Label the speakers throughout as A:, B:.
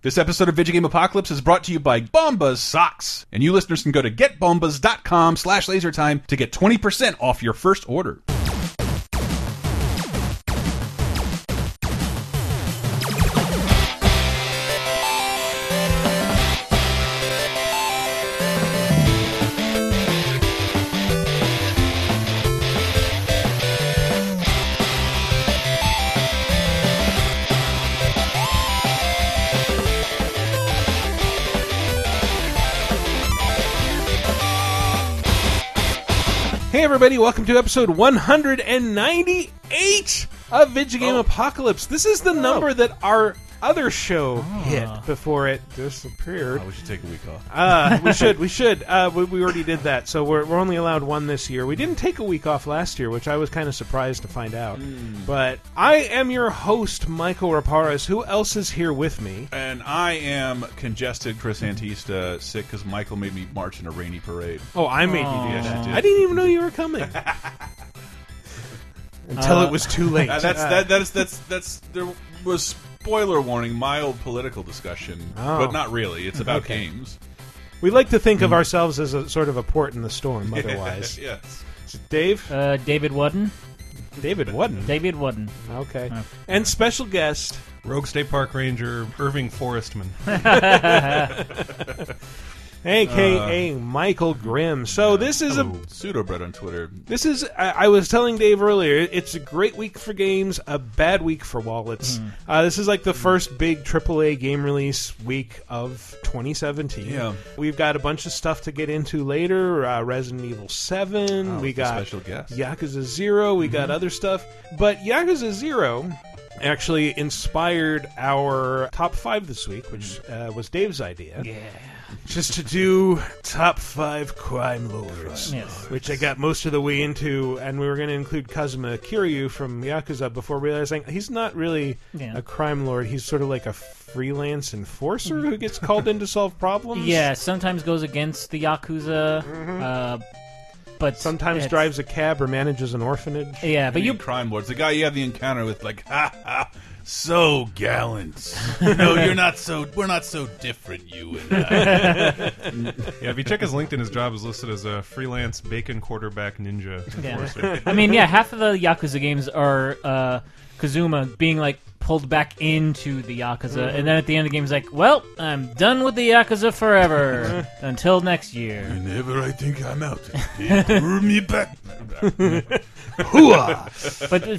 A: This episode of Video Game Apocalypse is brought to you by Bombas Socks. And you listeners can go to getbombas.com slash lasertime to get 20% off your first order. Hey everybody, welcome to episode 198 of Video
B: Oh.
A: Game Apocalypse. This is the number that our other show
B: Ah.
A: hit before it disappeared.
B: we should take a week off.
A: Uh, we should, we should. Uh, we, we already did that, so we're, we're only allowed one this year. We didn't take a week off last year, which I was kind of surprised to find out.
B: Hmm.
A: But I am your host, Michael Raparez. Who else is here with me?
B: And I am congested, Chris Antista, sick because Michael made me march in a rainy parade.
A: Oh, I made you do
B: Yes, you
A: that.
B: did.
A: I didn't even know you were coming. Until it was too late.
B: Uh, that's that, that's that's that's there was spoiler warning, mild political discussion,
A: Oh.
B: but not really. It's about games.
A: We like to think
C: Hmm.
A: of ourselves as a sort of a port in the storm. Otherwise,
B: yes.
A: Dave,
D: Uh, David Wadden.
A: David Wooden.
D: David Wadden.
A: Okay,
D: Oh.
A: and special guest.
C: Rogue State Park Ranger Irving Forestman. Uh,
A: AKA Michael Grimm. So this is a
B: Pseudobread on Twitter.
A: This is, I, I was telling Dave earlier, it's a great week for games, a bad week for wallets.
B: Hmm.
A: Uh, this is like the first big AAA game release week of 2017.
B: Yeah.
A: We've got a bunch of stuff to get into later uh, Resident Evil 7.
B: Oh,
A: we
B: it's a
A: got
B: special guest. Mm-hmm.
A: Yakuza 0. We got other stuff. But Yakuza 0 actually inspired our top five this week, which
B: Mm.
A: uh, was Dave's idea
D: Yeah.
A: just to do top five crime lords,
D: Yes.
A: which I got most of the way into, and we were going to include Kazuma Kiryu from Yakuza before realizing he's not really
D: Yeah.
A: a crime lord. He's sort of like a freelance enforcer who gets called in to solve problems.
D: Yeah, sometimes goes against the Yakuza, uh, but
A: Mm-hmm. sometimes
D: it's-
A: drives a cab or manages an orphanage.
D: Yeah, but
B: You
D: you
B: crime lords, the guy you have the encounter with, like ha ha, so gallant. no, you're not so. We're not so different, you and I.
C: Yeah, if you check his LinkedIn, his job is listed as a freelance bacon quarterback ninja enforcer.
D: I mean, yeah, half of the Yakuza games are uh, Kazuma being like pulled back into the Yakuza, and then at the end of the game, he's like, "Well, I'm done with the Yakuza forever until next year."
B: Whenever I think I'm out, they threw me back.
D: but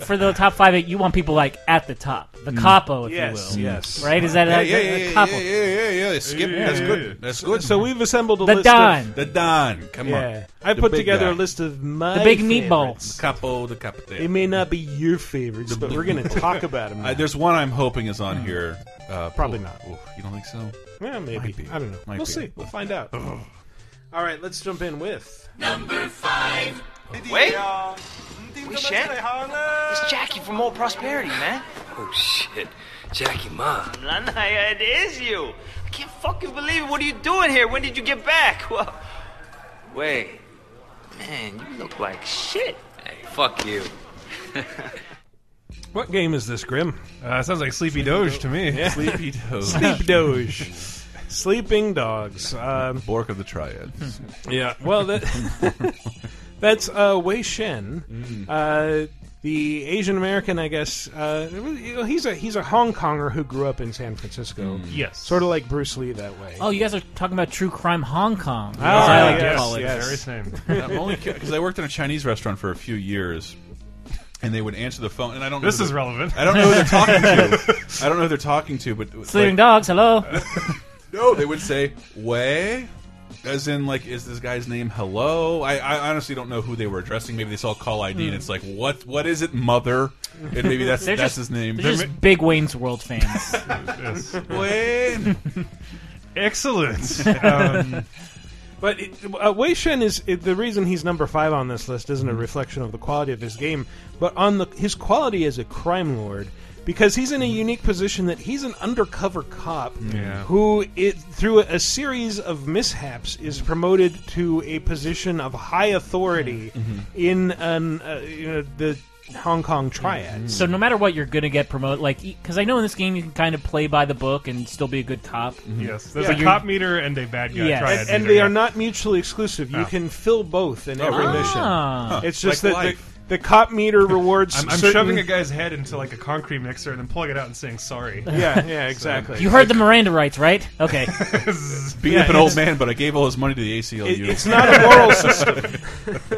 D: for the top five, you want people like at the top, the capo, if
A: Yes,
D: you will.
A: yes.
D: Right? Is that
B: Mm. Yeah,
D: a,
B: yeah, yeah,
D: a
B: yeah,
D: capo?
B: yeah, yeah, yeah, yeah, yeah. Skip.
C: Yeah,
B: That's
C: yeah,
B: good.
C: yeah.
B: That's good.
A: So we've assembled a
D: The
A: list.
D: Don.
A: Of,
B: the Don. Come
A: yeah,
B: on.
A: I
B: The
A: put
B: big
A: together
B: guy.
A: a list of my
D: The big
A: favorites.
D: meatballs.
B: Capo the Capite.
A: It may not be your favorites, but we're going to talk about them.
B: Uh, there's one I'm hoping is on here. Uh,
A: Probably
B: ooh,
A: not.
B: ooh, you don't think so?
A: Yeah, maybe.
B: be.
A: I don't know.
B: Might
A: we'll
B: be.
A: see. We'll find out. All right, let's jump in with.
E: Wait! We shan't. It's Jackie from Old Prosperity, man.
F: Oh shit, Jackie Ma.
E: Lanaya, it is you. I can't fucking believe it. What are you doing here? When did you get back? Well, wait. Man, you look like shit.
F: Hey, fuck you.
A: What game is this, Grim?
C: Uh, sounds like Sleepy Doge to me.
B: Sleepy Toes.
A: Sleep Doge. Sleeping Dogs. Um,
B: Bork of the Triads.
A: yeah. Well, that, that's uh, Wei
B: Mm.
A: Shen, uh, the Asian American, I guess. Uh, you know, he's a he's a Hong Konger who grew up in San Francisco.
C: Mm. Yes.
A: Sort of like Bruce Lee that way.
D: Oh, you guys are talking about True Crime Hong Kong.
A: Ah,
D: as I like
A: yes,
D: to call it.
A: yes.
C: Very same.
B: I'm only because I worked in a Chinese restaurant for a few years, and they would answer the phone, and I don't. Know
C: This
B: who
C: is
B: the-
C: relevant.
B: I don't know who they're talking to. I don't know who they're talking to, but
D: Sleeping
B: like,
D: dogs, hello.
B: no, they would say "way," as in like, is this guy's name hello? I, I honestly don't know who they were addressing. Maybe they saw call ID, and it's like, what what is it, mother? And maybe that's
D: They're
B: that's
D: just-
B: his name.
D: They're just big Wayne's World fans.
C: Yes.
B: Way.
C: Excellent. Um,
A: But it, uh, Wei Shen is it, the reason he's number five on this list isn't a reflection of the quality of his game, but on the, his quality as a crime lord, because he's in a unique position that he's an undercover cop
C: Yeah.
A: who, it, through a series of mishaps, is promoted to a position of high authority in an uh, you know the Hong Kong Triad.
D: Mm-hmm. So no matter what, you're gonna get promoted. Like, because I know in this game you can kind of play by the book and still be a good cop.
C: Yes, there's
A: Yeah.
C: a cop meter and a bad guy
D: Yes.
C: triad.
D: And-
A: And
C: meter,
A: they
C: yeah.
A: are not mutually exclusive. You
C: Oh.
A: can fill both in every
B: really?
A: mission.
D: Ah.
A: It's just
B: Like
A: that the,
B: life.
A: the cop meter rewards.
C: I'm, I'm
A: certain-
C: shoving a guy's head into like a concrete mixer and then pulling it out and saying sorry.
A: Yeah, yeah, exactly.
D: You heard the Miranda rights, right? Okay.
B: Beat
A: Yeah,
B: up
A: it's-
B: an old man, but I gave all his money to the ACLU.
A: It- it's not a moral system.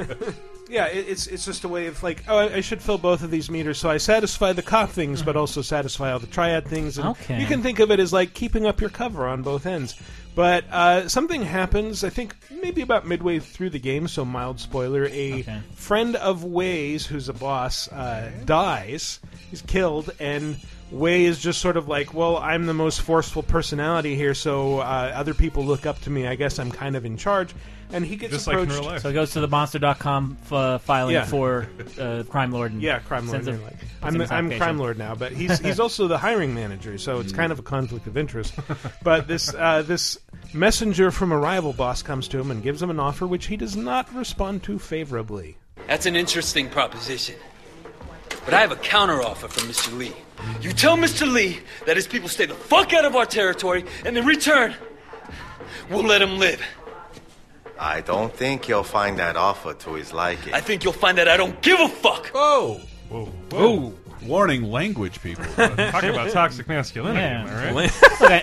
A: yeah, it, it's it's just a way of like, oh, I, I should fill both of these meters so I satisfy the cop things, but also satisfy all the triad things. And
D: Okay.
A: You can think of it as like keeping up your cover on both ends. But uh, something happens, I think, maybe about midway through the game. So mild spoiler: a
D: Okay.
A: friend of Way's, who's a boss, uh, dies. He's killed, and Way is just sort of like, well, I'm the most forceful personality here, so uh, other people look up to me. I guess I'm kind of in charge. And he gets
C: Just like in
A: approached.
C: real life.
D: so it goes to the monster.com f- uh, filing
A: Yeah.
D: for uh, Crime Lord. And
A: yeah, crime lord.
D: sends a-
A: you're like-
D: puts in
A: I'm,
D: his
A: I'm
D: application.
A: crime lord now, but he's he's also the hiring manager, so it's kind of a conflict of interest. But this uh, this messenger from a rival boss comes to him and gives him an offer, which he does not respond to favorably.
F: That's an interesting proposition. But I have a counteroffer from Mr. Lee. You tell Mr. Lee that his people stay the fuck out of our territory, and in return, we'll let him live.
G: I don't think he'll find that offer to his liking.
F: I think you'll find that I don't give a fuck.
B: oh,
C: Whoa.
B: oh! Warning, language, people.
C: Talk about toxic masculinity,
D: Yeah.
C: am I right?
D: Okay.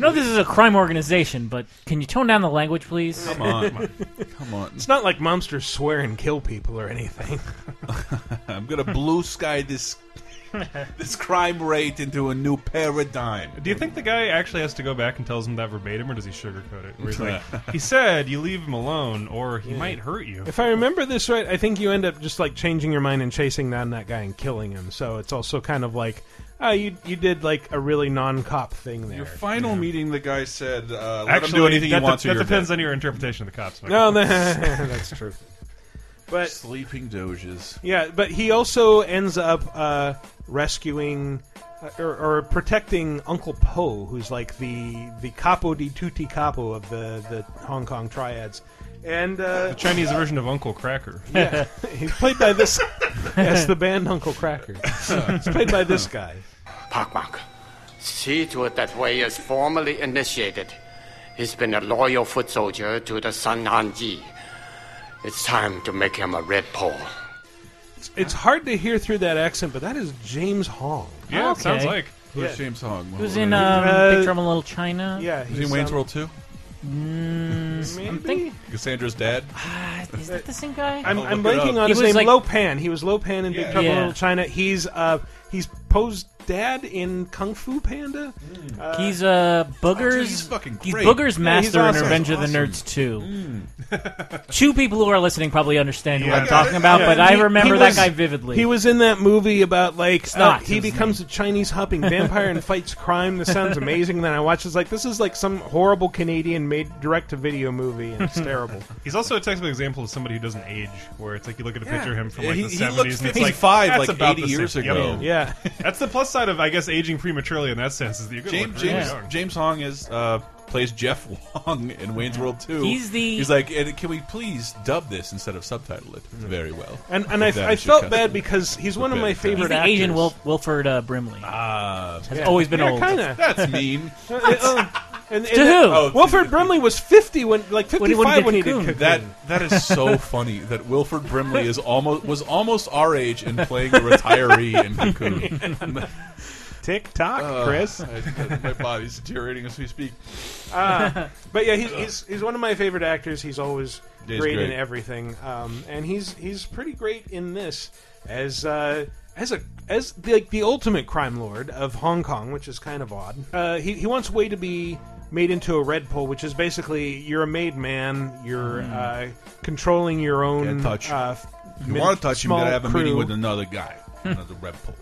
D: no, this is a crime organization, but can you tone down the language, please?
B: Come on, come on.
A: It's not like monsters swear and kill people or anything.
B: I'm gonna blue sky this this crime rate into a new paradigm.
C: Do you think the guy actually has to go back and tells him that verbatim, or does he sugarcoat it? Where he's like, he said you leave him alone, or he might hurt you.
A: If I remember this right, I think you end up just like changing your mind and chasing down that guy and killing him. So it's also kind of like, oh, you you did like a really non-cop thing there.
B: Your final meeting, the guy said, uh, "Let him
C: Actually,
B: do anything
C: that,
B: he wants."
C: de-
B: to
C: that
B: your
C: depends
B: bed.
C: on your interpretation of the cops. Michael.
A: no, that's true. But
B: sleeping doges.
A: Yeah, but he also ends up uh, rescuing uh, or, or protecting Uncle Po, who's like the the capo di tutti capo of the the Hong Kong triads, and uh,
C: Chinese version of Uncle Cracker.
A: yeah, he's played by this. yes, the band Uncle Cracker. It's played by this guy.
H: Parkmark. See to it that Wei is formally initiated. He's been a loyal foot soldier to the Sun Hanji. It's time to make him a red pole.
A: It's, it's hard to hear through that accent, but that is James Hong.
C: Yeah, it sounds
D: Okay.
C: like.
B: Who's
A: Yeah.
B: James Hong? What
D: Who's
B: was
D: in
B: it?
D: um,
A: Uh,
D: Picture from a Little China?
A: Yeah, um,
B: Is he in Wayne's World too?
A: Maybe?
D: think-
B: Cassandra's dad.
D: Ah, is that the same guy?
A: I'm,
B: I'll
A: I'm
B: look it
A: blanking
B: up.
A: on
D: He
A: his
D: was
A: name.
D: like-
A: Lopan. He was Lopan in Big
B: Yeah.
A: Trouble in
D: Yeah.
A: Little China. He's uh, he's Poe's dad in Kung Fu Panda.
D: he's uh, Boogers.
B: dude, Hmm. Oh, he's fucking great.
D: Boogers
A: Yeah, he's
D: Master
A: awesome. Mm.
D: in Revenge of
B: Awesome.
D: the Nerds 2. Two people who are listening probably understand
C: Yeah.
D: what
C: I
D: I'm
C: got
D: talking about, but I
A: He-
D: remember
A: he
D: that
A: was-
D: guy vividly.
A: He was in that movie about like
D: Snot,
A: uh, he
D: his
A: becomes a Chinese hopping vampire and fights crime. This sounds amazing. then I watch it's like this is like some horrible Canadian made direct to video movie and it's terrible.
C: He's also a textbook example of somebody who doesn't age, where it's like you look at a picture of him from like
B: He-
C: the
B: he
C: seventies,
B: looks
C: and it's
B: 55,
C: like,
B: like,
C: that's about
B: 80
C: the same-
B: years
C: Yep.
B: ago.
A: Yeah,
C: That's the plus side of, I guess, aging prematurely in that sense. Is that you're gonna
B: James
C: look really
B: James
C: young.
B: James Hong is uh, plays Jeff Wong in Wayne's World Two.
D: He's the-
B: He's like, "And can we please dub this instead of subtitle it very well?
A: and and I,
B: That
A: I
B: should
A: felt
B: cut.
A: bad because he's one of my
B: He's the
A: favorite
D: He's the
A: actors.
D: Asian Wil- Wilford uh, Brimley.
B: Ah,
D: Has always been old.
A: kind of.
B: that's mean.
A: Uh, And, and
D: To who?
B: Oh, to-
A: Wilfred Brimley was fifty when, like
D: When he
A: fifty-five
D: went
A: when he,
D: to
A: did
D: Cocoon.
A: Cocoon.
B: That that is so funny that Wilford Brimley is almost was almost our age and playing a retiree in Cocoon.
A: tick tock,
B: Uh,
A: Chris.
B: I- my body's deteriorating as we speak.
A: Ah, But yeah, he's, he's he's one of my favorite actors. He's always
B: He's
A: great, in
B: great.
A: everything, um, and he's he's pretty great in this as uh, as a as the, like the ultimate crime lord of Hong Kong, which is kind of odd. Uh, he he wants Wei to be made into a red pole, which is basically you're a made man, you're uh, controlling your own.
B: Hmm. Can't touch.
A: Uh,
B: You
A: mid-
B: want to touch him? You
A: small
B: gotta have a meeting
A: crew. Mm-hmm.
B: with another guy, another red pole.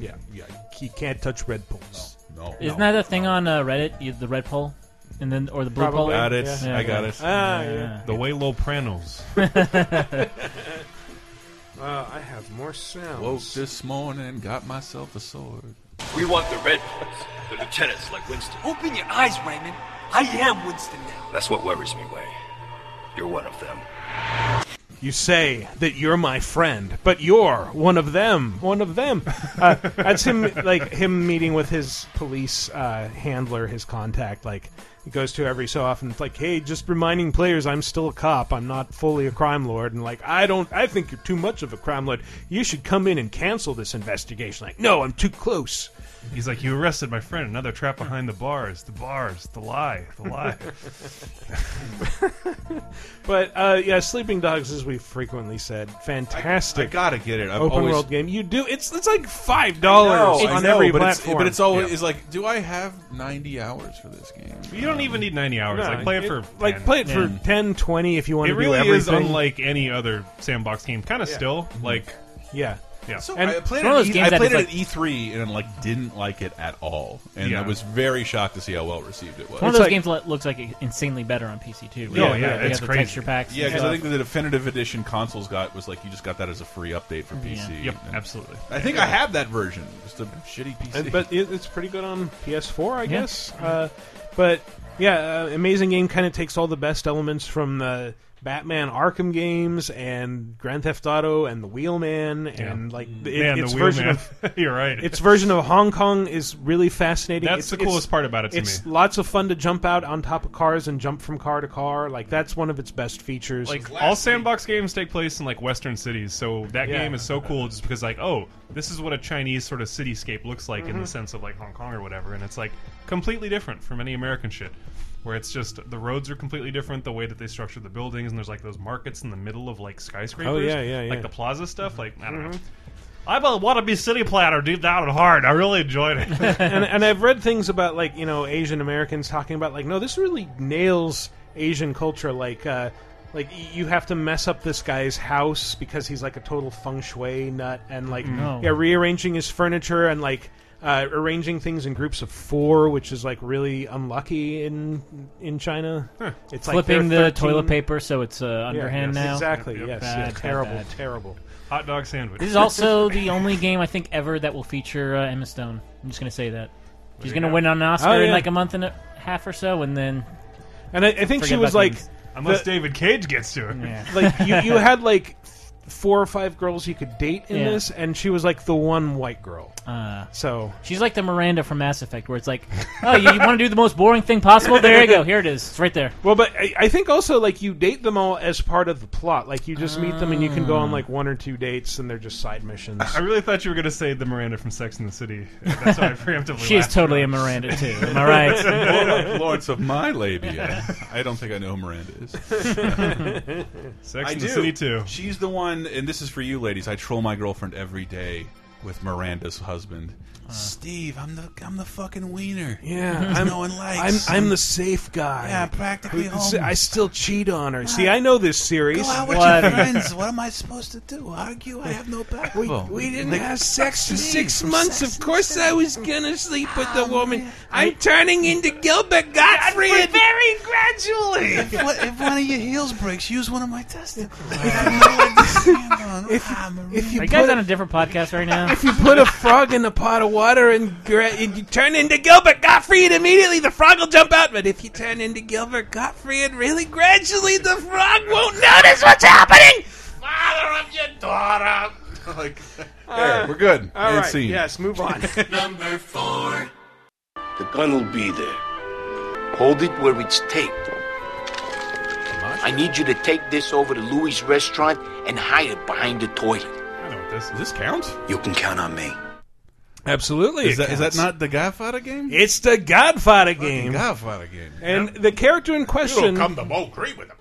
A: Yeah, yeah. He can't touch red poles.
B: No, no,
D: Isn't that a thing on uh, Reddit? You, the red pole, and then or the blue
A: Probably.
D: pole?
B: Got it.
A: Yeah.
B: I got it.
A: Ah, yeah.
C: The way low pranos.
A: Uh, I have more sounds.
B: Woke this morning, got myself a sword.
F: We want the red ones, the lieutenants like Winston.
I: Open your eyes, Raymond. I am Winston now.
F: That's what worries me, Way. You're one of them.
A: You say that you're my friend, but you're one of them. One of them. Uh, that's him, like him meeting with his police uh, handler, his contact. Like he goes to every so often. It's like, hey, just reminding players, I'm still a cop. I'm not fully a crime lord. And like, I don't. I think you're too much of a crime lord. You should come in and cancel this investigation. Like, no, I'm too close.
C: He's like, you arrested my friend. Another trap behind the bars. The bars. The lie. The lie.
A: But uh, yeah, Sleeping Dogs, as we frequently said,
B: I
A: fantastic.
B: gotta get it. I've
A: open
B: always,
A: world game. You do. It's it's like five
B: No,
A: dollars
B: I
A: on
B: know,
A: every
B: but
A: platform.
B: It's, but it's always it's like, do I have 90 hours for this game?
C: you don't even need 90 hours.
A: No,
C: like, play it, for.
A: like
C: 10.
A: play it for 10, 20 if you want
C: It
A: to
C: really
A: do everything. Mm-hmm.
C: is unlike any other sandbox game. Kind of still. Like,
A: yeah.
C: yeah.
B: So
A: And
B: I played,
D: it's one of those
B: it, at E-
D: games
B: I
D: that
B: played it
D: is
B: at E3 and like didn't like it at all, and
C: Yeah.
B: I was very shocked to see how well received it was.
D: One of those
A: like-
D: games that looks like insanely better on PC too.
C: Yeah,
D: They got-
C: yeah,
D: they got
C: it's
D: the
C: crazy.
D: texture packs. and
B: yeah, because
D: stuff.
B: I think the definitive edition consoles got was like you just got that as a free update
D: Oh,
B: for PC.
C: Yep,
B: And
C: absolutely.
B: I think I have that version, just a shitty PC.
A: And- but it, it's pretty good on PS4, I guess. Uh, but yeah, uh, amazing game kind of takes all the best elements from the Batman Arkham games and Grand Theft Auto and the Wheelman and like it,
C: Mm. Man,
A: its
C: the
A: version
C: wheelman.
A: of
C: You're right.
A: its version of Hong Kong is really fascinating.
C: That's
A: It's-
C: the
A: it's-
C: coolest part about it to
A: it's
C: me.
A: lots of fun to jump out on top of cars and jump from car to car. Like that's one of its best features.
C: Like all sandbox games take place in like western cities, so that
A: Yeah.
C: game is so cool just because like, oh, this is what a Chinese sort of cityscape looks like
A: Mm-hmm.
C: in the sense of like Hong Kong or whatever, and it's like completely different from any American shit. Where it's just the roads are completely different, the way that they structure the buildings, and there's like those markets in the middle of like skyscrapers.
D: Oh,
A: yeah, yeah, yeah.
C: Like the plaza stuff, like I don't know.
D: Mm-hmm.
C: I'm a wannabe city planner deep down and hard. I really enjoyed it.
A: and, and I've read things about like you know Asian Americans talking about like no, this really nails Asian culture. Like uh, like y- you have to mess up this guy's house because he's like a total feng shui nut, and like
D: Mm.
A: yeah, rearranging his furniture and like. Uh, arranging things in groups of four, which is like really unlucky in in China. It's
D: flipping
A: they're
D: the
A: 13
D: toilet paper so it's uh,
A: Yeah,
D: underhand
A: yes,
D: now.
A: Exactly. Yes. yeah,
D: Bad, bad,
A: terrible.
D: bad.
A: Terrible.
C: Hot dog sandwich.
D: This is also the only game I think ever that will feature uh, Emma Stone. I'm just gonna say that she's gonna win an Oscar
A: Oh, yeah.
D: in like a month and a half or so, and then
A: And I, I think she
D: Forget
A: was
D: about
A: like
D: things.
C: Unless
A: the-
C: David Cage gets to it.
D: yeah.
A: like you, you had like four or five girls you could date in
D: Yeah.
A: this, and she was like the one white girl.
D: Uh,
A: So
D: she's like the Miranda from Mass Effect, where it's like, oh, you, want to do the most boring thing possible? There you go. Here it is. It's right there.
A: well, but I, I think also like you date them all as part of the plot. Like you just meet them and you can go on like one or two dates, and they're just side missions.
C: I really thought you were going to say the Miranda from Sex in the City. That's why I preemptively.
D: She is
C: laughed.
D: totally a Miranda too. Am I right?
B: Lord, Lawrence of my labia. I don't think I know who Miranda is.
C: Sex
B: I
C: in
B: do.
C: the City too.
B: She's the one, and this is for you, ladies. I troll my girlfriend every day with Miranda's husband,
D: Uh.
B: Steve. I'm the I'm the fucking wiener.
A: yeah,
B: I'm
A: I'm
B: no one
A: I'm
B: likes.
A: I'm the safe guy.
B: yeah, I'm practically
A: Who-
B: home.
A: I still cheat on her. See, I know this series.
B: Go out with
D: Whatever.
B: your friends. What am I supposed to do? Argue? I have no backbone.
A: We didn't have sex for Oh, six months. Of course, I was gonna sleep with the woman. I'm turning into Gilbert Godfrey. Very gradually.
B: if, one- if one of your heels breaks, use one of my testicles. I have no leg to stand on. Ah, Miranda.
A: If
D: Are
A: you
D: you guys
A: put
D: on a different podcast right now?
A: if you put a frog in a pot of water and, gra- and you turn into Gilbert Gottfried, immediately the frog will jump out. But if you turn into Gilbert Gottfried, really gradually the frog won't notice what's happening.
B: father of your daughter.
A: Oh
B: like, there, we're good. End scene.
A: move on.
I: Number four. The gun will be there. Hold it where it's taped. I need you to take this over to Louis' restaurant and hide it behind the toilet.
C: I know what this
B: Does
C: is.
B: this count?
I: You can count on me.
A: Absolutely,
B: Is that, is that not the Godfather game?
A: It's the Godfather game,
B: Godfather game.
A: and the character in question.
B: to Bull Creek with him.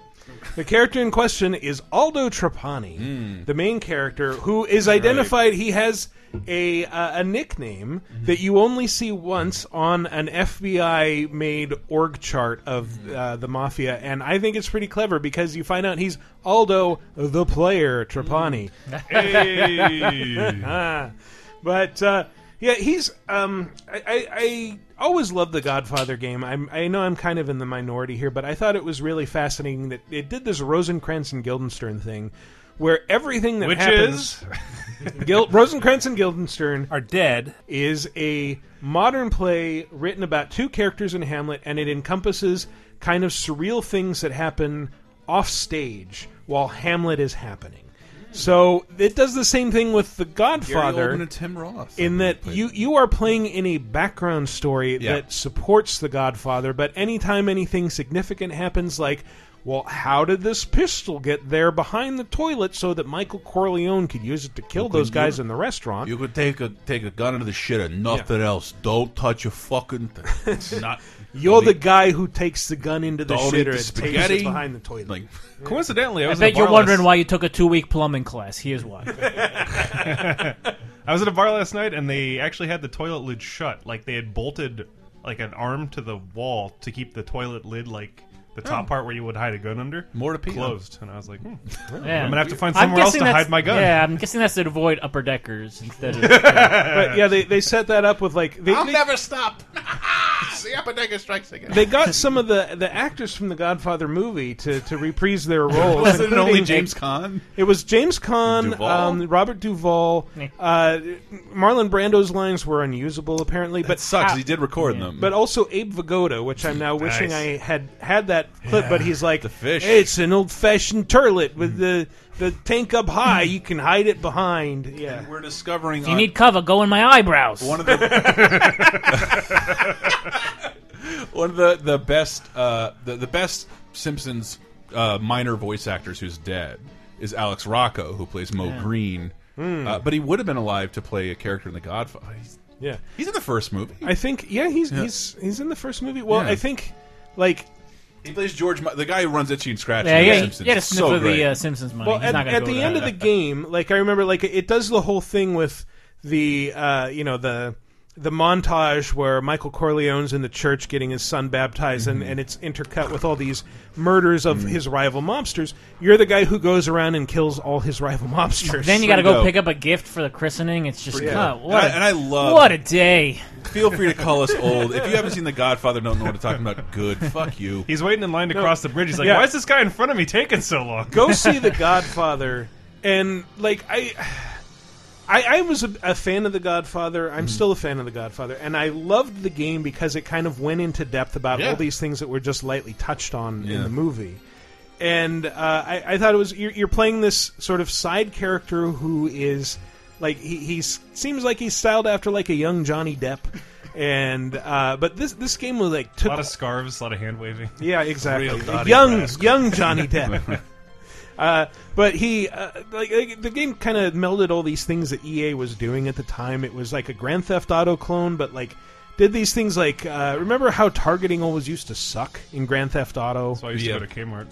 A: The character in question is Aldo Trapani,
B: Hmm.
A: the main character, who is identified. He has a uh, a nickname
B: Mm-hmm.
A: that you only see once on an FBI made org chart of
B: Mm-hmm.
A: uh, the mafia, and I think it's pretty clever because you find out he's Aldo the player Trapani.
B: Mm-hmm.
C: Hey.
A: Ah, but uh, yeah, he's. Um, I, I, I always loved the Godfather game. I'm, I know I'm kind of in the minority here, but I thought it was really fascinating that it did this Rosencrantz and Guildenstern thing, where everything that
C: Which
A: happens,
C: is
A: Gil- Rosencrantz and Guildenstern
J: Are dead.
A: is a modern play written about two characters in Hamlet, and it encompasses kind of surreal things that happen off stage while Hamlet is happening. So it does the same thing with The Godfather
B: Oldman and Tim Roth.
A: in that you you are playing in a background story
B: Yeah.
A: that supports the Godfather, but anytime anything significant happens, like, well, how did this pistol get there behind the toilet so that Michael Corleone could use it to kill those guys in the restaurant?
B: You could take a take a gun into the shit and nothing else. Don't touch a fucking thing. It's not.
A: You're the guy who takes the gun into the
B: Don't eat
A: shitter
B: the
A: and takes
B: spaghetti.
A: it behind the toilet.
B: like
C: Coincidentally, I
D: I
C: was. at a
D: bet you're
C: bar last-
D: wondering why you took a two week plumbing class. Here's why.
C: I was at a bar last night, and they actually had the toilet lid shut. Like they had bolted like an arm to the wall to keep the toilet lid like. The
A: Oh.
C: top part where you would hide a gun under,
B: More to pee on.
C: closed, and I was like, hmm.
D: Yeah.
C: I'm gonna have to find somewhere else
D: guessing
C: to
D: that's-
C: hide my gun.
D: Yeah, I'm guessing that's to avoid upper deckers instead of.
A: but yeah, they, they set that up with like they, they,
B: stop. See, Apodaca strikes again.
A: they got some of the, the actors from the Godfather movie to, to reprise their roles.
B: Was it only
A: including-
B: James Caan?
A: It was James Caan,
B: Duvall?
A: um, Robert Duvall.
D: Meh.
A: Uh, Marlon Brando's lines were unusable, apparently, but
B: That sucks.
A: ah,
B: he did record them.
A: but also Abe Vigoda, which I'm now wishing I
C: Nice.
A: had had that clip. But he's like, the
B: fish. Hmm.
A: it's an old fashioned turlet with the the tank up high. You can hide it behind. Yeah,
B: we're discovering
D: you
B: on-
D: need cover. Go in my eyebrows.
B: one of the one of the the best uh, the the best Simpsons uh, minor voice actors who's dead is Alex Rocco, who plays Mo Green.
C: Hmm.
B: Uh, but he would have been alive to play a character in The Godfather. He's,
A: yeah.
B: he's in the first movie.
A: I think yeah, he's he's he's in the first movie. Well,
B: Yeah.
A: I think like
B: he plays George, Mu- the guy who runs Itchy and Scratchy.
D: yeah,
B: in The
D: yeah.
B: Simpsons.
D: You had a
B: It's
D: sniff
B: so
D: of
B: great.
D: the uh, Simpsons money.
A: Well,
D: He's
A: at,
D: not gonna
A: at
D: go
A: the
D: with
A: end
D: that.
A: of the game, like I remember, like it does the whole thing with the uh, you know the the montage where Michael Corleone's in the church getting his son baptized,
D: Mm-hmm.
A: and, and it's intercut with all these murders of his rival mobsters. You're the guy who goes around and kills all his rival mobsters.
D: Then you got to go
B: dope.
D: pick up a gift for the christening. It's just God,
B: And
D: what,
B: I,
D: a-
B: and I love
D: what a day.
B: Feel free to call us old. If you haven't seen The Godfather, don't know what I'm talking about. Good. Fuck you.
C: He's waiting in line to cross the bridge. He's like,
A: Yeah.
C: why is this guy in front of me taking so long?
A: go see The Godfather, and like I. I, I was a, a fan of The Godfather.
B: Mm-hmm.
A: I'm still a fan of The Godfather, and I loved the game because it kind of went into depth about
B: Yeah.
A: all these things that were just lightly touched on
B: Yeah.
A: in the movie. And uh, I, I thought it was you're, you're playing this sort of side character who is like he he's, seems like he's styled after like a young Johnny Depp, and uh, but this this game was like
C: A
A: took
C: lot of scarves, a lot of hand waving.
A: yeah, exactly.
B: Real Dottie
A: young,
B: Brasco.
A: young Johnny Depp. uh, but he, uh, like, like, the game kind of melded all these things that EA was doing at the time. It was like a Grand Theft Auto clone, but like did these things like uh, remember how targeting always used to suck in Grand Theft Auto?
C: So I used
B: Yeah.
C: to go to Kmart.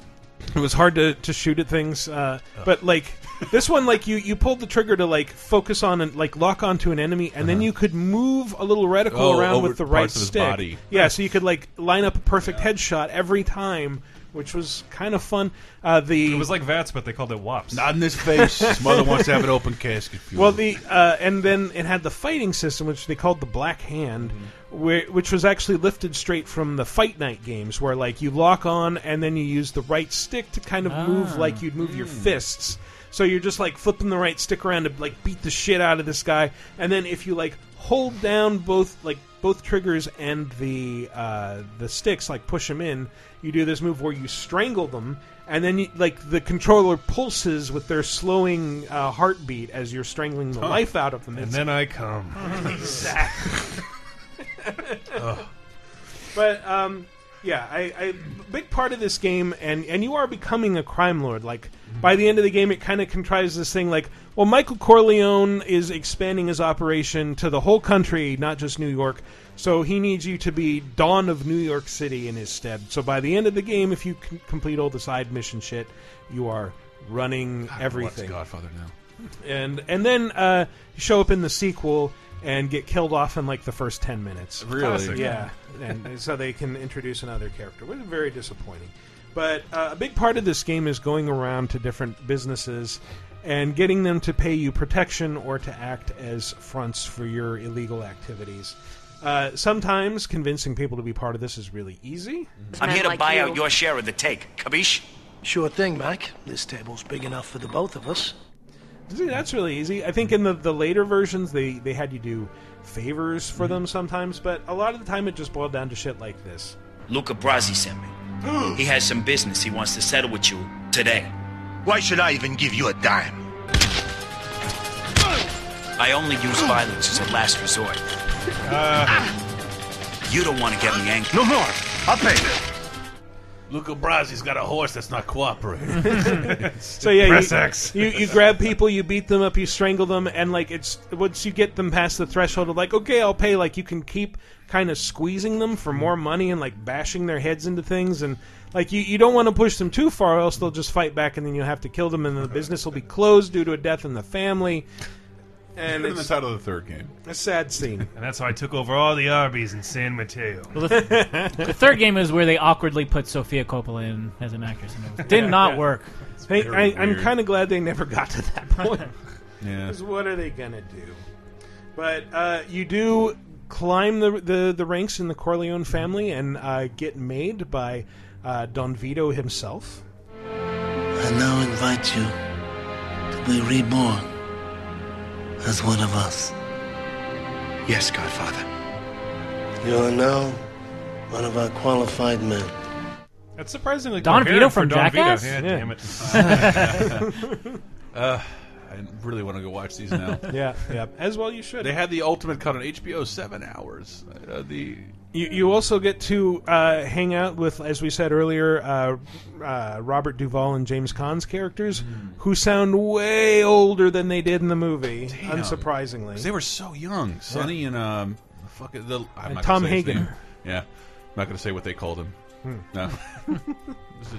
A: It was hard to, to shoot at things, uh, but like this one, like you, you pulled the trigger to like focus on and like lock onto an enemy, and then you could move a little reticle
B: Uh-huh. Oh,
A: around
B: over
A: with the
B: parts
A: right
B: of his
A: stick.
B: body.
A: Yeah, so you could like line up a perfect headshot every time, which was kind of fun. Uh, the
C: It was like Vats, but they called it Wops.
B: Not in his face. His mother wants to have an open casket. funeral.
A: well, the uh, and then it had the fighting system, which they called the Black Hand, where, which was actually lifted straight from the Fight Night games, where like you lock on and then you use the right stick to kind of move like you'd move your
C: Mm.
A: fists. So you're just like flipping the right stick around to like beat the shit out of this guy, and then if you like hold down both like both triggers and the uh, the sticks, like push them in, you do this move where you strangle them, and then you, like the controller pulses with their slowing uh, heartbeat as you're strangling the life out of them.
C: and
A: It's-
C: then I come.
A: but um, yeah, I, I big part of this game, and and you are becoming a crime lord. Like by the end of the game, it kind of contrives this thing like, well, Michael Corleone is expanding his operation to the whole country, not just New York. So he needs you to be Dawn of New York City in his stead. So by the end of the game, if you c- complete all the side mission shit, you are running everything.
B: Godfather now.
A: and and then uh, you show up in the sequel and get killed off in like the first ten minutes.
B: Really?
A: Yeah, and so they can introduce another character, which is very disappointing. But uh, a big part of this game is going around to different businesses and getting them to pay you protection or to act as fronts for your illegal activities. Uh, sometimes convincing people to be part of this is really easy.
E: I'm here to
J: like
E: buy
J: you.
E: out your share of the take. Kabish?
J: Sure thing, Mac. This table's big enough for the both of us.
A: See, that's really easy. I think in the, the later versions, they, they had you do
J: Mm-hmm.
A: favors for them sometimes, but a lot of the time it just boiled down to shit like this.
E: Luca Brasi sent me.
K: He has some business he wants to settle with you today.
I: Why should I even give you a dime?
K: I only use violence as a last resort.
A: Uh.
K: you don't want to get me angry. No more. I'll pay.
L: Luca Brasi's got a horse that's not cooperating.
A: so yeah, you, you you grab people, you beat them up, you strangle them, and like it's once you get them past the threshold of like, okay, I'll pay. Like you can keep kind of squeezing them for more money and like bashing their heads into things, and like you you don't want to push them too far, or else they'll just fight back, and then you'll have to kill them, and the business will be closed due to a death in the family. And
B: Put in the
A: it's-
B: title of the third game.
A: A sad scene.
C: And that's how I took over all the Arby's in San Mateo.
D: Well, the, the third game is where they awkwardly put Sofia Coppola in as an actress. And it was- did
A: Yeah,
D: not
A: yeah.
D: work.
A: Hey, I, I'm kind of glad they never got to that point.
B: Yeah.
A: Because what are they gonna do? But uh, you do climb the, the the ranks in the Corleone family and uh, get made by uh, Don Vito himself.
J: I now invite you to be reborn as one of us. Yes, Godfather. You are now one of our qualified men.
C: That's surprisingly
D: Don
C: coherent
D: Vito
C: for
D: from
C: Don
D: Jackass?
C: Vito. Yeah,
D: Yeah.
C: damn it.
B: uh, I really want to go watch these now.
A: Yeah, yeah. As well, you should.
B: They had the ultimate cut on HBO, seven hours. Uh, the
A: You, you also get to uh, hang out with, as we said earlier, uh, uh, Robert Duvall and James Caan's characters,
B: Hmm.
A: who sound way older than they did in the movie, unsurprisingly.
B: 'Cause they were so young. Sonny and um, the fuck the I'm
A: And
B: not gonna
A: Tom
B: say his
A: Hagen.
B: name. Yeah, I'm not going to say what they called him.
M: Hmm.
B: No,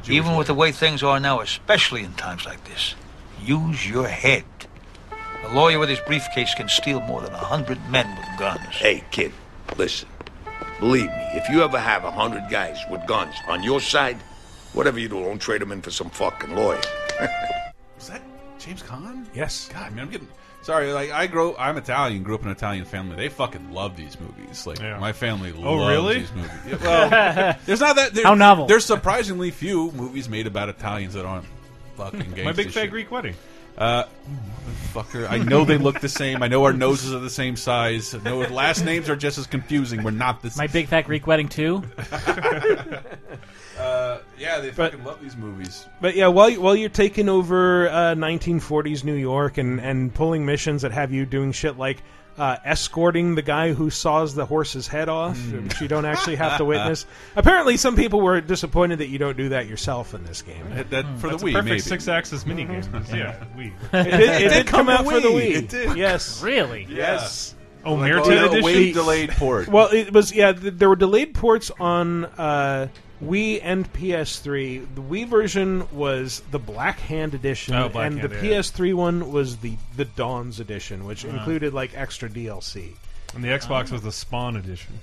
M: Even with the way things are now, especially in times like this, use your head. A lawyer with his briefcase can steal more than a hundred men with guns.
I: Hey, kid, listen. Believe me, if you ever have a hundred guys with guns on your side, whatever you do, don't trade them in for some fucking lawyer.
B: was that James Caan?
A: Yes.
B: God, man, I'm getting sorry. Like I grow, I'm Italian. Grew up in an Italian family. They fucking love these movies. Like my family.
C: Oh,
B: loves
C: really?
B: These movies. Yeah, well, there's not that. there-
C: How novel.
B: There's surprisingly few movies made about Italians that aren't fucking.
C: My
B: gangsta
C: big fat
B: shit.
C: Greek wedding.
B: Uh, fucker. I know they look the same. I know our noses are the same size. I know our last names are just as confusing. We're not the
D: My Big Fat Greek Wedding 2.
B: uh, yeah, they fucking love these movies.
A: But yeah, while you- while you're taking over uh, 1940s New York and and pulling missions that have you doing shit like uh, escorting the guy who saws the horse's head off,
C: Mm.
A: which you don't actually have to witness. Apparently, some people were disappointed that you don't do that yourself in this game.
B: That, for
C: Hmm. That's a perfect six-axis
B: Mm-hmm.
C: minigame. yeah, Wii.
A: It, did- it did come out for the Wii.
C: It did.
A: Yes.
D: Really?
A: Yes.
C: Yeah. Omerta Like, oh, edition? wait, delayed port.
A: Well, it was yeah. Th- there were delayed ports on uh, Wii and PS3. The Wii version was the Black Hand edition,
C: Oh, Black
A: and
C: Hand,
A: the
C: yeah.
A: PS3 one was the the Dawn's edition, which included like extra DLC.
C: And the Xbox was the Spawn edition.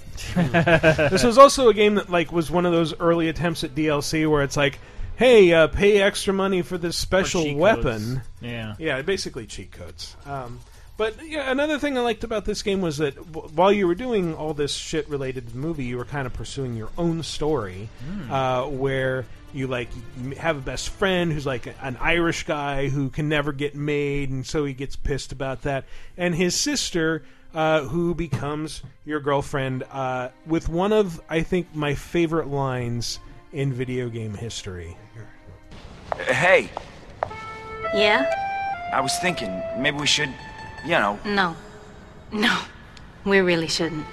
A: this was also a game that like was one of those early attempts at DLC where it's like, hey, uh, pay extra money for this special
D: cheat
A: weapon.
D: codes. Yeah.
A: yeah, basically cheat codes. Um, but yeah, another thing I liked about this game was that w- while you were doing all this shit related to the movie, you were kind of pursuing your own story, uh, where you like m- have a best friend who's like an Irish guy who can never get made, and so he gets pissed about that, and his sister. Uh, who becomes your girlfriend uh, with one of I think my favorite lines in video game history.
E: Uh, Hey,
N: Yeah?
E: I was thinking maybe we should, you know.
N: No. No. We really shouldn't.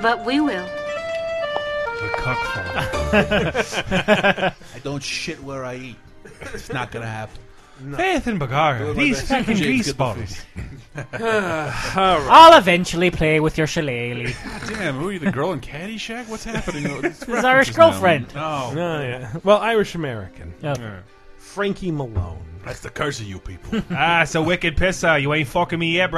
N: But we will.
B: I don't shit where I eat. It's not gonna happen.
C: Faith and Bagara, these fucking grease balls.
D: I'll eventually play with your shillelagh.
B: Damn, who are you, the girl in Caddyshack? What's happening? It's
D: His Irish
B: references now.
D: girlfriend.
C: Oh.
B: No.
A: No, yeah. Well, Irish American.
D: Yeah.
A: Frankie Malone.
B: That's the curse of you people.
C: ah, it's a wicked pisser. You ain't fucking me yet,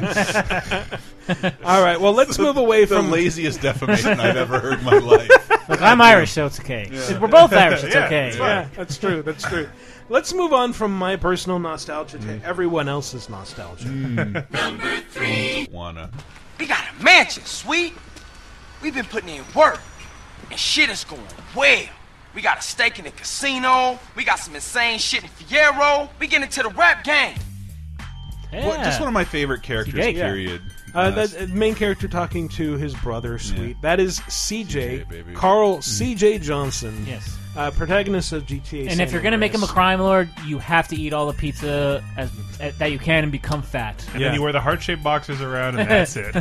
C: brother.
A: All right, well, let's move away
B: the
A: from
B: laziest defamation I've ever heard in my life.
D: Look, I'm Irish, so it's okay. We're both Irish, it's
A: Yeah,
D: okay.
A: it's fine. Yeah, that's true. That's true. Mm. Let's move on from my personal nostalgia to everyone else's nostalgia. Mm.
B: Number three. Wanna.
M: We got a mansion, sweet. We've been putting in work, and shit is going well. We got a stake in the casino. We got some insane shit in Fierro. We get into the rap game.
B: What, just one of my favorite characters,
M: Gay.
B: period.
A: Uh, that uh, main character talking to his brother, sweet. That is CJ,
D: baby.
A: Carl CJ Johnson.
D: Yes.
A: Uh, protagonist of GTA.
D: And if you're gonna make him a crime lord, you have to eat all the pizza as, as- that you can and become fat.
C: And then you wear the heart shaped boxers around, and that's it.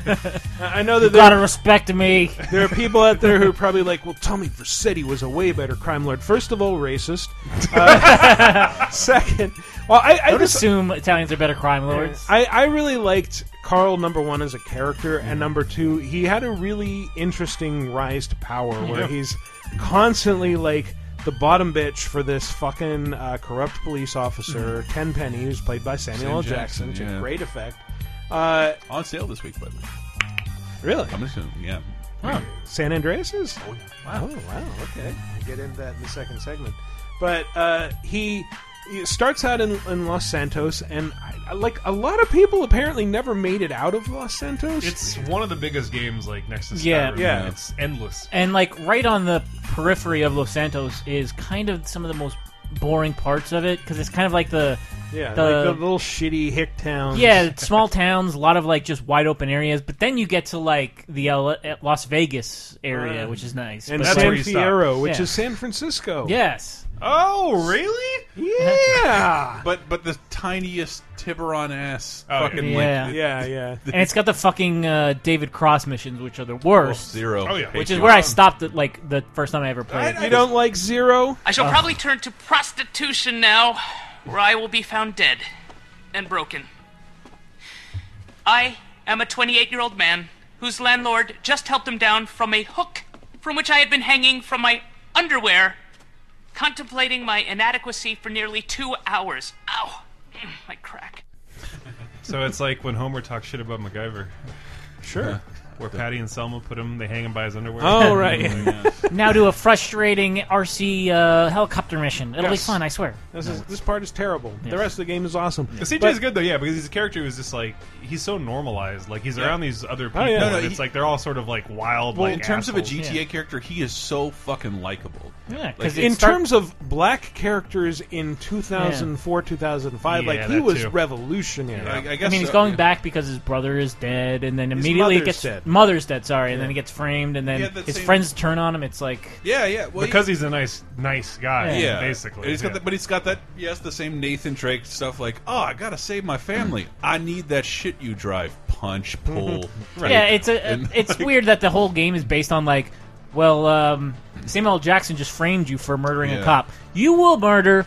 A: I know that
D: you
A: there-
D: gotta respect me.
A: there are people out there who are probably like, well, Tommy Vercetti was a way better crime lord. First of all, racist. Uh, second, well, I, I
D: Don't
A: just-
D: assume Italians are better crime lords.
A: I, I really liked Carl number one as a character, and number two, he had a really interesting rise to power where
C: Yeah.
A: he's constantly like the bottom bitch for this fucking uh, corrupt police officer,
D: Mm-hmm.
A: Ken Penny, who's played by Samuel L.
B: Sam
A: Jackson,
B: Jackson,
A: to
B: yeah.
A: great effect. Uh,
B: On sale this week, by the way.
A: Really?
B: I'm just gonna, yeah.
A: Huh. San Andreas is? Oh,
B: Wow.
A: Oh, wow. Okay. We'll get into that in the second segment. But uh, he, he starts out in, in Los Santos, and I, I- like a lot of people apparently never made it out of Los Santos.
C: It's one of the biggest games, like next to Skyrim.
D: Yeah.
A: Yeah.
C: It's endless.
D: And like right on the periphery of Los Santos is kind of some of the most boring parts of it because it's kind of like the
A: yeah,
D: the,
A: like the little shitty hick towns.
D: yeah small towns, a lot of like just wide open areas. But then you get to like the L- Las Vegas area,
A: Uh,
D: which is nice.
A: and
D: But, like-
A: San Fierro, which
D: Yeah.
A: is San Francisco.
D: yes.
A: Oh, really? Yeah.
B: but but the tiniest Tiburon ass fucking
D: yeah.
B: like
A: yeah, yeah.
D: and it's got the fucking uh, David Cross missions, which are the worst.
B: Zero. Oh, yeah.
D: Which is
B: Hate you.
D: where I stopped at like the first time I ever played.
A: You don't like Zero?
O: I shall
D: Oh.
O: probably turn to prostitution now, where I will be found dead and broken. I am a 28 year old man whose landlord just helped him down from a hook from which I had been hanging from my underwear, contemplating my inadequacy for nearly two hours. Ow! Mm, My crack.
C: So it's like when Homer talks shit about MacGyver.
A: Sure.
C: where Patty and Selma put him, they hang him by his underwear.
D: Oh, right.
C: Yeah.
D: now do a frustrating RC uh, helicopter mission. It'll
A: Yes.
D: be fun, I swear.
A: This, is, this part is terrible. The rest of the game is awesome.
C: The CJ is good though, yeah, because he's a character who's just like he's so normalized. Like he's
B: Yeah.
C: around these other people,
B: Oh, yeah. No, no,
C: and it's
B: he-
C: like they're all sort of like wild.
B: Well,
C: like,
B: in terms of a
C: assholes.
B: GTA character, he is so fucking likable.
D: Yeah,
B: like,
A: in terms of black characters in 2004, 2005,
B: Yeah,
A: like he
B: that
A: was
B: too.
A: revolutionary.
D: mean, he's going back because his brother is dead, and then
A: His
D: immediately it
A: mother's
D: gets
A: dead.
D: mother's dead. Sorry, and
A: Yeah.
D: then he gets framed, and then
A: He had that
D: his
A: same-
D: friends turn on him. It's like
B: Yeah, yeah. Well,
C: because he's a nice, nice guy.
B: yeah,
C: basically.
B: And he's got
C: yeah.
B: that, but he's got that. Yes, the same Nathan Drake stuff. Like, oh, I gotta save my family. I need that shit you drive. Punch, pull.
D: yeah,
B: take.
D: it's a,
B: And,
D: it's
B: like,
D: weird that the whole game is based on like, well, um, Samuel L. Jackson just framed you for murdering
B: Yeah.
D: a cop. You will murder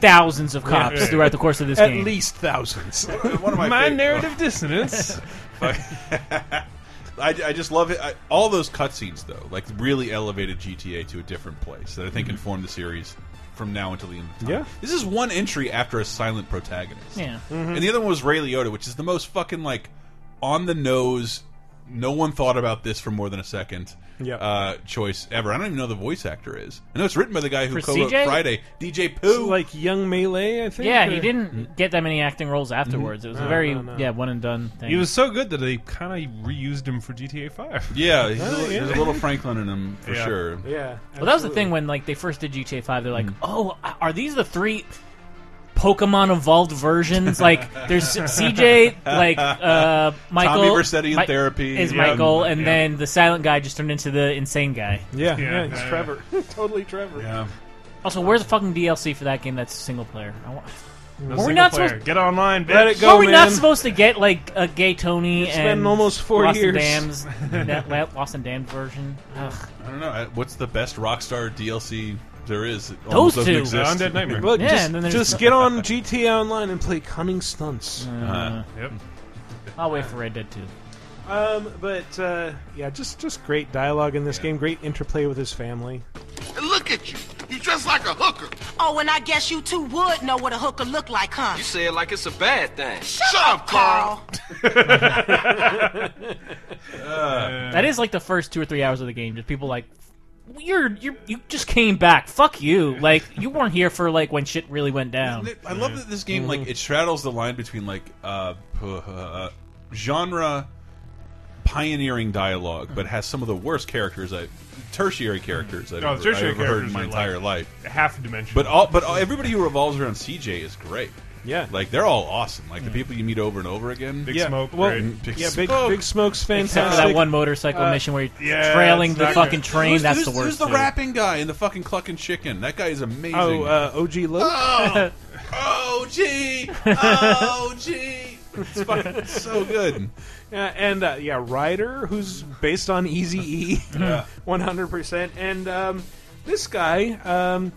D: thousands of cops
B: yeah.
D: throughout the course of this
A: At
D: game.
A: least thousands.
B: One of my, fav-
A: narrative dissonance.
B: I, I just love it. I, all those cutscenes, though, like really elevated GTA to a different place that I think informed the series from now until the end of time.
A: Yeah.
B: This is one entry after a silent protagonist.
D: Yeah.
A: Mhm.
B: And the other one was Ray Liotta, which is the most fucking, like, on the nose, no one thought about this for more than a second.
A: Yep.
B: Uh, choice ever. I don't even know who the voice actor is. I know it's written by the guy
D: For
B: who co-wrote
D: CJ?
B: Friday, DJ Pooh.
A: like Young Melee, I think.
D: yeah, he
A: or-
D: didn't get that many acting roles afterwards. It was a
A: No,
D: very
A: no, no.
D: yeah one and done thing.
C: He was so good that they kind of reused him for GTA Five.
B: Yeah, he's a little- there's a little Franklin in him for
C: Yeah.
B: sure. Mm.
A: Yeah.
D: Well, that was the thing when like they first did GTA Five. They're like, oh, are these the three Pokemon evolved versions? like, there's CJ, like uh, Michael,
B: Tommy Vercetti in
D: Mi-
B: therapy.
D: is
B: Yeah.
D: Michael, and
B: Yeah.
D: then the silent guy just turned into the insane guy.
A: Yeah, yeah, it's Trevor. totally Trevor.
B: Yeah.
D: Also, wherere's the fucking DLC for that game? That's single player. I want. Were
C: No single
D: we not
C: player.
D: supposed
C: Get online, bitch.
A: Let it go,
D: Were we
A: man.
D: not supposed to get like a gay Tony
A: It's
D: and
A: been almost four
D: Lost
A: years.
D: And Damned's, that la- Lost and Damned version? Ugh.
B: I don't know. I- What's the best Rockstar DLC there is? It
D: Those
B: almost doesn't
D: two.
B: exist.
C: The Undead Nightmare.
A: Look,
D: Yeah,
A: just,
D: and then there's-
A: just get on GTA Online and play cunning stunts.
D: Uh-huh.
B: Uh,
C: Yep.
D: I'll wait for Red Dead Two.
A: Um, but uh, yeah, just just great dialogue in this game. Great interplay with his family.
P: And look at you. You dressed like a hooker.
Q: Oh, and I guess you two would know what a hooker look like, huh?
E: You say it like it's a bad thing.
Q: Shut, up, Carl.
C: Uh.
D: That is like the first two or three hours of the game. Just people like, you're you you just came back. Fuck you. Like you weren't here for like when shit really went down.
B: I love that this game like it straddles the line between like uh, p- uh, genre pioneering dialogue, but has some of the worst characters, I tertiary characters I've,
C: Oh,
B: ever,
C: tertiary
B: I've ever heard in
C: characters
B: my
C: are,
B: entire
C: like,
B: life.
C: half-dimensional.
B: But all, but all, everybody who revolves around CJ is great.
A: Yeah.
B: Like they're all awesome. Like the people you meet over and over again.
A: yeah. well, yeah, big, big smoke's fantastic.
D: Except for that one motorcycle
A: Uh,
D: mission where you're trailing the fucking train.
B: Who's-
D: that's
B: who's-
D: the worst.
B: Who's the
D: thing.
B: rapping guy in the fucking clucking chicken? That guy is amazing.
A: Oh, uh, OG Luke.
B: Oh, oh, gee, oh, gee. It's fucking so good.
A: Yeah, and uh, yeah, Ryder, who's based on Easy E,
B: Yeah.
A: one hundred percent. And um, this guy, um,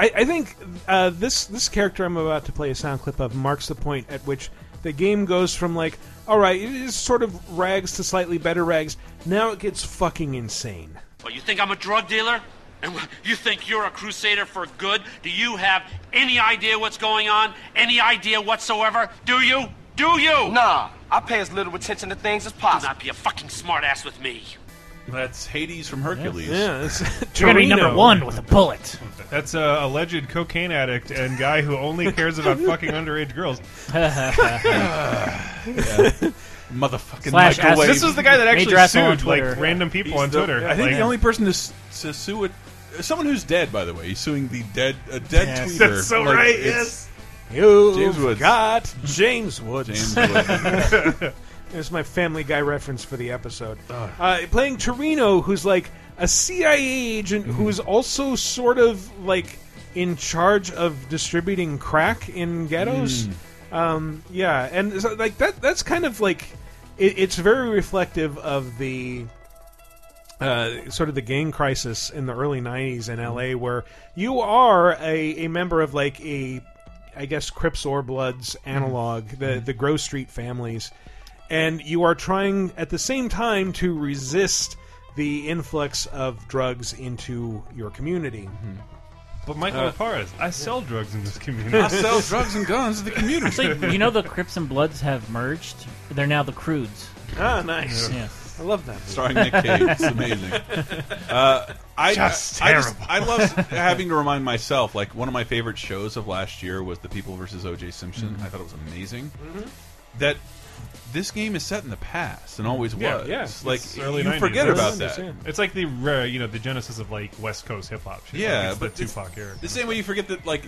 A: I, I think uh, this this character I'm about to play a sound clip of marks the point at which the game goes from like, all right, it is sort of rags to slightly better rags. Now it gets fucking insane.
R: Well, Oh, you think I'm a drug dealer? And wh- you think you're a crusader for good? Do you have any idea what's going on? Any idea whatsoever? Do you? Do you?
S: Nah, I pay as little attention to things as possible.
R: Do not be a fucking smartass with me.
B: That's Hades from Hercules.
A: Yeah, it's
C: You're gonna be number Torino. one with
D: a bullet.
C: That's a alleged cocaine addict and guy who only cares about fucking underage girls.
B: Motherfucking
C: Slash
B: Michael Wade.
C: This was the guy that actually sued like random people
B: He's
C: on
B: the-
C: Twitter.
B: I think
C: Like-
B: the only person to, s- to sue it, someone who's dead, by the way, he's suing the dead a dead
A: Yes.
B: tweeter.
A: That's so right,
B: it's-
A: You've
B: James Woods.
A: got James Woods.
B: James Woods.
A: There's my Family Guy reference for the episode. Uh, playing Torino, who's like a CIA agent who's also sort of like in charge of distributing crack in ghettos. Um, yeah, and so, like that. That's kind of like it, it's very reflective of the uh, sort of the gang crisis in the early 90s in LA where you are a, a member of like a I guess Crips or Bloods analog the the Grove Street families and you are trying at the same time to resist the influx of drugs into your community
C: But Michael
A: Uh,
C: Alvarez, I sell drugs in this community.
B: I sell drugs and guns to the community.
D: Actually, you know the Crips and Bloods have merged. They're now the Crudes.
A: Ah, nice.
D: Yeah.
A: I love that. Movie.
B: starring Nick Cage. It's amazing. Uh, I
A: Just
B: I,
A: terrible.
B: I, love having to remind myself. Like one of my favorite shows of last year was The People versus O.J. Simpson.
C: Mm-hmm.
A: Mhm.
B: I thought it was amazing.
A: Mhm.
B: That this game is set in the past and always
C: Yeah,
B: was.
C: yeah.
B: Like
C: It's
B: you forget
C: Early
B: about
C: 90s,
B: that.
C: yeah. It's like the uh, you know the genesis of like West Coast hip hop. shit.
B: Yeah,
C: like, it's
B: but
C: the
B: it's-
C: Tupac era.
B: The same way you forget that like.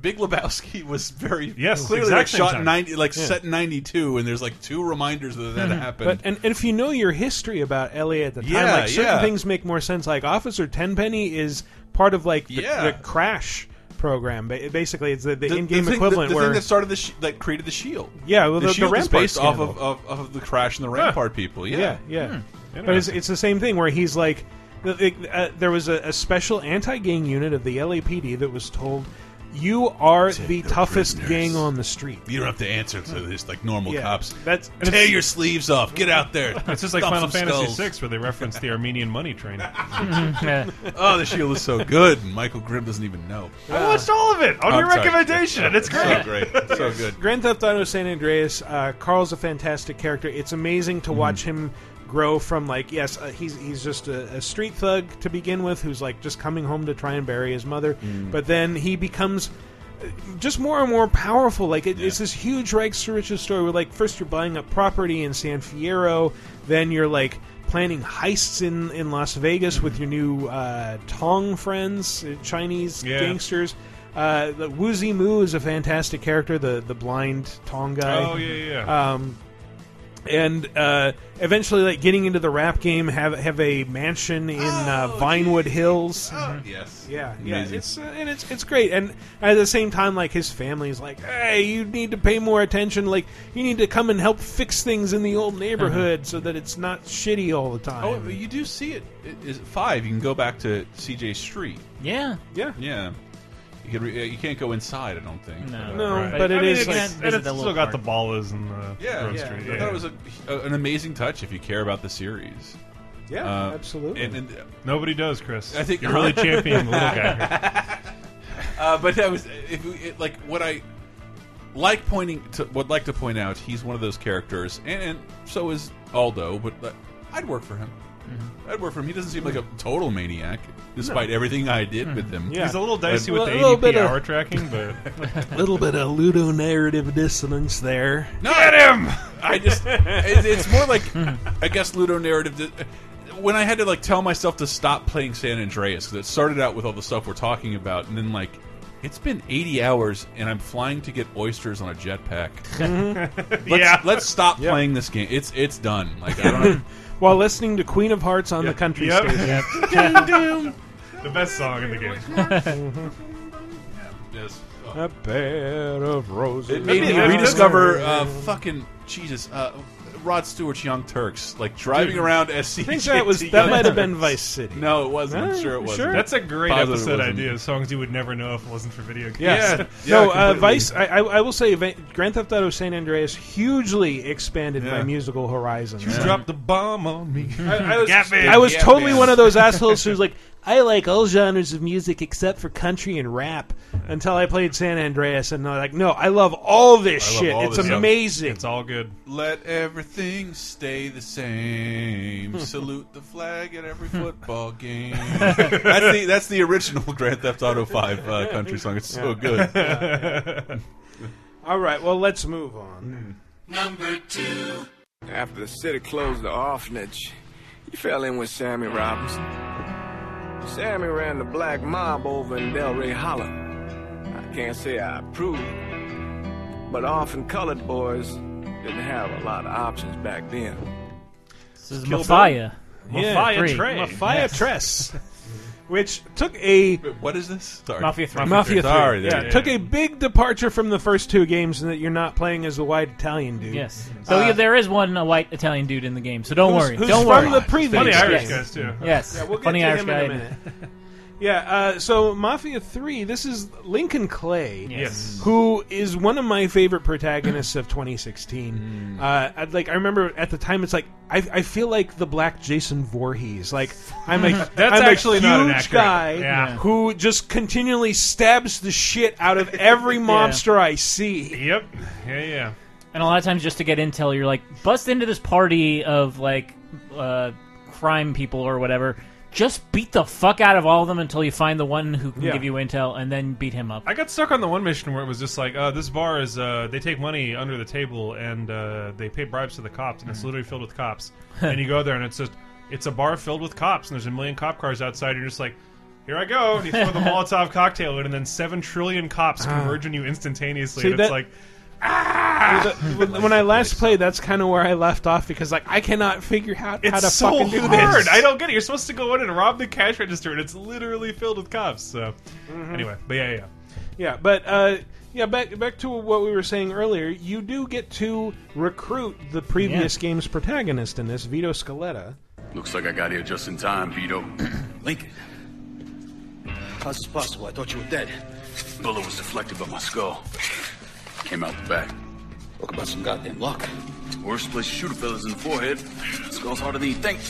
B: Big Lebowski was very
C: Yes,
B: clearly
C: exact
B: like
C: same
B: shot in
C: time.
B: ninety like
C: Yeah. Mm-hmm.
B: set in ninety two and there's like two reminders that that happened.
A: Mm-hmm. But and, and if you know your history about LA at the time,
B: Yeah,
A: like certain
B: yeah.
A: things make more sense. Like Officer Tenpenny is part of like the,
B: Yeah.
A: the Crash program. Ba- Basically, it's the, the,
B: the,
A: in-game
B: the thing-
A: equivalent
B: The, the
A: where
B: thing that started the sh- that created the shield.
A: Yeah, well, the- the
B: shield is
A: Rampart
B: based off
A: scandal.
B: of, of, of the crash and the rampart people. Yeah, Hmm.
A: yeah, yeah. But it's, it's the same thing where he's like, the- the- uh, there was a, a special anti-gang unit of the LAPD that was told, "You are the toughest gang on the street."
B: You don't have to answer to this like normal
A: Hmm. Yeah,
B: cops.
A: That's
B: tear your sleeves off. Get out there.
C: It's just like
B: Stuff
C: Final
B: some
C: Fantasy
B: skulls.
C: VI, where they reference the Armenian money train.
B: oh, the shield is so good. and Michael Grimm doesn't even know.
C: I watched all of it on
B: Oh,
C: your
B: I'm sorry.
C: recommendation, and it's
B: So
C: great.
B: great. So good.
A: Grand Theft Auto San Andreas. Uh, Carl's a fantastic character. It's amazing
B: Mm-hmm.
A: to watch him grow from like yes, uh, he's he's just a, a street thug to begin with, who's like just coming home to try and bury his mother,
B: Mm.
A: but then he becomes. uh, Just more and more powerful. Like it, it's this huge rags to riches story. Where like first you're buying up property in San Fierro, then you're like planning heists in in Las Vegas with
C: Mm.
A: your new uh, Tong friends, uh, Chinese
C: Yeah.
A: gangsters gangsters. Uh, the Woozy Moo is a fantastic character, the the blind Tong guy.
C: Oh, yeah, yeah.
A: Um, and uh, eventually, like getting into the rap game, have have a mansion
C: Oh,
A: in uh, Vinewood Hills.
B: Yes.
A: Yeah,
B: Amazing.
A: yeah, it's uh, and it's it's great, and at the same time, like his family's like, hey, you need to pay more attention. Like you need to come and help fix things in the old neighborhood so that it's not shitty all the time.
B: Oh, you do see it. it is it five? You can go back to CJ Street.
D: Yeah.
A: Yeah.
B: Yeah. You, can re- uh, you can't go inside. I don't think.
D: No.
B: Uh,
A: No,
B: right.
A: but it
C: I mean,
A: is
C: it's-
A: like-
C: and it's
A: the
C: still
A: little
C: got the
A: part.
C: ballas and the
B: Yeah,
C: Grove
B: yeah,
C: uh, Street.
B: I thought it was a, a- an amazing touch if you care about the series.
A: Yeah,
B: Uh,
A: absolutely.
B: And, and,
C: Nobody does, Chris.
B: I think
C: you're really championing the little guy.
B: uh, but that was if we, it, like what I like pointing to. Would like to point out he's one of those characters, and, and so is Aldo. But uh, I'd work for him. I'd work for him. He doesn't seem like a total maniac, despite
C: Mm-hmm. No. Mm-hmm.
B: everything I did with him.
C: He's a little dicey
B: Uh,
C: with the
A: a little
C: ADP
A: bit of-
C: hour tracking, but
A: A little bit of ludonarrative dissonance there.
B: Not him. I just it, it's more like I guess ludonarrative. di- When I had to like tell myself to stop playing San Andreas because it started out with all the stuff we're talking about, and then like It's been 80 hours, and I'm flying to get oysters on a jetpack. let's,
A: Yeah.
B: let's stop playing this game. It's it's done. Like I don't. know.
A: While listening to Queen of Hearts on the country
C: Yep.
A: station.
C: Ding, ding. the best song in the game.
B: yes.
A: A pair of roses.
B: It made me rediscover uh, fucking Jesus. Uh, Rod Stewart's Young Turks, like driving
A: Dude.
B: around SC.
A: I think that was- that might have been Vice City.
B: No, it wasn't. I'm sure it wasn't.
C: That's a great
B: Positive it
C: episode
B: wasn't.
C: idea. Songs you would never know if it wasn't for video games.
A: Yes. no, uh, Vice. I, I I will say, Va- Grand Theft Auto San Andreas hugely expanded
C: Yeah.
A: my musical horizons.
C: You
A: Yeah.
C: dropped the bomb on me.
A: I was,
C: Got me.
A: I was
C: Got
A: totally
C: me.
A: one of those assholes who's like, I like all genres of music except for country and rap. Until I played San Andreas, and they're like, no, I love all this
B: I love
A: shit.
B: all
A: it's
B: this stuff.
A: amazing.
C: It's all good.
B: Let everything stay the same. Salute the flag at every football game. that's the that's the original Grand Theft Auto Five uh, country song. It's so
A: Yeah.
B: good.
A: Yeah, yeah. all right, well, let's move on.
B: Hmm.
T: Number two. After the city closed the orphanage, he fell in with Sammy Robinson. Sammy ran the black mob over in Delray Hollow. I can't say I approve, but often colored boys didn't have a lot of options back then.
D: This is
A: Kill
D: Mafia.
A: Bill. Yeah, three. Mafia Tress. Which took a
B: what is this? Sorry.
D: Mafia three.
A: Mafia three.
B: Sorry, there
A: yeah,
B: you go.
A: took a big departure from the first two games in that you're not playing as the white Italian dude. Uh,
D: Yes. So yeah, there is one a white Italian dude in the game. So don't
A: Who's-
D: worry.
A: who's
D: don't
A: from
D: worry.
A: the previous
C: Funny Irish
A: game.
C: guys, too.
D: Yes.
A: Yeah, we'll get
D: Funny
A: to
D: Irish
A: him in
D: guy.
A: a minute. Yeah, uh, so Mafia 3, this is Lincoln Clay,
C: Yes.
A: who is one of my favorite protagonists of 2016. Uh, I'd like I remember at the time it's like I, I feel like the black Jason Voorhees. Like I'm a
C: That's
A: I'm
C: actually
A: a
C: not
A: huge
C: inaccurate.
A: guy
C: Yeah.
A: who just continually stabs the shit out of every monster I see.
C: Yep. Yeah, yeah.
D: And a lot of times, just to get intel, you're like, bust into this party of like uh, crime people or whatever. Just beat the fuck out of all of them until you find the one who can
C: Yeah.
D: give you intel, and then beat him up.
C: I got stuck on the one mission where it was just like, uh, this bar is, uh, they take money under the table and uh, they pay bribes to the cops,
A: Hmm.
C: and it's literally filled with cops. and you go there, and it's just, it's a bar filled with cops, and there's a million cop cars outside, and you're just like, here I go, and you throw the Molotov cocktail in, and then seven trillion cops converge on you
A: Ah.
C: instantaneously,
A: See,
C: and it's
A: that-
C: like,
A: Ah. When, when I last played, that's kind of where I left off because like I cannot figure out how
C: it's
A: to
C: so
A: fucking do
C: hard.
A: this.
C: I don't get it. You're supposed to go in and rob the cash register, and it's literally filled with cops. So, anyway, but yeah, yeah.
A: Yeah, but uh, yeah, back back to what we were saying earlier. You do get to recruit the previous game's protagonist in this, Vito Scaletta.
U: Looks like I got here just in time, Vito. Lincoln. How's this possible? I thought you were dead. Bullet was deflected by my skull. Came out the back. Talk about some goddamn luck. Worst place to shoot a fella's in the forehead. Skull's harder than you think.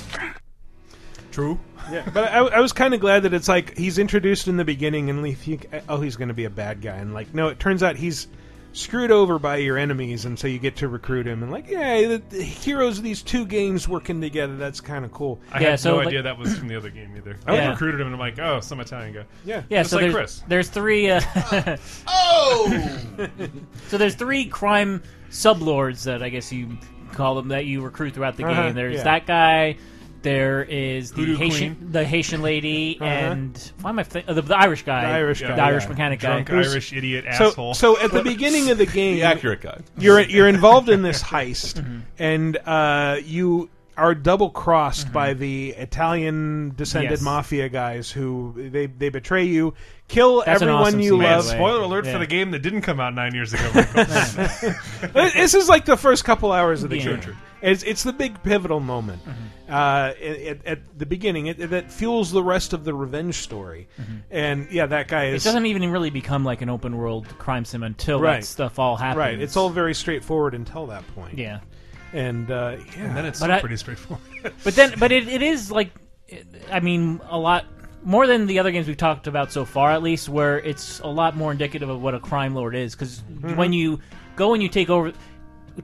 A: True. Yeah, but I, I was kind of glad that it's like he's introduced in the beginning, and you think, oh, he's going to be a bad guy, and like, no, it turns out he's screwed over by your enemies, and so you get to recruit him, and like, yeah, the, the heroes of these two games working together, that's kind of cool.
C: I had no idea that was from the other game either. I
A: Yeah.
C: recruited him and I'm like, oh, some Italian guy.
D: Yeah.
C: Just
D: so
C: like
D: there's
C: Chris.
D: there's three. Uh,
U: oh.
D: so there's three crime sublords that I guess you call them that you recruit throughout the
A: Uh-huh,
D: game. There's
A: yeah.
D: that guy. There is the
A: Hoodoo
D: Haitian, the Haitian lady,
A: Uh-huh.
D: and why am I thi- oh, the, the Irish guy,
A: The Irish guy,
D: the Irish
A: yeah.
D: mechanic
C: Drunk
D: guy,
C: Irish idiot
A: so,
C: asshole.
A: So at the beginning of the game,
B: The accurate guy.
A: You're you're involved in this heist,
C: Mm-hmm.
A: and uh, you are double crossed by the Italian descended
C: Mm-hmm. Yes.
A: mafia guys who they they betray you, kill
C: That's an
A: everyone
C: awesome
A: you
C: scene, by
A: love.
C: the way. Spoiler alert for Yeah. the game that didn't come out nine years ago. Michael.
A: this is like the first couple hours of the
C: Yeah. Mm-hmm.
A: game.
C: True, true.
A: It's it's the big pivotal moment uh, at, at the beginning it, that fuels the rest of the revenge story,
C: Mm-hmm.
A: and yeah, that guy
D: It
A: is
D: doesn't even really become like an open world crime sim until
A: Right.
D: that stuff all happens.
A: right. It's all very straightforward until that point.
D: Yeah.
A: and uh, yeah,
C: And then it's
D: But
C: still
D: I-
C: pretty straightforward.
D: but then, but it, it is like, I mean, a lot more than the other games we've talked about so far, at least, where it's a lot more indicative of what a crime lord is. Because
A: Mhm.
D: when you go and you take over.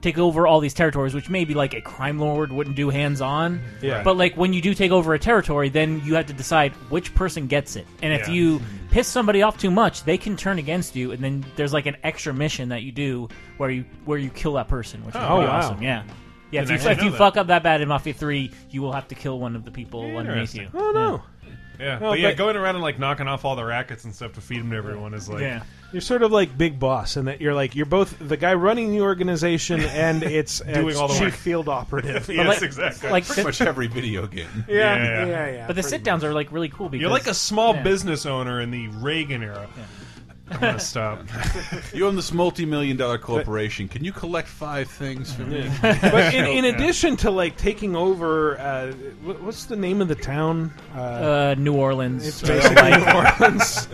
D: Take over all these territories, which maybe like a crime lord wouldn't do hands on.
A: Yeah.
D: But like when you do take over a territory, then you have to decide which person gets it. And if
C: Yeah.
D: you piss somebody off too much, they can turn against you. And then there's like an extra mission that you do where you where you kill that person, which is
A: Oh,
D: pretty
A: wow.
D: awesome. Yeah. Yeah, if
A: Didn't
D: you,
A: actually
D: if
A: know
D: you
A: that.
D: fuck up that bad in Mafia 3, you will have to kill one of the people underneath you.
A: Oh no.
C: Yeah,
A: No,
C: but yeah,
A: but-
C: going around and like knocking off all the rackets and stuff to feed them to everyone is like,
A: Yeah. You're sort of like big boss in that you're like you're both the guy running the organization and it's,
C: Doing
A: it's
C: all the
A: chief
C: work.
A: field operative.
C: Yes, exactly. Like
B: pretty
C: the-
B: much every video game.
A: Yeah, yeah, yeah.
D: But the
A: pretty
D: sit downs are like really cool because
C: you're like a small
D: yeah.
C: business owner in the Reagan era. I'm gonna stop.
B: You own this multi-million dollar corporation. Can you collect five things for me?
A: but in, in addition to like taking over, uh, wh- what's the name of the town? Uh,
D: Uh, New Orleans.
A: It's basically
D: Uh,
A: New Orleans.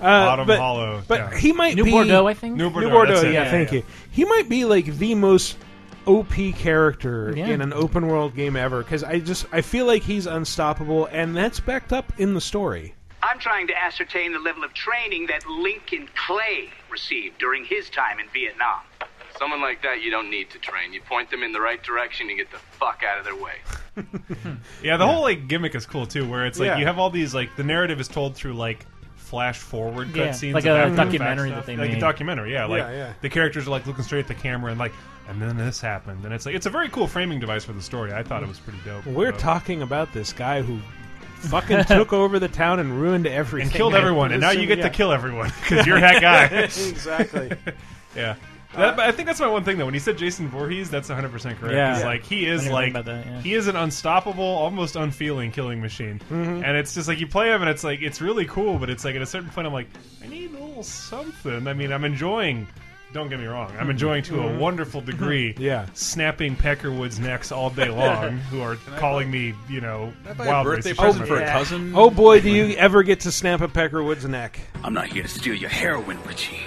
A: Uh,
C: Bottom
A: but,
C: Hollow,
A: But
C: yeah.
A: he might
D: New
A: be
D: Bordeaux, I think? New Bordeaux, that's
A: yeah,
D: it. Yeah,
A: thank
D: yeah.
A: you. He might be like the most OP character
D: Yeah.
A: in an open world game ever because I just I feel like he's unstoppable, and that's backed up in the story.
G: I'm trying to ascertain the level of training that Lincoln Clay received during his time in Vietnam.
V: Someone like that you don't need to train. You point them in the right direction and get the fuck out of their way.
C: Yeah, the whole like gimmick is cool too, where it's like
V: Yeah.
C: you have all these like the narrative is told through like flash forward
D: Yeah,
C: cutscenes,
D: like
C: of
D: a
C: after the fact
D: documentary that
C: stuff.
D: they
C: like a
D: made.
C: documentary, yeah. Like
D: Yeah, yeah.
C: the characters are like looking straight at the camera and like, and then this happened, and it's like it's a very cool framing device for the story. I thought it was pretty dope.
A: We're
C: Uh,
A: talking about this guy who fucking took over the town and ruined everything
C: and killed everyone, and now you get
A: Yeah.
C: to kill everyone because you're that guy.
A: exactly.
C: yeah. That, but I think that's my one thing though. When you said Jason Voorhees, that's 100 percent correct.
D: Yeah.
C: 'cause,
D: Yeah.
C: like he
D: I
C: is
D: didn't
C: like
D: think about that, yeah.
C: he is an unstoppable, almost unfeeling killing machine.
D: Mhm.
C: And it's just like you play him, and it's like it's really cool. But it's like at a certain point, I'm like, I need a little something. I mean, I'm enjoying. Don't get me wrong. I'm enjoying to
A: Mhm.
C: a wonderful degree.
A: Yeah.
C: snapping Peckerwood's necks all day long, who are
A: Can I
C: calling me, you know,
A: Can I buy a
C: wild
A: birthday
C: racist
A: present
C: schizophrenic.
A: for a cousin? Oh boy, do you ever get to snap a Peckerwood's neck?
U: I'm not here to steal your heroin, Richie.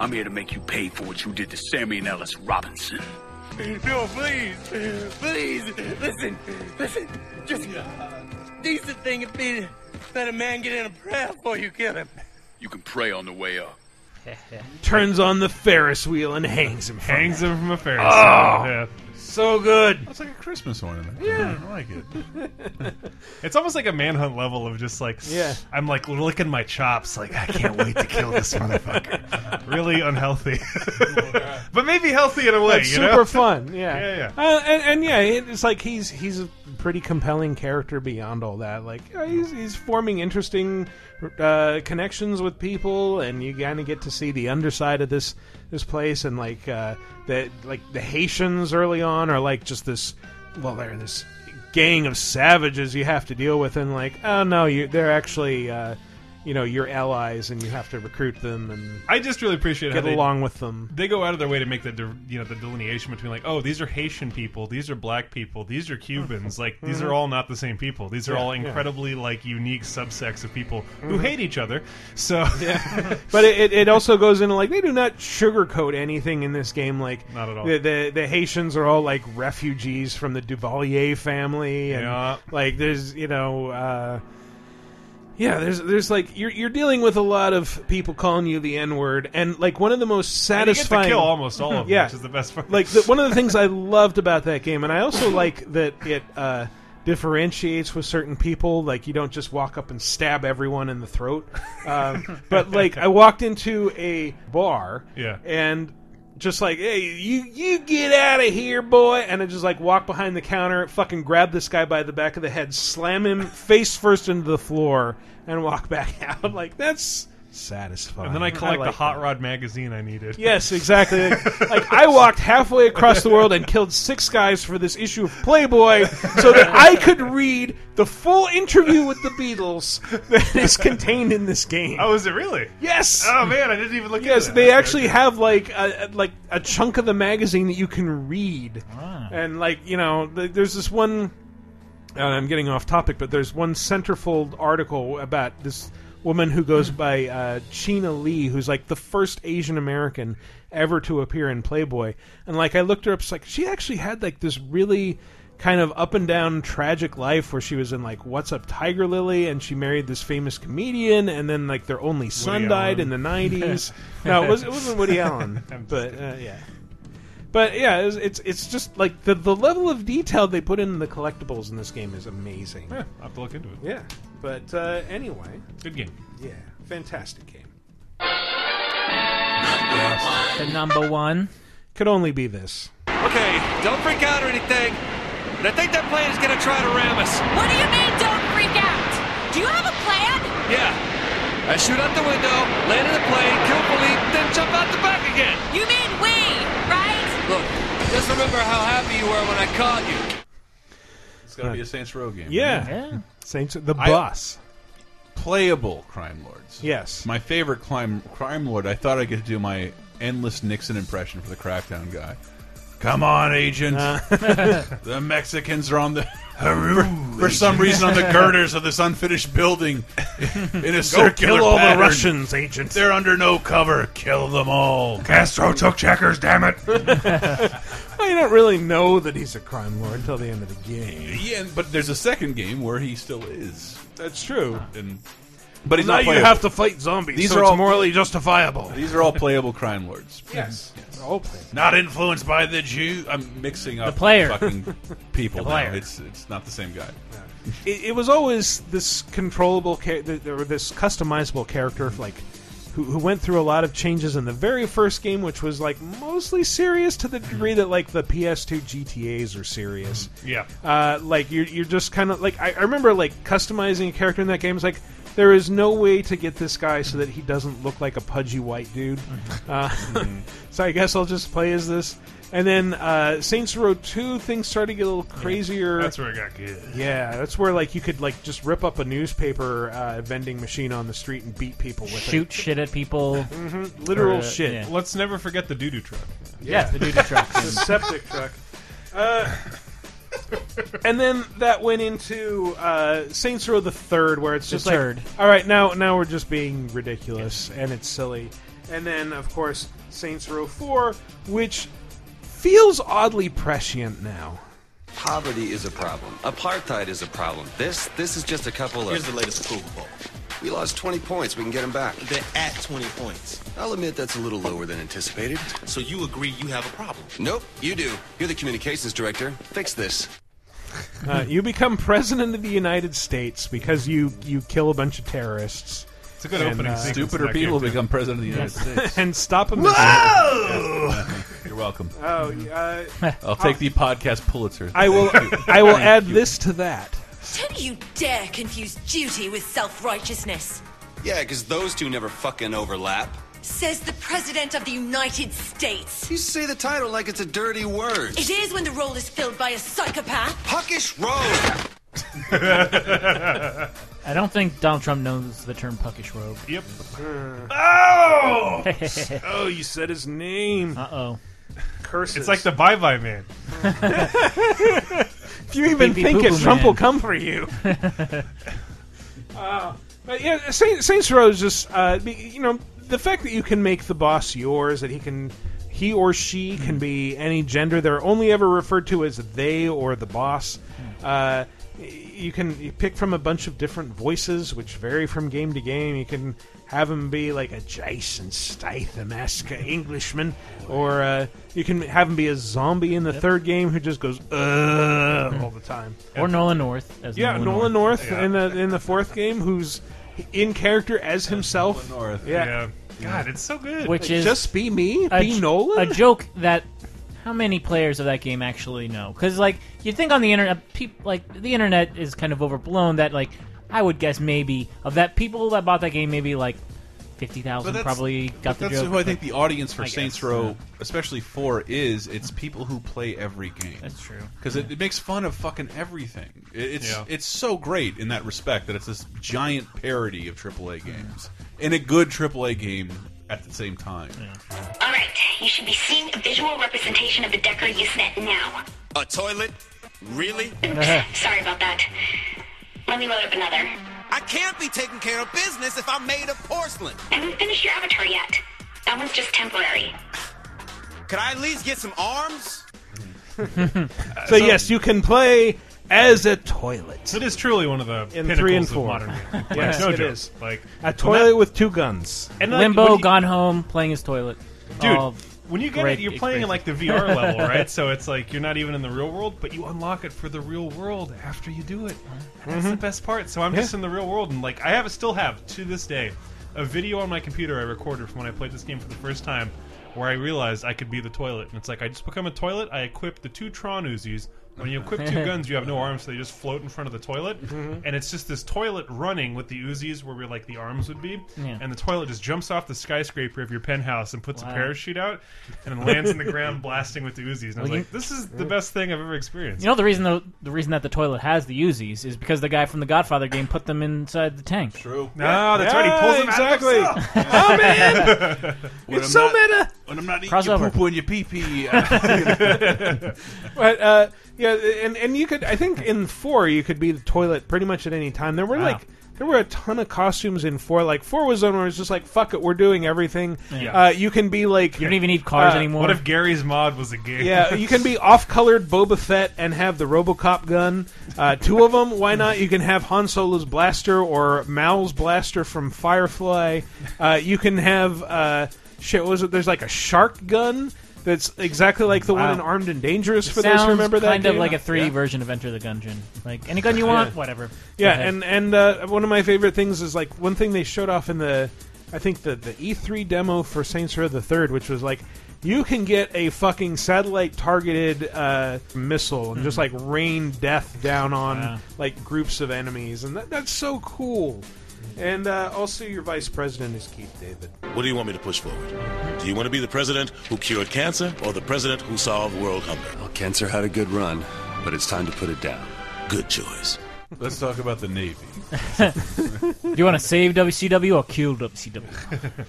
U: I'm here to make you pay for what you did to Sammy and Ellis Robinson.
P: No, please, please, listen, listen. Just uh, decent thing would be to let a man get in a prayer before you kill him.
U: You can pray on the way up.
A: Turns on the Ferris wheel and hangs him. From
C: Hangs
A: it.
C: him from a Ferris wheel,
A: Oh,
C: yeah.
A: so good.
B: That's like a Christmas ornament.
A: Yeah.
B: I like it.
C: It's almost like a manhunt level of just like
A: Yeah.
C: I'm like licking my chops, like I can't wait to kill this motherfucker. Really unhealthy, but maybe healthy in a way.
A: That's
C: you
A: Oh, super
C: know?
A: fun. Yeah,
C: yeah, yeah.
A: Uh, and, and yeah, it- it's like he's he's a pretty compelling character beyond all that. Like you know, he's he's forming interesting uh, connections with people, and you kind of get to see the underside of this this place, and like uh, the like the Haitians early on are like just this. Well, they're this gang of savages you have to deal with, and like oh no, you they're actually. Uh, you know your allies, and you have to recruit them, and
C: I just really appreciate
A: get
C: how they,
A: along with them.
C: They go out of their way to make the de- you know the delineation between like oh these are Haitian people, these are black people, these are Cubans. Like these
A: Mhm.
C: are all not the same people. These are
A: Yeah,
C: all
A: yeah.
C: incredibly like unique subsects of people who
A: Mhm.
C: hate each other. So
A: but it, it, it also goes into like they do not sugarcoat anything in this game. Like
C: Not at all.
A: The, the the Haitians are all like refugees from the Duvalier family, and
C: Yeah.
A: like there's you know. Uh, yeah, there's there's like you're you're dealing with a lot of people calling you the N word, and like one of the most
C: And you get
A: satisfying.
C: to kill almost all of them,
A: yeah,
C: which is the best part.
A: like the, one of the things I loved about that game, and I also like that it uh, differentiates with certain people. Like you don't just walk up and stab everyone in the throat. Um, but like I walked into a bar,
C: Yeah.
A: and just like hey you you get out of here boy and i just like walk behind the counter fucking grab this guy by the back of the head slam him face first into the floor and walk back out like that's satisfying
C: and then I collect
A: like
C: the hot rod magazine I needed.
A: Yes, exactly. Like, like, I walked halfway across the world and killed six guys for this issue of Playboy so that I could read the full interview with the Beatles that is contained in this game.
C: Oh, is it really?
A: Yes.
C: Oh man, I didn't even look.
A: Yes,
C: into that.
A: they
C: Okay,
A: actually
C: okay.
A: have like a, like a chunk of the magazine that you can read,
C: Ah.
A: and like you know, th- there's this one. uh, I'm getting off topic, but there's one centerfold article about this woman who goes by uh, Chyna Lee, who's like the first Asian American ever to appear in Playboy, and like I looked her up, it's like she actually had like this really kind of up and down tragic life where she was in like What's Up Tiger Lily and she married this famous comedian and then like their only son died in the
C: Allen.
A: 90s. no, it, was, it wasn't Woody Allen,
C: I'm just
A: but
C: kidding.
A: uh, yeah. But yeah, it's, it's it's just like the the level of detail they put in the collectibles in this game is amazing.
C: Yeah, I'll have to look into it.
A: Yeah, but uh, anyway,
C: Good game.
A: yeah, fantastic game.
D: The number one.
A: Could only be this.
W: Okay, don't freak out or anything. But I think that plane is gonna try to ram us.
X: What do you mean, don't freak out? Do you have a
W: Yeah. I shoot out the window, land in the plane, kill Philippe, then jump out the back again.
F: You mean we, right?
W: Look, just remember how happy you were when I caught you.
B: It's got to be a Saints Row game.
A: Yeah.
B: right?
A: Saints the
B: I-
A: bus.
B: Playable crime lords.
A: Yes.
B: My favorite crime crime lord. I thought I could do my endless Nixon impression for the Crackdown guy. Come on, agent.
A: Uh.
B: the Mexicans are on the for, for some reason on the girders of this unfinished building in a
A: Go
B: circular
A: kill all the
B: pattern.
A: Russians, agent.
B: They're under no cover. Kill them all. Castro took checkers. Damn it.
A: well, you don't really know that he's a crime lord until the end of the game.
B: Yeah, but there's a second game where he still is.
A: That's true.
B: And but he's
A: Now
B: not
A: you
B: playable.
A: have to fight zombies,
B: These
A: so
B: are
A: it's
B: all
A: morally justifiable.
B: These are all playable crime lords.
A: Yes.
B: Not influenced by the Jew. I'm mixing up
A: The player.
B: fucking people.
A: The
B: now.
A: player.
B: It's it's not the same guy.
A: It, it was always this controllable cha- th- or this customizable character, like who, who went through a lot of changes in the very first game, which was like mostly serious to the degree that like the PS2 GTA's are serious.
C: Yeah.
A: Uh, like you're you're just kind of like I, I remember like customizing a character in that game. It's like there is no way to get this guy so that he doesn't look like a pudgy white dude.
C: Mm-hmm.
A: Uh, so I guess I'll just play as this. And then uh, Saints Row Two things started to get a little crazier.
C: That's where it got good.
A: Yeah, that's where like you could like just rip up a newspaper uh, vending machine on the street and beat people with
D: Shoot
A: it.
D: shit at people.
A: hmm Literal shit.
C: Let's never forget the doo doo truck.
A: Yeah,
D: the doo-doo truck.
A: the septic truck. Uh, and then that went into uh, Saints Row the Third, where it's
D: The
A: just like,
D: third.
A: all right, now now we're just being ridiculous and it's silly. And then of course Saints Row Four, which feels oddly prescient now.
H: Poverty is a problem. Apartheid is a problem. This, this is just a couple of.
K: Here's the latest Super Bowl.
H: We lost 20 points. We can get them back.
K: They're at 20 points.
H: I'll admit that's a little lower than anticipated.
K: So you agree you have a problem.
H: Nope, you do. You're the communications director. Fix this.
A: Uh, you become president of the United States because you you kill a bunch of terrorists. uh,
B: It's a good opening sequence Stupider to that people game, too. become president of the United States.
A: and stop them.
B: Whoa! You're welcome.
A: Oh, uh,
B: I'll take the podcast Pulitzer.
A: I will.
B: Thank you.
A: I will
B: Thank
A: add
B: you.
A: this to that.
X: Don't you dare confuse duty with self righteousness,
K: Yeah, because those two never fucking overlap.
X: says the President of the United States.
H: You say the title like it's a dirty word.
X: It is when the role is filled by a psychopath.
H: Puckish road.
D: I don't think Donald Trump knows the term puckish rogue.
C: Yep.
A: Oh! oh, you said his name.
D: Uh oh.
A: Curses.
C: It's like the Bye Bye Man.
A: if you even
C: Beepy
A: think it,
C: poo-poo
A: Trump
C: man.
A: will come for you. uh, but yeah, Saint, Saints Row is just uh, be- you know the fact that you can make the boss yours, that he can he or she
D: Hmm.
A: can be any gender. They're only ever referred to as they or the boss.
D: Hmm.
A: Uh, you can you pick from a bunch of different voices, which vary from game to game. You can have him be like a Jason
D: Hmm.
A: Statham-esque Englishman, or uh, you can have him be a zombie in the third game who just goes uh all the time.
D: Hmm. Or Nolan North. As
A: yeah,
D: Nolan,
A: Nolan
D: North.
A: North, in the in the fourth game, who's in character as himself.
B: North.
A: Yeah.
C: God, it's so good.
D: Which is
A: just be me,
D: a
A: be
D: j-
A: Nolan.
D: A joke that how many players of that game actually know? Because like you think on the internet, peop like the internet is kind of overblown. That like I would guess maybe of that people that bought that game, maybe like fifty
B: But
D: thousand
B: that's-
D: probably
B: but
D: got the
B: that's
D: joke.
B: who I think the audience for
D: I guess,
B: Saints Row, especially four, is. It's people who play every game. That's
D: true.
B: Because it, it makes fun of fucking everything. It- it's
C: Yeah.
B: it's so great in that respect that it's this giant parody of AAA games and a good AAA game at the same time.
Y: All right, you should be seeing a visual representation of the Decker Usenet now.
K: A toilet? Really?
Y: Sorry about that. Let me load up another.
K: I can't be taking care of business if I'm made of porcelain.
Y: I haven't finished your avatar yet. That one's just temporary.
K: Could I at least get some arms?
A: so yes, you can play as a toilet.
C: It is truly one of the
A: in
C: pinnacles
A: three and
C: of
A: four.
C: modern gaming. Like,
A: yes,
C: no
A: it
C: joke.
A: is.
C: Like
A: a
C: when
A: toilet
C: that-
A: with two guns.
C: like,
D: Limbo
C: when you-
D: Oh, gone home playing his toilet.
C: Dude,
D: All
C: when you get
D: Oh, great
C: it, you're playing in like the
D: experience.
C: VR level, right? So it's like you're not even in the real world, but you unlock it for the real world after you do it. And that's the
D: Mm-hmm.
C: best part. So I'm just in the real world, and like I have still have to this day a video on my computer I recorded from when I played this game for the first time, where I realized I could be the toilet, and it's like I just become a toilet. I equip the two Tron Uzis. When you equip two guns, you have no arms, so they just float in front of the toilet,
D: Mm-hmm.
C: and it's just this toilet running with the Uzis where we like the arms would be,
D: Yeah.
C: and the toilet just jumps off the skyscraper of your penthouse and puts
D: Wow.
C: a parachute out, and then lands in the ground blasting with the Uzis. And I was
D: Well, you-
C: like, this is the best thing I've ever experienced.
D: You know the reason the, the reason that the toilet has the Uzis is because the guy from the Godfather game put them inside the tank.
B: True. Oh,
C: No, that's right. He pulls them out of himself.
D: Oh,
B: When I'm not- When I'm not eating your
A: Crossover.
B: poo-poo and your pee-pee.
A: but uh, yeah, and and you could I think in four you could be the toilet pretty much at any time. There were
D: Wow.
A: like there were a ton of costumes in four. Like four was the one where it's just like fuck it, we're doing everything.
C: Yeah.
A: Uh, you can be like uh, you
D: don't even need
C: Ah, What if Gary's mod was a game?
A: yeah, you can be off-colored Boba Fett and have the RoboCop gun. Uh, two of them, why not? You can have Han Solo's blaster or Mal's blaster from Firefly. Uh, you can have uh, shit. What was it? There's like a shark gun that's exactly like the one
D: Wow.
A: in Armed and Dangerous.
D: It
A: For those who
D: sounds
A: remember that,
D: kind of
A: game.
D: like a 3D version of Enter the Gungeon. Like any gun you want,
A: Yeah.
D: whatever.
A: Yeah,
D: Go ahead.
A: and and uh, one of my favorite things is like one thing they showed off in the, I think the the E3 demo for Saints Row the Third, which was like you can get a fucking satellite targeted uh, missile and
D: Mm-hmm.
A: just like rain death down on
D: Wow.
A: like groups of enemies, and that, that's so cool.
D: Mm-hmm.
A: And uh, also, your vice president is Keith David.
I: What do you want me to push forward? Do you want to be the president who cured cancer or the president who solved world hunger?
H: Well, cancer had a good run, but it's time to put it down.
I: Good choice.
B: Let's talk about the Navy.
D: Do you want to save WCW or kill WCW?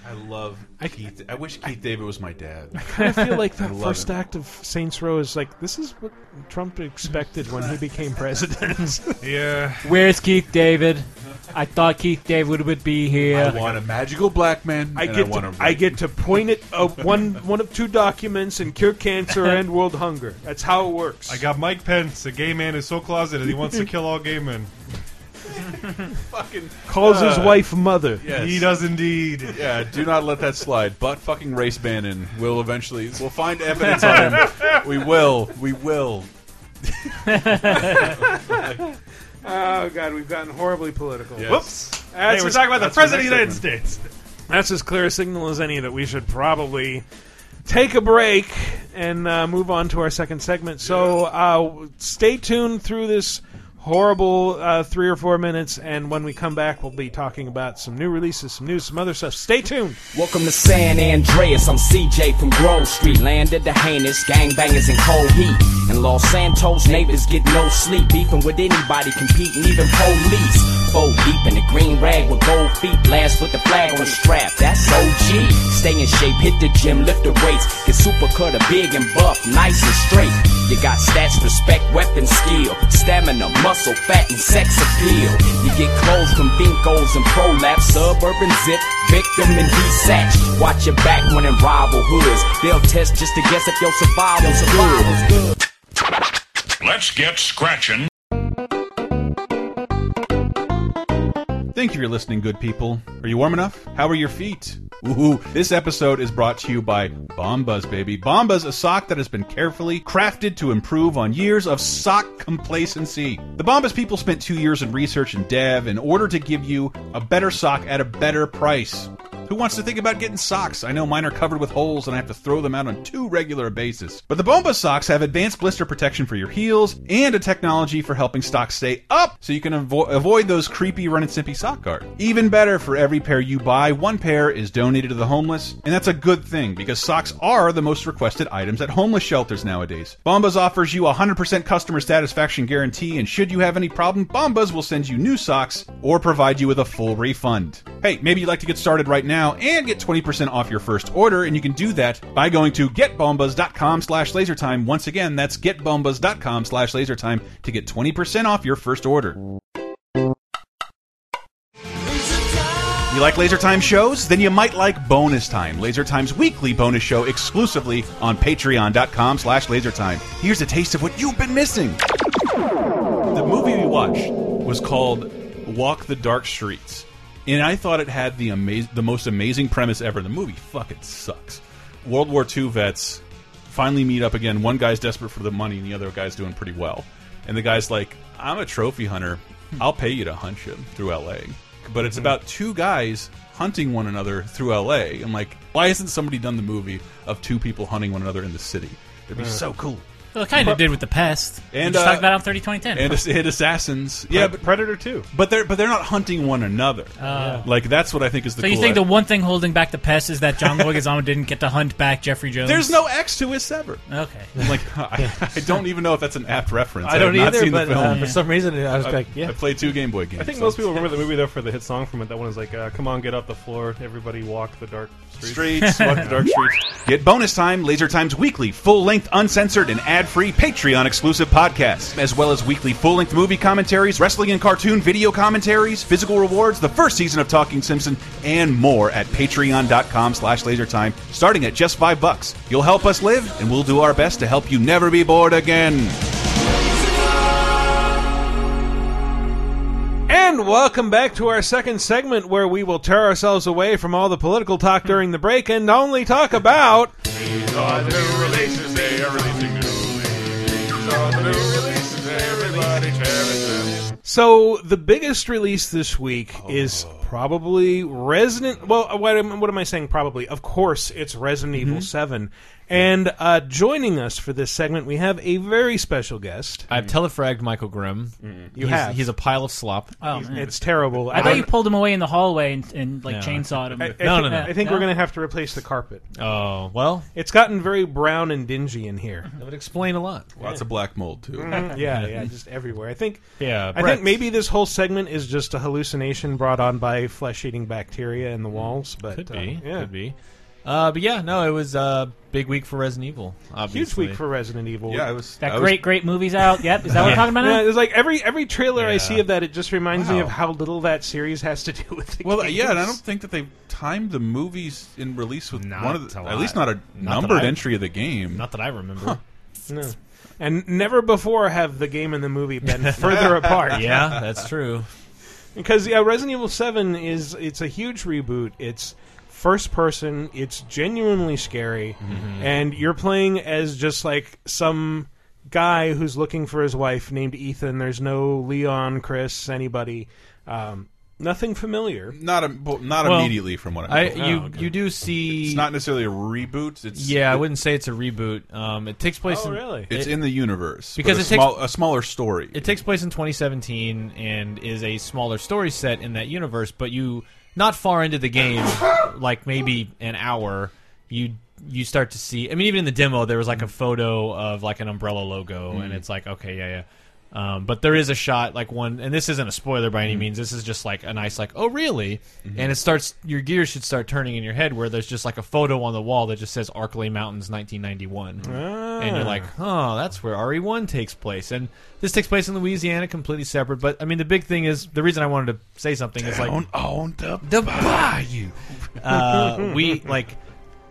B: I love Keith. I wish Keith David was my dad. I
A: kind of feel like the
B: love
A: first
B: him.
A: act of Saints Row is like this is what Trump expected when he became president.
C: yeah.
D: Where's Keith David? I thought Keith David would be here.
B: I want a magical black man.
A: I
B: and
A: get
B: I
A: to,
B: want a
A: I get to point at uh, one one of two documents and cure cancer and world hunger. That's how it works.
C: I got Mike Pence, a gay man who's so closeted he wants to kill all gay men.
B: fucking
A: Calls his
B: Uh,
A: wife mother.
B: Yes.
C: He does indeed.
B: Yeah, do not let that slide. But fucking race Bannon will eventually. We'll find evidence on him. We will. We will.
A: Oh god, we've gotten horribly political.
B: Yes.
C: Whoops. Hey, we're talking about the
A: that's
C: President of the
A: next
C: United States.
A: That's as clear a signal as any that we should probably take a break and uh, move on to our second segment. So uh, stay tuned through this horrible uh, three or four minutes, and when we come back, we'll be talking about some new releases, some news, some other stuff. Stay tuned.
J: Welcome to San Andreas. I'm CJ from Grove Street. Land of the heinous, gangbangers in cold heat. In Los Santos, neighbors get no sleep. Beefing with anybody, competing, even police. Four deep in the green rag with gold feet. Blast with the flag on the strap. That's OG. Stay in shape, hit the gym, lift the weights. Get super cut, big and buff, nice and straight. You got stats, respect, weapon, skill, stamina, muscle, fat, and sex appeal. You get clothes from Vinkos and Prolapse, suburban zip, victim and desatch. Watch your back when in rival hoods. They'll test just to guess if your survival's good.
U: Let's get scratching.
B: Thank you for listening, good people. Are you warm enough? How are your feet? Woohoo! This episode is brought to you by Bombas, baby. Bombas, a sock that has been carefully crafted to improve on years of sock complacency. The Bombas people spent two years in research and dev in order to give you a better sock at a better price. Who wants to think about getting socks? I know mine are covered with holes and I have to throw them out on two regular basis. But the Bomba socks have advanced blister protection for your heels and a technology for helping stocks stay up so you can avo avoid those creepy run and simpy sock guard. Even better, for every pair you buy, one pair is donated to the homeless, and that's a good thing because socks are the most requested items at homeless shelters nowadays. Bombas offers you a 100% customer satisfaction guarantee, and should you have any problem, Bombas will send you new socks or provide you with a full refund. Hey, maybe you'd like to get started right now and get 20% off your first order, and you can do that by going to getbombas.com slash lasertime. Once again, that's getbombas.com slash lasertime to get 20% off your first order. You like Laser Time shows? Then you might like Bonus Time, Laser Time's weekly bonus show exclusively on patreon.com slash lasertime. Here's a taste of what you've been missing. The movie we watched was called Walk the Dark Streets, and I thought it had the amaz- the most amazing premise ever. The movie fucking sucks. World War II vets finally meet up again. One guy's desperate for the money, and the other guy's doing pretty well. And the guy's like, "I'm a trophy hunter. I'll pay you to hunt you through L.A." But it's about two guys hunting one another through L.A. And like, why hasn't somebody done the movie of two people hunting one another in the city? It'd be
U: Uh.
B: so cool.
D: Well, it kind of
B: But-
D: did with the pest. We
B: And
D: just
B: uh,
D: talked about it on 30, 20, 10.
B: and, ass- and assassins. Yeah, but
A: Predator too.
B: But they're but they're not hunting one another.
D: Oh.
B: Like that's what I think is the.
D: so you
B: cool
D: think the one thing holding back the pest is that John Leguizamo didn't get to hunt back Jeffrey Jones?
B: There's no X to his sever.
D: Okay.
B: Like I, I don't even know if that's an apt reference.
A: I don't
B: have not
A: either,
B: seen
A: but,
B: the film.
A: uh, for some reason, I was like, yeah.
B: I played two Game Boy games.
C: I think
B: so.
C: most people remember the movie though for the hit song from it. That one is like, uh, "Come on, get off the floor, everybody walk the dark streets,
B: streets.
C: walk the dark streets."
B: Get bonus time, Laser Times weekly, full length, uncensored, and ad free Patreon exclusive podcasts, as well as weekly full length movie commentaries, wrestling and cartoon video commentaries, physical rewards, the first season of Talking Simpson, and more at patreon.com slash lasertime, starting at just five bucks. You'll help us live, and we'll do our best to help you never be bored again.
A: And welcome back to our second segment where we will tear ourselves away from all the political talk during the break and only talk about.
I: These are the new releases they are releasing newly. These are the new releases everybody cherishes.
A: So the biggest release this week is
E: Oh.
A: probably Resident. Well, what am, what am I saying? Probably, of course, it's Resident
E: Mm-hmm.
A: Evil
B: Mhm.
A: Seven. And uh, joining us for this segment, we have a very special guest.
E: I've telefragged Michael Grimm.
B: Mm-hmm.
A: You
E: he's,
A: have.
E: He's a pile of slop.
D: Oh, man.
A: It's terrible.
D: I thought you pulled him away in the hallway and, and like
E: No.
D: chainsawed him.
A: I, I
E: No,
A: thi-
E: no, no.
A: I think we're going to have to replace the carpet.
E: Oh well,
A: It's gotten very brown and dingy in here.
E: That would explain a lot.
B: Lots of black mold too.
A: Mhm.
C: Mm-hmm.
A: Yeah, yeah, just everywhere. I think.
E: Yeah,
A: I
E: Brett.
A: think maybe this whole segment is just a hallucination brought on by flesh-eating bacteria
B: Hmm.
A: in the walls. But
E: could
A: uh,
E: be,
A: yeah.
E: could be. Uh, but yeah, no, it was a uh, big week for Resident Evil.
A: Huge
E: Obviously.
A: week for Resident Evil.
E: Yeah, I was-
D: That
E: I was-
D: great, great movie's out. Yep. Is that what we're
A: Yeah.
D: talking about now?
A: Yeah, it's like every every trailer I
E: Yeah.
A: see of that, it just reminds me
B: Wow.
A: of how little that series has to do with. The
B: Well,
A: games.
B: yeah, and I don't think that they timed the movies in release with
A: Not
B: one of
A: a
B: the,
A: lot.
B: at least not a
A: Not
B: numbered
A: that I-
B: entry of the game. Not
E: that I remember.
A: No. And never before have the game and the movie been further apart.
E: Yeah, that's true.
A: Because yeah, Resident Evil Seven is it's a huge reboot. It's first person. It's genuinely scary,
E: Mhm.
A: and you're playing as just like some guy who's looking for his wife named Ethan. There's no Leon, Chris, anybody. Um, nothing familiar.
B: Not a, not
E: Well,
B: immediately from what
E: I-
B: I'm told.
E: you you do see.
B: It's not necessarily a reboot. It's
E: yeah, I wouldn't say it's a reboot. Um, it takes place.
A: Oh,
E: in,
A: really?
B: It's
E: it-
B: in the universe
E: because
B: but
E: it
B: a,
E: takes-
B: small, a smaller story.
E: It takes place in 2017 and is a smaller story set in that universe, but you not far into the game, like maybe an hour, you you start to see. I mean, even in the demo, there was like a photo of like an umbrella logo, and
B: Mm.
E: it's like, okay, yeah, yeah. Um, but there is a shot like one, and this isn't a spoiler by any
B: Mm.
E: means. This is just like a nice like, oh really?
B: Mm-hmm.
E: And it starts. Your gears should start turning in your head where there's just like a photo on the wall that just says Arkley Mountains 1991, and you're like, oh, that's where RE1 takes place. And this takes place in Louisiana, completely separate. But I mean, the big thing is the reason I wanted to say something is like
B: Down on the,
E: bayou. uh, we like.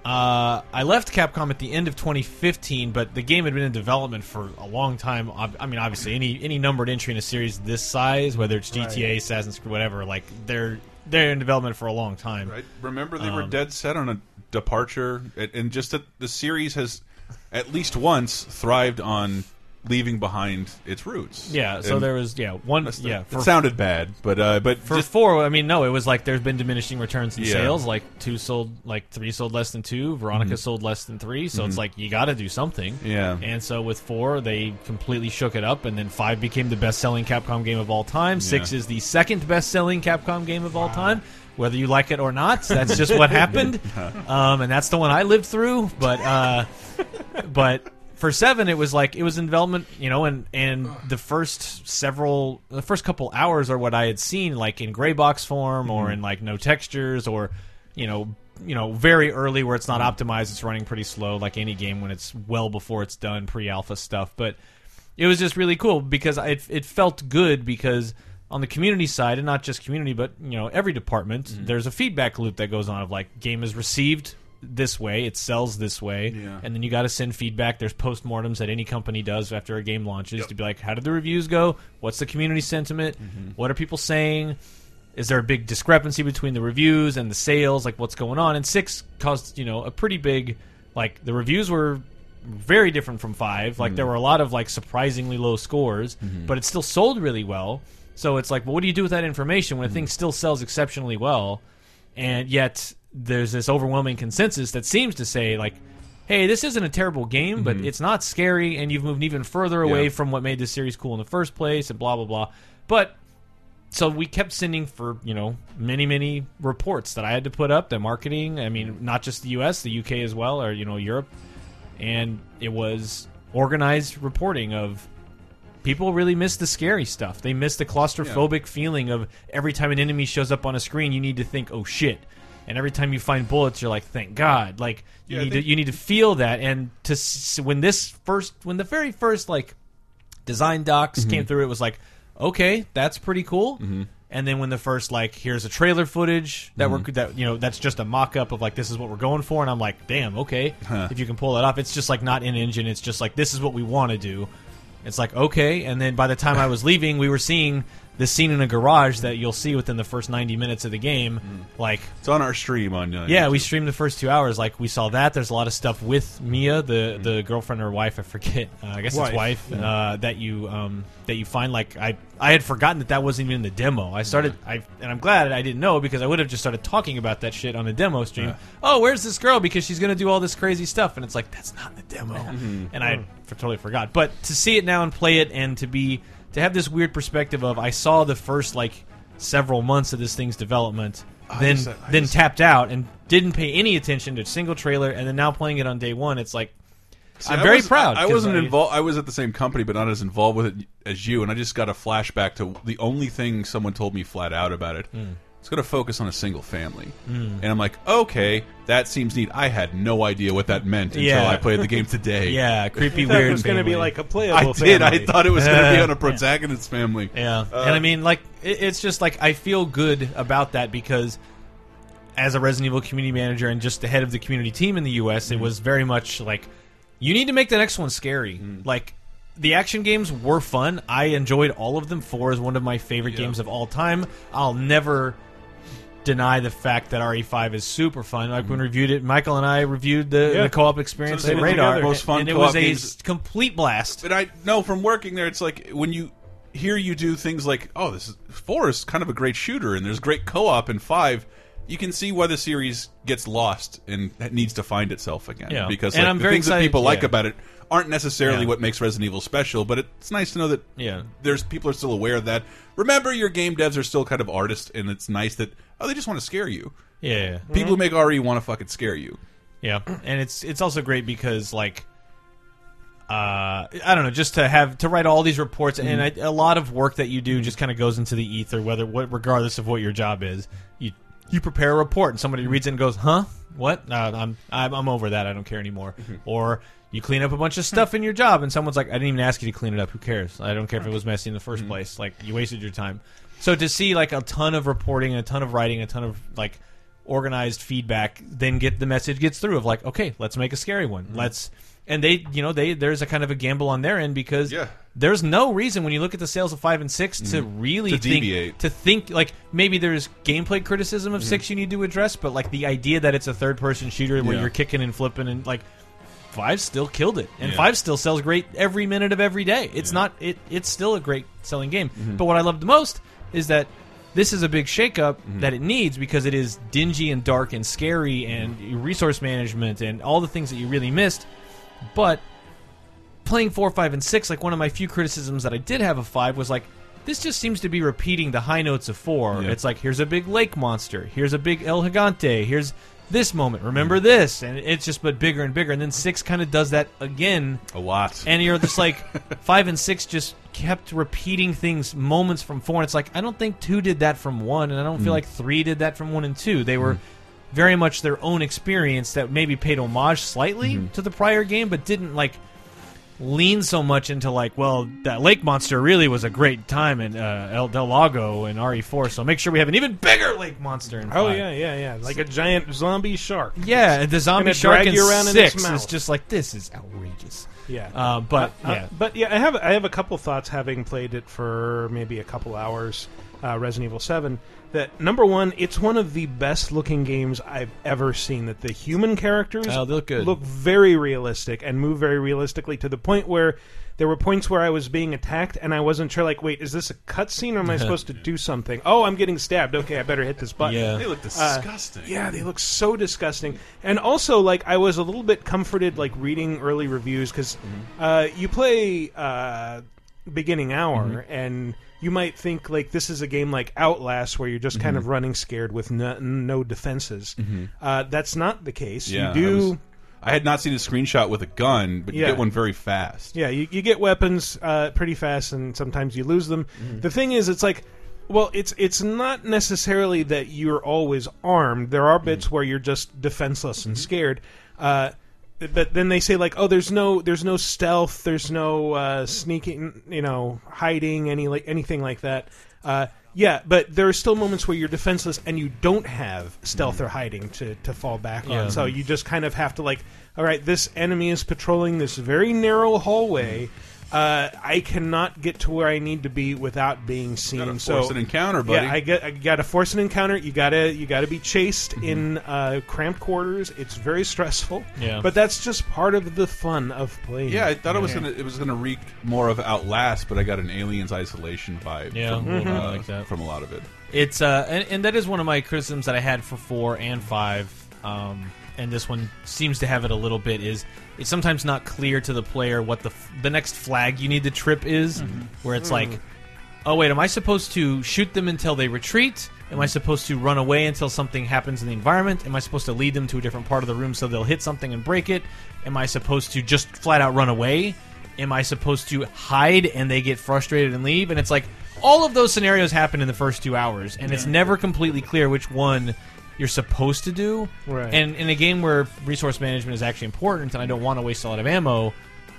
E: Uh, I left Capcom at the end of 2015, but the game had been in development for a long time. Ob- I mean, obviously, any any numbered entry in a series this size, whether it's GTA, Assassin's Creed, whatever, like they're they're in development for a long time.
B: Right. Remember, they were
E: Um,
B: dead set on a departure, and- and just that the series has at least once thrived on leaving behind its roots.
E: Yeah, so
B: And
E: there was yeah one
B: that's-
E: yeah.
B: that sounded bad, but uh, but
E: for four, I mean, no, it was like there's been diminishing returns in
B: Yeah.
E: sales. Like two sold, like three sold less than two. Veronica
B: Mhm.
E: sold less than three. So
B: Mhm.
E: it's like you got to do something.
B: Yeah.
E: And so with four, they completely shook it up, and then five became the best-selling Capcom game of all time. Six
B: Yeah.
E: is the second best-selling Capcom game of all time. Whether you like it or not, that's just what happened, um, and that's the one I lived through. But uh, but for seven, it was like it was in development, you know, and and the first several, the first couple hours are what I had seen, like in gray box form or
B: Mhm.
E: in like no textures or, you know, you know, very early where it's not optimized, it's running pretty slow, like any game when it's well before it's done, pre-alpha stuff, but it was just really cool because I- it it felt good because on the community side and not just community but you know every department there's a feedback loop that goes on of like game is received this way it sells this way and then you got to send feedback there's postmortems that any company does after a game launches to be like how did the reviews go what's the community sentiment what are people saying is there a big discrepancy between the reviews and the sales like what's going on and 6 caused you know a pretty big like the reviews were very different from five. Like there were a lot of like surprisingly low scores, but it still sold really well. So it's like, well, what do you do with that information when a thing still sells exceptionally well, and yet there's this overwhelming consensus that seems to say like hey, this isn't a terrible game, but it's not scary, and you've moved even further away
B: Mm-hmm. Yeah.
E: from what made this series cool in the first place, and blah blah blah. But so we kept sending for you know many many reports that I had to put up. The marketing, I
B: Mm-hmm.
E: mean, not just the U.S., the U.K. as well, or you know Europe, and it was organized reporting of people really miss the scary stuff. They miss the claustrophobic feeling of every time an enemy shows up on a screen, you need to think, "Oh shit." And every time you find bullets, you're like, "Thank God!" Like you
B: Yeah, I
E: need
B: think-
E: to you need to feel that. And to s- when this first, when the very first like design docs
B: Mhm.
E: came through, it was like, "Okay, that's pretty cool." And then when the first like, here's a trailer footage that we're that you know that's just a mock up of like this is what we're going for, and I'm like, "Damn, okay."
B: Huh.
E: If you can pull that off, it's just like not in engine. It's just like this is what we want to do. It's like okay, and then by the time I was leaving, we were seeing the scene in a garage that you'll see within the first 90 minutes of the game. Like
B: it's on our stream on uh,
E: yeah,
B: YouTube.
E: we streamed the first two hours. Like we saw that. There's a lot of stuff with Mia, the the girlfriend or wife, I forget. Uh, I guess
B: Mm-hmm. Wife.
E: it's wife
B: Yeah.
E: uh, that you um, that you find. Like I I had forgotten that that wasn't even in the demo. I started I and I'm glad I didn't know because I would have just started talking about that shit on a demo stream.
B: Yeah.
E: Oh, where's this girl? Because she's gonna do all this crazy stuff, and it's like that's not in the demo.
B: Mhm.
E: And I had f- totally forgot. But to see it now and play it, and to be to have this weird perspective of I saw the first like several months of this thing's development
B: I
E: then
B: just- I
E: then
B: just-
E: tapped out and didn't pay any attention to a single trailer, and then now playing it on day one, it's like
B: See,
E: I'm
B: I
E: very
B: was-
E: proud.
B: I, I
E: 'cause
B: wasn't involved. I was at the same company, but not as involved with it as you. And I just got a flashback to the only thing someone told me flat out about it.
E: Mm.
B: It's going to focus on a single family,
E: Mm.
B: and I'm like, okay, that seems neat. I had no idea what that meant until
E: Yeah.
B: I played the game today.
E: Yeah, creepy,
A: I thought it
E: weird
A: was gonna be
E: family.
A: like a
B: I
A: playable.
B: did. I
A: family.
B: thought it was going to be
E: Yeah.
B: on a protagonist's family.
E: Yeah,
B: Uh,
E: and I mean, like, it, it's just like I feel good about that because, as a Resident Evil community manager and just the head of the community team in the U.S.,
B: Mm-hmm.
E: it was very much like, you need to make the next one scary.
B: Mm-hmm.
E: Like, the action games were fun. I enjoyed all of them. Four is one of my favorite games of all time. I'll never deny the fact that RE5 is super fun. Like when we reviewed it, Michael and I reviewed the,
B: Mm-hmm. Yeah.
E: the co-op experience
B: So they
E: at
B: were
E: Radar.
B: together. Most fun
E: and it
B: co-op
E: was a
B: games-
E: s- complete blast.
B: But I know from working there, it's like when you here you do things like, oh, this is four is kind of a great shooter, and there's great co-op in five. You can see why the series gets lost and that needs to find itself again.
E: Yeah.
B: Because
E: And
B: like,
E: I'm
B: the
E: very
B: things that
E: excited-
B: people like
E: yeah.
B: about it aren't necessarily
E: Yeah.
B: what makes Resident Evil special, but it's nice to know that
E: Yeah.
B: there's people are still aware of that. Remember, your game devs are still kind of artists, and it's nice that oh, they just want to scare you.
E: Yeah.
B: people who make RE want to fucking scare you.
E: Mm-hmm. Yeah, and it's it's also great because like, uh, I don't know, just to have to write all these reports and I, a lot of work that you do just kind of goes into the ether, whether what regardless of what your job is, you you prepare a report and somebody reads it and goes, huh, what? No, I'm I'm, I'm over that. I don't care anymore. Or you clean up a bunch of stuff in your job and someone's like, I didn't even ask you to clean it up. Who cares? I don't care if it was messy in the 1st place. Like you wasted your time. So to see like a ton of reporting, a ton of writing, a ton of like organized feedback then get the message gets through of like okay let's make a scary one
B: Mm-hmm.
E: let's and they you know they there's a kind of a gamble on their end because
B: Yeah.
E: there's no reason when you look at the sales of 5 and 6 to
B: Mhm.
E: really
B: To
E: think
B: deviate. Mm-hmm.
E: to think like maybe there's gameplay criticism of 6 you need to address but like the idea that it's a third person shooter where
B: Yeah.
E: you're kicking and flipping and like 5 still killed it and
B: Yeah.
E: 5 still sells great every minute of every day it's not it it's still a great selling game but what I love the most is that this is a big shakeup that it needs because it is dingy and dark and scary and resource management and all the things that you really missed. But playing four, five, and six, like one of my few criticisms that I did have of five was like, this just seems to be repeating the high notes of four.
B: Yeah.
E: It's like here's a big lake monster, here's a big El Gigante, here's this moment, remember this, and it's just but bigger and bigger. And then six kind of does that again
B: A lot.
E: and you're just like five and six just kept repeating things moments from four and it's like i don't think two did that from one and i don't feel
B: Mm.
E: like three did that from one and two they were very much their own experience that maybe paid homage slightly to the prior game but didn't like lean so much into like well that lake monster really was a great time in uh, el del lago and re4 so make sure we have an even bigger lake monster in
A: Oh
E: five.
A: yeah, yeah, yeah. Like a giant zombie shark.
E: yeah the zombie
A: Gonna
E: shark
A: drag
E: in
A: you around in its
E: six is
A: mouth.
E: just like this is outrageous
A: Yeah.
E: uh, but
A: Uh, uh,
E: yeah
A: but yeah, I have I have a couple thoughts having played it for maybe a couple hours. Uh, Resident Evil Seven. that number one, it's one of the best looking games I've ever seen. That the human characters
E: Oh, they look good.
A: very realistic and move very realistically to the point where there were points where I was being attacked and I wasn't sure. Like, wait, is this a cutscene or am I supposed to do something? Oh, I'm getting stabbed. Okay, I better hit this button.
B: Yeah. They
A: look
B: disgusting.
A: yeah, they look so disgusting. And also, like, I was a little bit comforted, like reading early reviews because
B: Mm-hmm.
A: uh, you play. Uh, beginning hour
B: Mm-hmm.
A: and you might think like this is a game like outlast where you're just kind
B: Mhm.
A: of running scared with no, no defenses
B: Mhm.
A: uh, that's not the case
B: Yeah,
A: you
B: I,
A: do
B: was- I had not seen a screenshot with a gun, but you
A: Yeah.
B: get one very fast.
A: yeah you, you get weapons uh, pretty fast and sometimes you lose them the thing is it's like well it's it's not necessarily that you're always armed there are bits where you're just defenseless and scared uh, but then they say like oh there's no there's no stealth there's no uh, sneaking you know hiding any like anything like that uh, yeah but there are still moments where you're defenseless and you don't have stealth or hiding to, to fall back
E: Yeah.
A: on so you just kind of have to like all right this enemy is patrolling this very narrow hallway uh, I cannot get to where I need to be without being seen. so
B: force an encounter, buddy.
A: Yeah, I get. I got to force an encounter. You gotta. You gotta be chased
B: Mm-hmm.
A: in uh, cramped quarters. It's very stressful.
B: Yeah.
A: But that's just part of the fun of playing.
B: Yeah, I thought it was
A: Yeah.
B: gonna it was gonna reek more of Outlast, but I got an Aliens Isolation vibe.
E: Yeah,
B: from,
E: a little bit
B: uh,
E: like that.
B: from a lot of it.
E: It's uh, and, and that is one of my criticisms that I had for four and five, um, and this one seems to have it a little bit. Is it's sometimes not clear to the player what the f- the next flag you need to trip is, where it's
A: Mm.
E: like, oh wait, am I supposed to shoot them until they retreat? Am I supposed to run away until something happens in the environment? Am I supposed to lead them to a different part of the room so they'll hit something and break it? Am I supposed to just flat out run away? Am I supposed to hide and they get frustrated and leave? And it's like all of those scenarios happen in the first two hours, and it's never completely clear which one you're supposed to do.
A: Right.
E: And in a game where resource management is actually important, and I don't want to waste a lot of ammo,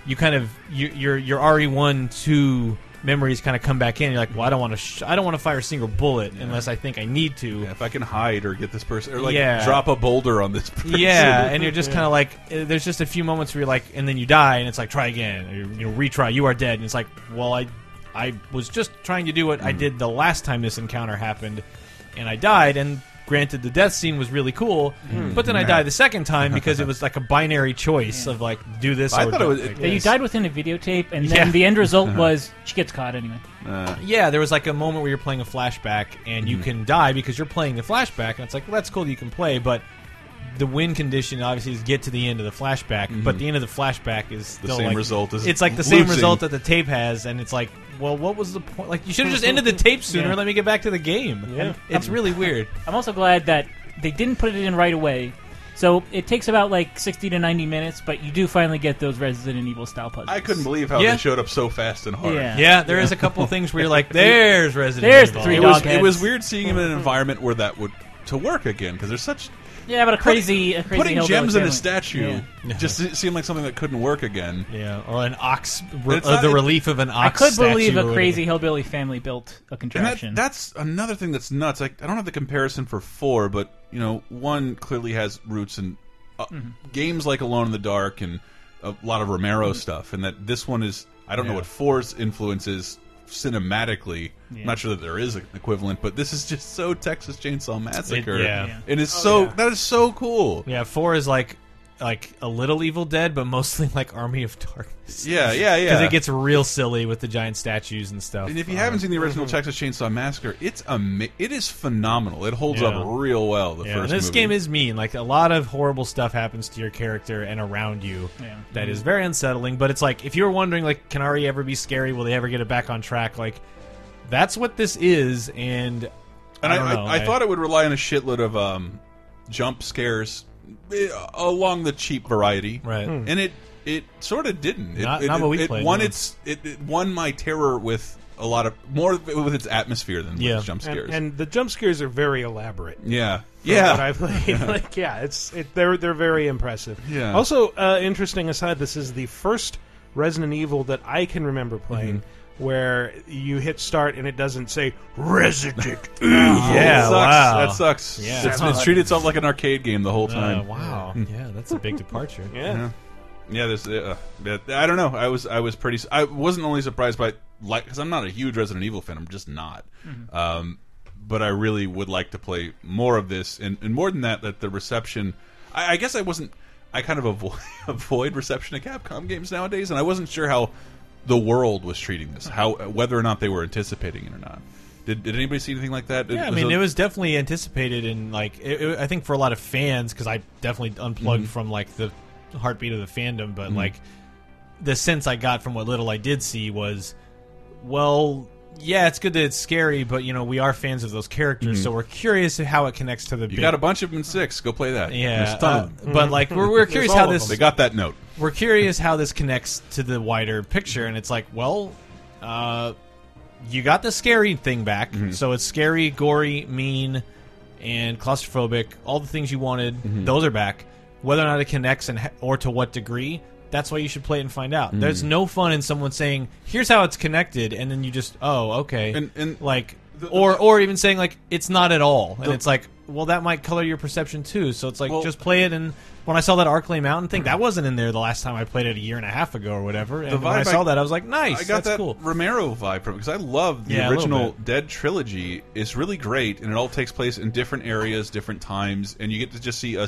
E: you kind of you, your your RE one two memories kind of come back in. You're like, well, I don't want to sh- I don't want to fire a single bullet unless I think I need to.
B: if I can hide or get this person, or like
E: Yeah.
B: drop a boulder on this person.
E: Yeah, and you're just
B: Yeah.
E: kind of like, uh, there's just a few moments where you're like, and then you die, and it's like, try again, or, you know, retry, you are dead, and it's like, well, I, I was just trying to do what
B: Mm.
E: I did the last time this encounter happened, and I died, and granted, the death scene was really cool,
B: Mm.
E: but then I
B: Yeah.
E: died the second time because it was like a binary choice of like, do this. or
B: I thought it
E: don't.
B: was-
E: Like,
D: Yeah, you
E: this.
D: died within a videotape, and then
E: Yeah.
D: the end result
E: Uh-huh.
D: was she gets caught anyway.
E: Uh, yeah, there was like a moment where you're playing a flashback and
B: Mm-hmm.
E: you can die because you're playing the flashback, and it's like, well, that's cool that you can play, but the win condition obviously is get to the end of the flashback, but the end of the flashback is
B: Mm-hmm. The
E: still
B: same
E: like-
B: result as
E: it's like the same
B: losing.
E: result that the tape has, and it's like, well, what was the point? Like, you should have just ended the tape sooner.
D: Yeah.
E: Let me get back to the game. And it's really weird.
D: I'm also glad that they didn't put it in right away. So it takes about like 60 to 90 minutes, but you do finally get those Resident Evil style puzzles.
B: I couldn't believe how
E: Yeah.
B: they showed up so fast and hard.
D: Yeah.
E: Yeah, there is a couple things where you're like, there's Resident
D: There's
E: Evil.
D: the three
B: it
D: dog
B: was, it
D: heads.
B: was weird seeing him in an environment where that would to work again because there's such
D: Yeah, but a crazy, a
B: Put-
D: crazy
B: putting
D: hillbilly
B: gems in a
D: family.
B: statue just s- seemed like something that couldn't work again.
E: Yeah, or an ox,
B: re- It's uh, not- the it- relief of an
D: I
B: ox
D: could believe
B: statue
D: a
B: or
D: crazy hillbilly family built a
B: And that-
D: contraption.
B: that's another thing that's nuts. Like I don't have the comparison for four, but you know, one clearly has roots in uh,
E: Mm-hmm.
D: Mhm.
B: games like Alone in the Dark and a lot of Romero stuff, and that this one is. I don't know
E: Mm-hmm. Yeah.
B: what four's influence is cinematically.
E: Yeah.
B: I'm not sure that there is an equivalent, but this is just so Texas Chainsaw Massacre.
E: It- yeah. Yeah.
B: and it's
E: Oh,
B: so
E: yeah.
B: that is so cool.
E: Yeah, four is like like a little Evil Dead, but mostly like Army of Darkness.
B: Yeah, yeah, yeah.
E: Because it gets real silly with the giant statues and stuff.
B: And if you
E: Uh,
B: haven't seen the original Texas Chainsaw Massacre, it's ama it is phenomenal. It holds
E: Yeah.
B: up real well. The
E: yeah,
B: first
E: this
B: movie.
E: game is mean. Like a lot of horrible stuff happens to your character and around you.
D: Yeah.
E: that is very unsettling. But it's like if you were wondering, like, can Ari ever be scary? Will they ever get it back on track? Like, that's what this is. And
B: And
E: I,
B: I,
E: don't
B: I,
E: know.
B: I, thought it would rely on a shitload of um, jump scares eh, along the cheap variety,
E: Right. Hmm.
B: And it it sort of didn't. It,
E: Not-
B: it,
E: not what we
B: it
E: played,
B: Won
E: no.
B: its it, it won my terror with a lot of more with its atmosphere than with its jump
A: And-
B: scares.
A: And, the jump scares are very elaborate.
B: yeah,
A: from
B: yeah.
A: what I played. like, yeah, it's it, they're they're very impressive.
B: Yeah.
A: Also, uh, interesting aside, this is the first Resident Evil that I can remember playing.
B: Mm-hmm.
A: Where you hit start and it doesn't say Resident Evil.
B: yeah,
A: That
B: wow. that
A: sucks.
B: sucks.
A: Yeah.
B: It's, it's treated itself like an arcade game the whole
E: Uh,
B: time. Hmm.
E: wow. yeah, that's a big departure.
B: Yeah. Yeah, there's. Uh, but I don't know. I was. I was pretty.
E: Mm-hmm.
B: I wasn't only surprised by like because I'm not a huge Resident Evil fan. I'm just not. Um, but I really would like to play more of this, and, and more than that, that the reception. I, I guess I wasn't. I kind of avoid, avoid reception of Capcom games nowadays, and I wasn't sure how the world was treating this, how whether or not they were anticipating it or not. Did, did anybody see anything like that?
E: Yeah, I
B: Was
E: mean,
B: a-
E: it was definitely anticipated, and like, it, it- I think for a lot of fans, because I definitely unplugged
B: Mm-hmm.
E: from like the heartbeat of the fandom, but
B: Mhm.
E: like, the sense I got from what little I did see was, well, yeah, it's good that it's scary, but you know, we are fans of those characters,
B: Mhm.
E: so we're curious at how it connects to the.
B: You got a bunch of them in six. Go play that.
E: Yeah,
B: There's a ton of
E: uh,
B: them.
E: but like we're, we're
B: There's
E: curious
B: all
E: how
B: of
E: this
B: them. They got that note.
E: We're curious how this connects to the wider picture, and it's like, well, uh, you got the scary thing back, so it's scary, gory, mean, and claustrophobic. All the things you wanted, those are back. Whether or not it connects and ha- or to what degree, that's why you should play it and find out.
B: Mhm.
E: There's no fun in someone saying, "Here's how it's connected," and then you just, "Oh, okay,"
B: and, and
E: like, or or even saying like, "It's not at all," and
B: The-
E: it's like. Well, that might color your perception too. So it's like
B: Well-
E: just play it, and when I saw that Arclay Mountain thing, that wasn't in there the last time I played it a year and a half ago or whatever. And when I saw that, I was like, nice,
B: I got
E: that's
B: that
E: cool.
B: Romero vibe from it because I love the
E: Yeah, a little
B: original Dead trilogy. is really great, and it all takes place in different areas, different times, and you get to just see a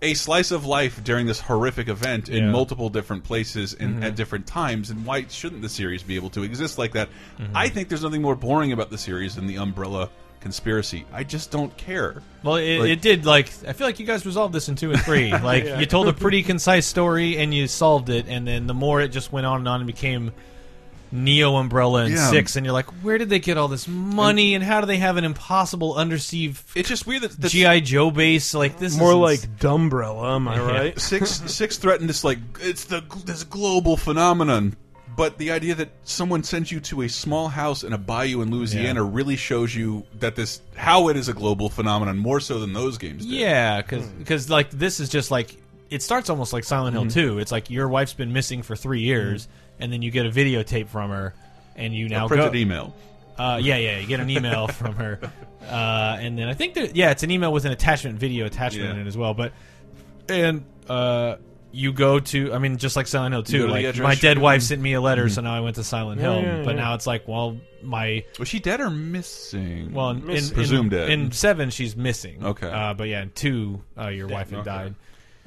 B: a slice of life during this horrific event in
E: Yeah.
B: multiple different places and
E: Mhm.
B: at different times. And why shouldn't the series be able to exist like that?
E: Mm-hmm.
B: I think there's nothing more boring about the series than the Umbrella conspiracy. I just don't care.
E: Well, it,
B: Like-
E: it did. Like, I feel like you guys resolved this in two and three. Like,
B: Yeah.
E: you told a pretty concise story and you solved it, and then the more it just went on and on and became Neo Umbrella and
B: Yeah.
E: six, and you're like, where did they get all this money, and, how do they have an impossible undersea?
B: It's just weird that
E: GI Joe base like this.
B: More
E: like
A: Dumbrella, am I right?
B: six six threatened this like it's the this global phenomenon. But the idea that someone sends you to a small house in a bayou in Louisiana really shows you that this how it is a global phenomenon more so than those games. Did.
E: Yeah,
B: Hmm.
E: because like this is just like it starts almost like Silent Hill
B: Mhm.
E: Two. It's like your wife's been missing for three
B: Hmm.
E: years, and then you get a videotape from her, and you now
B: printed
E: go-
B: email.
E: Uh, yeah, yeah, you get an email from her, uh, and then I think that yeah, it's an email with an attachment, video attachment
B: Yeah.
E: in it as well. But and uh, you go to, I mean, just like Silent Hill
B: You
E: Two,
B: go to the
E: like
B: address,
E: my dead
B: you-
E: wife sent me a letter,
B: Mhm.
E: so now I went to Silent
B: Yeah,
E: Hill.
B: yeah,
E: but
B: yeah.
E: now it's like, well, my
B: was she dead or missing?
E: Well, in, in,
B: presumed
E: in,
B: dead.
E: In seven, she's missing.
B: Mm. Okay.
E: uh, but yeah, in two, uh, your wife had
B: okay.
E: died.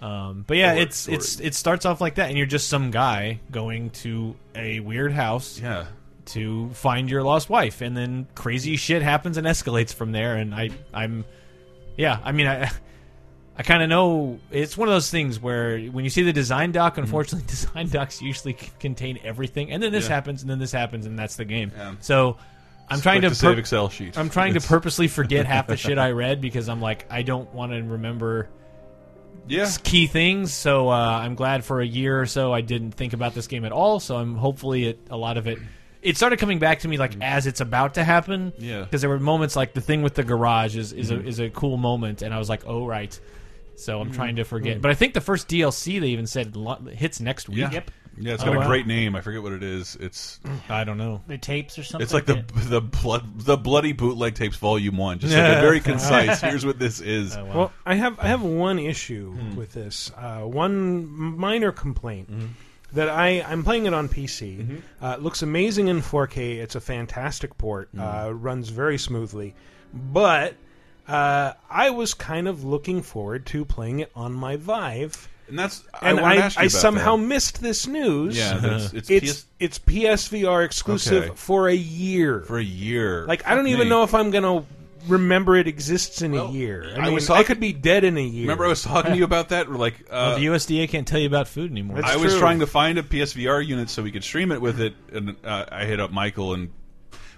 E: Um, but yeah,
B: Short
E: it's
B: story.
E: it's it starts off like that, and you're just some guy going to a weird house.
B: Yeah.
E: To find your lost wife, and then crazy shit happens and escalates from there. And I, I'm, yeah, I mean, I, I kind of know it's one of those things where when you see the design doc,
B: Mm.
E: unfortunately, design docs usually c- contain everything, and then this
B: Yeah.
E: happens, and then this happens, and that's the game. So I'm
B: It's
E: trying
B: like
E: to
B: the save
E: pur-
B: Excel sheet.
E: I'm trying to
B: It's-
E: purposely forget half the shit I read because I'm like I don't want to remember.
B: Yeah.
E: s- key things. So uh, I'm glad for a year or so I didn't think about this game at all. So I'm hopefully it, a lot of it. It started coming back to me like as it's about to happen.
B: Mm-hmm. Yeah.
E: Because there were moments like the thing with the garage is is
B: Mhm.
E: a is a cool moment, and I was like, oh right. So I'm
B: Mhm.
E: trying to forget.
B: Mhm.
E: But I think the first DLC they even said lo- hits next week. Oh,
B: Yeah. Yeah, it's got a great name. I forget what it is. It's
E: I don't know.
D: The tapes or something.
B: It's like the the blood the bloody bootleg tapes volume one. Just like a
A: Yeah. Oh,
B: very concise. Here's what this is. Hmm.
A: Well, I have I have one issue with this. Uh, one minor complaint that I I'm playing it on PC.
B: Mm-hmm.
A: Uh, it looks amazing in 4K. It's a fantastic port.
B: Hmm.
A: Uh, runs very smoothly, but uh, I was kind of looking forward to playing it on my Vive.
B: And that's I
A: and
B: wanted
A: I,
B: to ask you
A: I
B: about that.
A: somehow missed this news.
B: Yeah, that's- it's
A: it's it's, PSVR exclusive
B: Okay.
A: for a year.
B: For a year,
A: Like I don't
B: Fuck
A: even
B: me.
A: know if I'm gonna remember it exists in a year. I, mean, I could be dead in a year.
B: Remember, I was talking to you about that. We're like,
E: Well,
B: uh,
E: the USDA can't tell you about food anymore.
B: I was trying to find a PSVR unit so we could stream it with it, and uh, I hit up Michael, and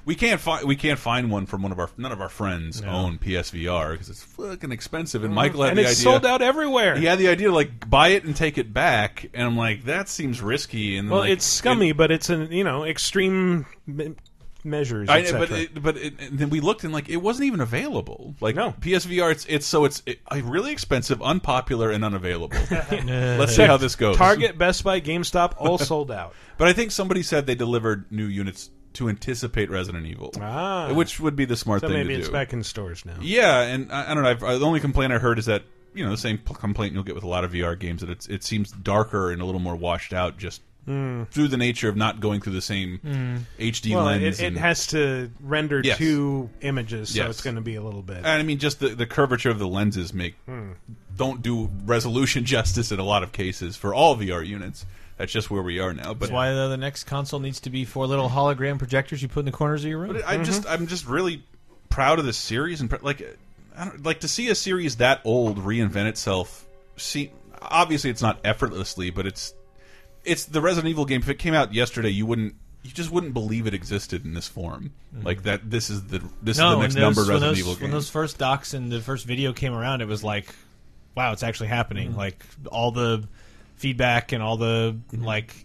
B: we can't find we can't find one from one of our none of our friends own PSVR because it's fucking expensive. And
A: Mhm.
B: Michael had
A: And
B: the
A: it's
B: idea
A: sold out everywhere.
B: He had the idea to like buy it and take it back, and I'm like, that seems risky. And then,
A: Well,
B: like,
A: it's scummy, but it's an you know extreme me- measures.
B: I,
A: etc.
B: but it, but it, and then we looked and like it wasn't even available. Like no PSVR, it's it's so it's it, uh, really expensive, unpopular, and unavailable. Let's see how this goes.
A: Target, Best Buy, GameStop, all sold out.
B: But I think somebody said they delivered new units to anticipate Resident Evil,
A: Ah.
B: which would be the smart
A: so
B: thing
A: maybe
B: to
A: it's
B: do.
A: back in stores now.
B: Yeah, and I, I don't know. I've, uh, the only complaint I heard is that you know the same p- complaint you'll get with a lot of VR games that it's it seems darker and a little more washed out just through the nature of not going through the same
A: Mm.
B: HD
A: Hmm. well,
B: lens.
A: it, it
B: and-
A: has to render
B: Yes.
A: two images, so
B: Yes.
A: it's going to be a little bit.
B: And I mean, just the, the curvature of the lenses make
A: Hmm.
B: don't do resolution justice in a lot of cases for all VR units. That's just where we are now. But
E: That's why the, the next console needs to be four little hologram projectors you put in the corners of your room.
B: But I just I'm just really proud of this series and pr- like I don't, like to see a series that old reinvent itself. See, obviously it's not effortlessly, but it's it's the Resident Evil game. If it came out yesterday, you wouldn't you just wouldn't believe it existed in this form.
A: Mm-hmm.
B: Like that. This is the this
E: no,
B: is
E: when
B: the next
E: those,
B: number Resident
E: when those,
B: Evil
E: When
B: game.
E: those first docs and the first video came around, it was like, wow, it's actually happening.
A: Mm-hmm.
B: Mhm.
E: Like all the feedback and all the
A: Mm-hmm.
E: like.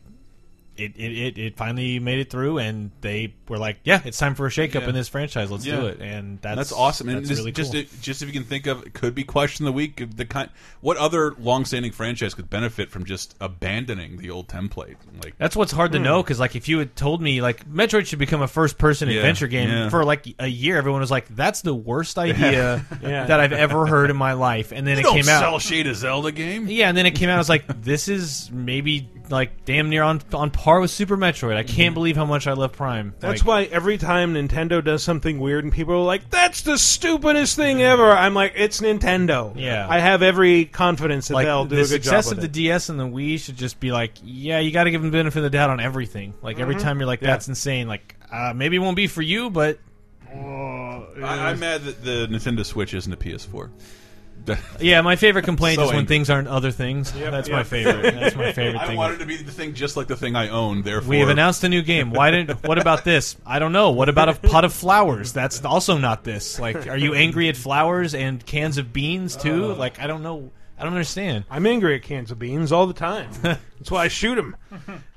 E: It, it, it, it finally made it through, and they were like, "Yeah, it's time for a shakeup
B: Yeah.
E: in this franchise. Let's
B: Yeah.
E: do it." And that's
B: awesome. And
E: That's
B: just,
E: really cool.
B: just if- just if you can think of, it could be question of the week. The kind, what other long-standing franchise could benefit from just abandoning the old template? Like
E: That's what's hard to
B: Hmm.
E: know because, like, if you had told me like Metroid should become a first-person
B: Yeah,
E: adventure game
B: yeah.
E: for like a year, everyone was like, "That's the worst idea
B: Yeah.
E: that I've ever heard in my life." And then
B: You
E: it
B: don't
E: came out.
B: sell shade of Zelda game.
E: Yeah, and then it came out. I was like, "This is maybe like damn near on on par with Super Metroid." I can't believe how much I love Prime.
A: That's why every time Nintendo does something weird and people are like, "That's the stupidest thing ever," I'm like, "It's Nintendo."
E: Yeah.
A: I have every confidence that
E: like,
A: they'll
E: like
A: do
E: the
A: a good
E: success
A: job with
E: of the DS and the Wii should just be like, "Yeah, you got to give them the benefit of the doubt on everything." Like every
A: Mhm.
E: time you're like,
A: Yeah.
E: "That's insane." Like uh, maybe it won't be for you, but
B: I, I'm mad that the Nintendo Switch isn't a PS4.
E: Yeah, my favorite complaint
B: So
E: is when
B: angry.
E: things aren't other things. That's my favorite. That's my favorite
B: I
E: thing.
B: wanted to be the thing just like the thing I own. Therefore,
E: We have announced a new game. Why didn't? What about this? I don't know. What about a pot of flowers? That's also not this. Like, are you angry at flowers and cans of beans too? like, I don't know. I don't understand.
A: Uh. I'm angry at cans of beans all the time. That's why I shoot them.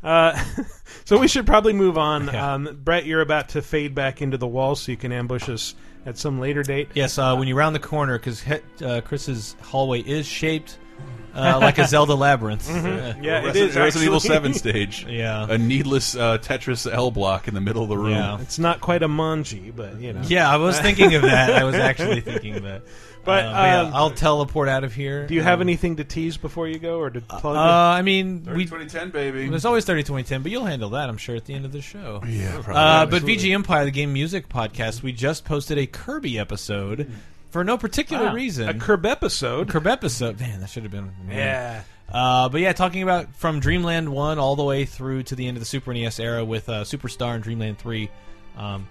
A: Uh, so we should probably move on. Um, Brett, you're about to fade back into the wall, so you can ambush us at some later date.
E: Yes, uh, when you round the corner, because uh, Chris's hallway is shaped uh, like a Zelda labyrinth.
A: Mhm. Yeah, it
B: Resident,
A: is,
B: Resident Evil
A: actually.
B: Seven stage.
E: Yeah.
B: a needless uh, Tetris L block in the middle of the room.
E: Yeah.
A: It's not quite a manji, but you know.
E: Yeah, I was thinking of that. I was actually thinking of that.
A: But,
E: Uh, yeah,
A: um,
E: I'll teleport out of here.
A: Do you have
E: Um,
A: anything to tease before you go, or to plug?
E: Uh, I mean,
B: 30,
E: we
B: 2010, baby.
E: There's always 30 2010, but you'll handle that, I'm sure, at the end of the show.
B: Yeah, probably.
E: Uh, but
B: Absolutely.
E: VG Empire, the game music podcast, we just posted a Kirby episode for no particular
A: Wow.
E: reason.
A: A Kirb episode.
E: Kirby episode. Man, that should have been. man.
A: Yeah.
E: Uh, but yeah, talking about from Dreamland 1 all the way through to the end of the Super NES era with uh, Superstar and Dreamland 3. Um,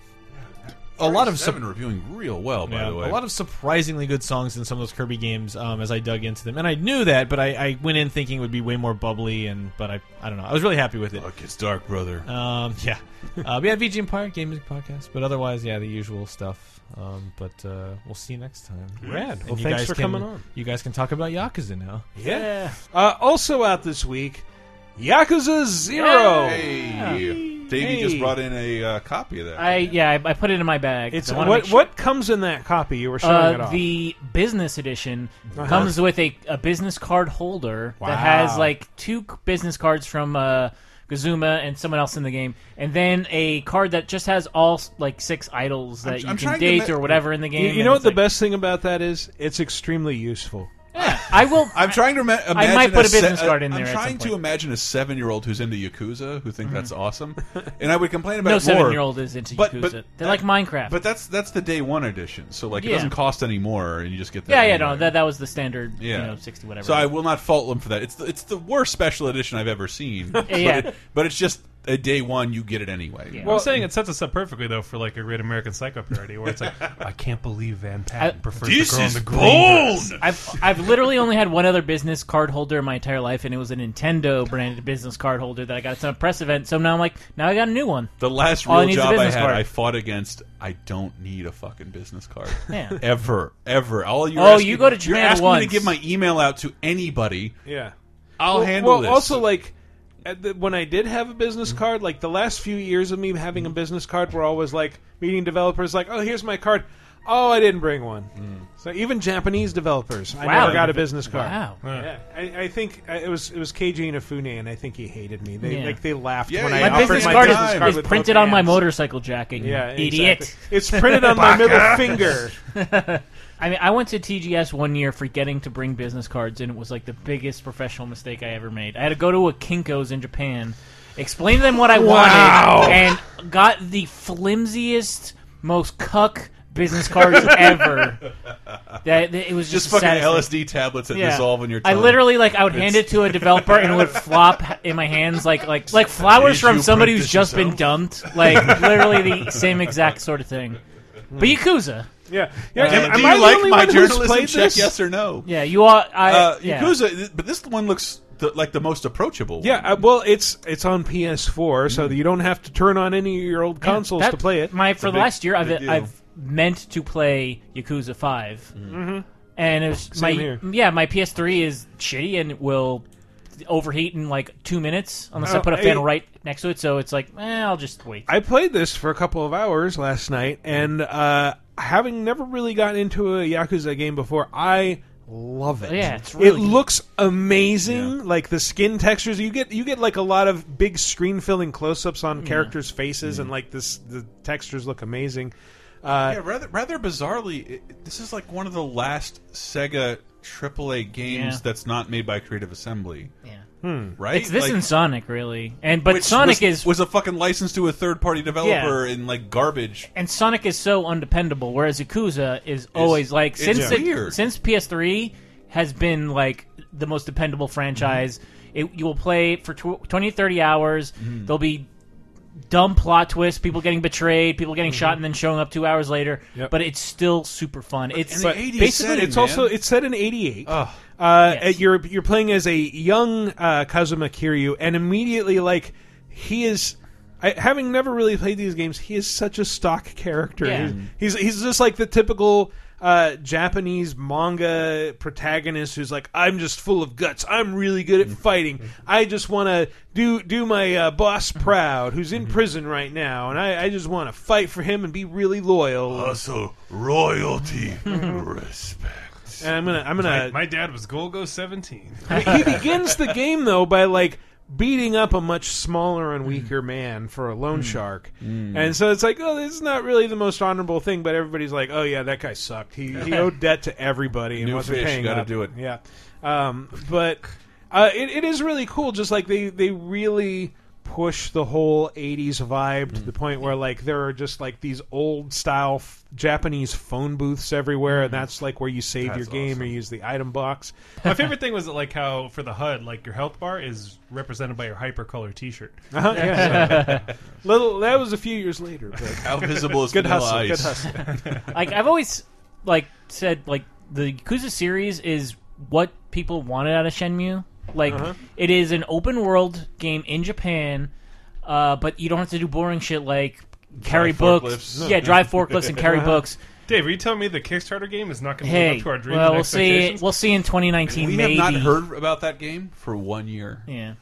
E: a lot of
B: Seven reviewing real well, by
E: yeah,
B: the way.
E: A lot of surprisingly good songs in some of those Kirby games um, as I dug into them. And I knew that, but I, I went in thinking it would be way more bubbly, and but I, I don't know. I was really happy with it.
B: Look, it's dark, brother.
E: Um, yeah. uh, we had VG Empire, Game Music Podcast, but otherwise, yeah, the usual stuff. Um, but uh, we'll see you next time.
A: Rad.
E: And
A: Well,
E: you
A: thanks
E: guys
A: for
E: can-
A: coming on.
E: You guys can talk about Yakuza now.
A: Yeah. Uh, also out this week, Yakuza Zero.
B: Hey, Davey just
A: Hey.
B: brought in a uh, copy of that.
D: I yeah, I, I put it in my bag. 'cause
A: It's
D: I wanna
A: what
D: make
A: what comes in that copy? You were showing
D: Uh,
A: it off.
D: the business edition
A: Uh-huh.
D: comes with a, a business card holder that has
A: Wow.
D: like two c- business cards from uh, Gazuma and someone else in the game, and then a card that just has all s- like six idols that
A: I'm-
D: you
A: I'm
D: can
A: trying to
D: date
A: ma-
D: or whatever in the game.
A: You, you
D: and
A: know what
D: it's
A: the best thing about that is? It's extremely useful.
D: like- I will.
B: I'm trying to ima- imagine.
D: I might put a
B: se-
D: business card in
B: I'm
D: there. at some
B: trying to
D: point. Mm-hmm.
B: imagine a seven-year-old who's into Yakuza who think that's awesome, and I would complain about
D: No
B: more.
D: seven-year-old is into
B: But-
D: Yakuza.
B: but
D: They
B: that-
D: like Minecraft.
B: But that's that's the day one edition, so like it
D: Yeah.
B: doesn't cost any more, and you just get that.
D: yeah, yeah,
B: anyway.
D: no, that that was the standard.
B: Yeah,
D: you know, sixty whatever.
B: So I will not fault them for that. It's the, it's the worst special edition I've ever seen. but,
D: Yeah.
B: it, but it's just a day one you get it anyway.
C: Well, I'm saying it sets us up perfectly though for like a great American Psycho parody, where it's like, I can't believe Van Patten prefers the girl in the green dress.
D: I've I've literally only had one other business card holder in my entire life, and it was a Nintendo branded business card holder that I got at some press event. So now I'm like, now I got a new one.
B: The last
D: All I
B: real
D: need is a
B: job I had,
D: business card.
B: I fought against. I don't need a fucking business card.
D: Yeah.
B: Ever, ever. All you.
D: Oh, you go to
B: You're
D: Japan
B: asking me
D: once.
B: to give my email out to anybody.
A: Yeah.
B: I'll
A: well,
B: handle
A: well,
B: this.
A: Also, like at the, when I did have a business
D: Mm-hmm.
A: card, like the last few years of me having a business card were always like meeting developers, like, "Oh, here's my card." Oh, I didn't bring one. So even Japanese developers, I
D: Mm. Wow.
A: never got a business card.
D: Wow.
A: Yeah, I, I think uh, it was it was KG Inafune, and I think he hated me. They
D: Yeah.
A: like they laughed
D: Yeah,
A: when
D: yeah,
A: I
D: yeah.
A: offered
D: business
A: my
D: card is-
A: business
D: is
A: card with
D: printed
A: both
D: on my
A: hands.
D: motorcycle jacket, you
A: Yeah,
D: idiot.
A: exactly. It's printed on my middle
D: Baka.
A: finger.
D: I mean, I went to TGS one year forgetting to bring business cards, and it was like the biggest professional mistake I ever made. I had to go to a Kinko's in Japan, explain to them what I
A: Wow.
D: wanted, and got the flimsiest, most cuck business cards ever. That that- it was just,
B: Just
D: the
B: fucking
D: saddest thing.
B: LSD tablets that dissolve in your
D: I
B: tongue.
D: literally like I would hand it
B: It's-
D: to a developer and it would flop in my hands like like like flowers
B: Did
D: from
B: you
D: somebody
B: print
D: who's
B: this
D: just been
B: yourself?
D: dumped. Like literally the same exact sort of thing. But Yakuza.
A: Yeah.
B: Yeah,
D: Uh,
B: am- am I the only one who's played this? yes or no?
D: Yeah, you are. I,
B: uh,
D: yeah.
B: Yakuza, th- but this one looks the, like the most approachable.
A: Yeah, uh, well, it's it's on PS4, so you don't have to turn on any of your old
D: Yeah,
A: consoles
D: that-
A: to play it.
D: My
A: Mm-hmm. It's a
D: for the
A: big-
D: last year, I've
A: big deal.
D: I've meant to play Yakuza 5
A: Mhm.
D: and it was
A: Same
D: my
A: here.
D: yeah my PS3 is shitty and it will overheat in like two minutes unless I
A: Oh,
D: put a fan
A: I-
D: right next to it. So it's like, eh, I'll just wait.
A: I played this for a couple of hours last night, and uh, having never really gotten into a Yakuza game before, I love it.
D: Yeah, it's really
A: it
D: good.
A: looks amazing. Like the skin textures, you get you get like a lot of big screen filling close ups
D: Mm.
A: on characters' faces, and like this the textures look amazing. Uh,
B: yeah, rather rather bizarrely, it, this is like one of the last Sega AAA games
D: Yeah.
B: that's not made by Creative Assembly. Yeah,
D: Hmm.
B: right.
D: It's this
B: Like-
D: and Sonic, really, and but
B: which
D: Sonic
B: was-
D: is
B: was a fucking license to a third party developer and like garbage.
D: and Sonic is so undependable, whereas Yakuza is always like
B: it's
D: since it-
B: weird.
D: since PS3 has been like the most dependable franchise.
A: Mm-hmm.
D: It, you will play for tw- 20, 30 hours.
L: Mhm.
D: There'll be dumb plot twists, people getting betrayed, people getting shot, and then showing up two hours later.
A: Mm-hmm. Yep.
D: But it's still super fun. It's
A: But basically it's also it's set in 88
B: Oh,
A: uh, uh, you're you're playing as a young uh, Kazuma Kiryu and immediately like he is I, having never really played these games he is such a stock character
D: Yeah.
A: he's, he's he's just like the typical uh, Japanese manga protagonist who's like, I'm just full of guts. I'm really good at fighting.
B: Mm-hmm.
A: I just want to do do my uh, boss proud, who's
B: Mm-hmm.
A: in prison right now, and I, I just want to fight for him and be really loyal.
B: Also, royalty, respect.
A: And I'm gonna, I'm
C: My,
A: gonna.
C: my dad was Golgo 17.
A: he begins the game though by like beating up a much smaller and weaker man for a
C: Hmm.
A: loan shark,
B: Mm.
A: and so it's like, oh, this is not really the most honorable thing. But everybody's like, oh yeah, that guy sucked. He he owed debt to everybody and
B: New
A: wasn't
B: fish,
A: paying.
B: gotta
A: up.
B: do it.
A: Yeah, um, but uh, it it is really cool. Just like they they really push the whole 80s vibe
B: Mm.
A: to the point where like there are just like these old style f- Japanese phone booths everywhere and
B: Mm-hmm.
A: that's like where you save your
C: That's
A: game or use the item box.
C: My favorite thing was that, like how for the HUD, like your health bar is represented by your hypercolor T-shirt.
A: Uh-huh, yeah. Little that was a few years later. But
B: How visible is
A: good
B: Vanilla
A: hustle?
B: Ice?
A: Good hustle.
D: like I've always like said like the Yakuza series is what people wanted out of Shenmue. Like
A: Uh-huh.
D: it is an open world game in Japan, uh, but you don't have to do boring shit like carry books.
C: forklifts.
D: Yeah, drive forklifts and carry
C: Uh-huh.
D: books.
C: Dave, are you telling me the Kickstarter game is not going to live
D: Hey,
C: up to our dreams
D: well,
C: and
D: we'll see.
C: expectations?
D: We'll see in 2019.
B: We
D: maybe.
B: have not heard about that game for one year.
D: Yeah.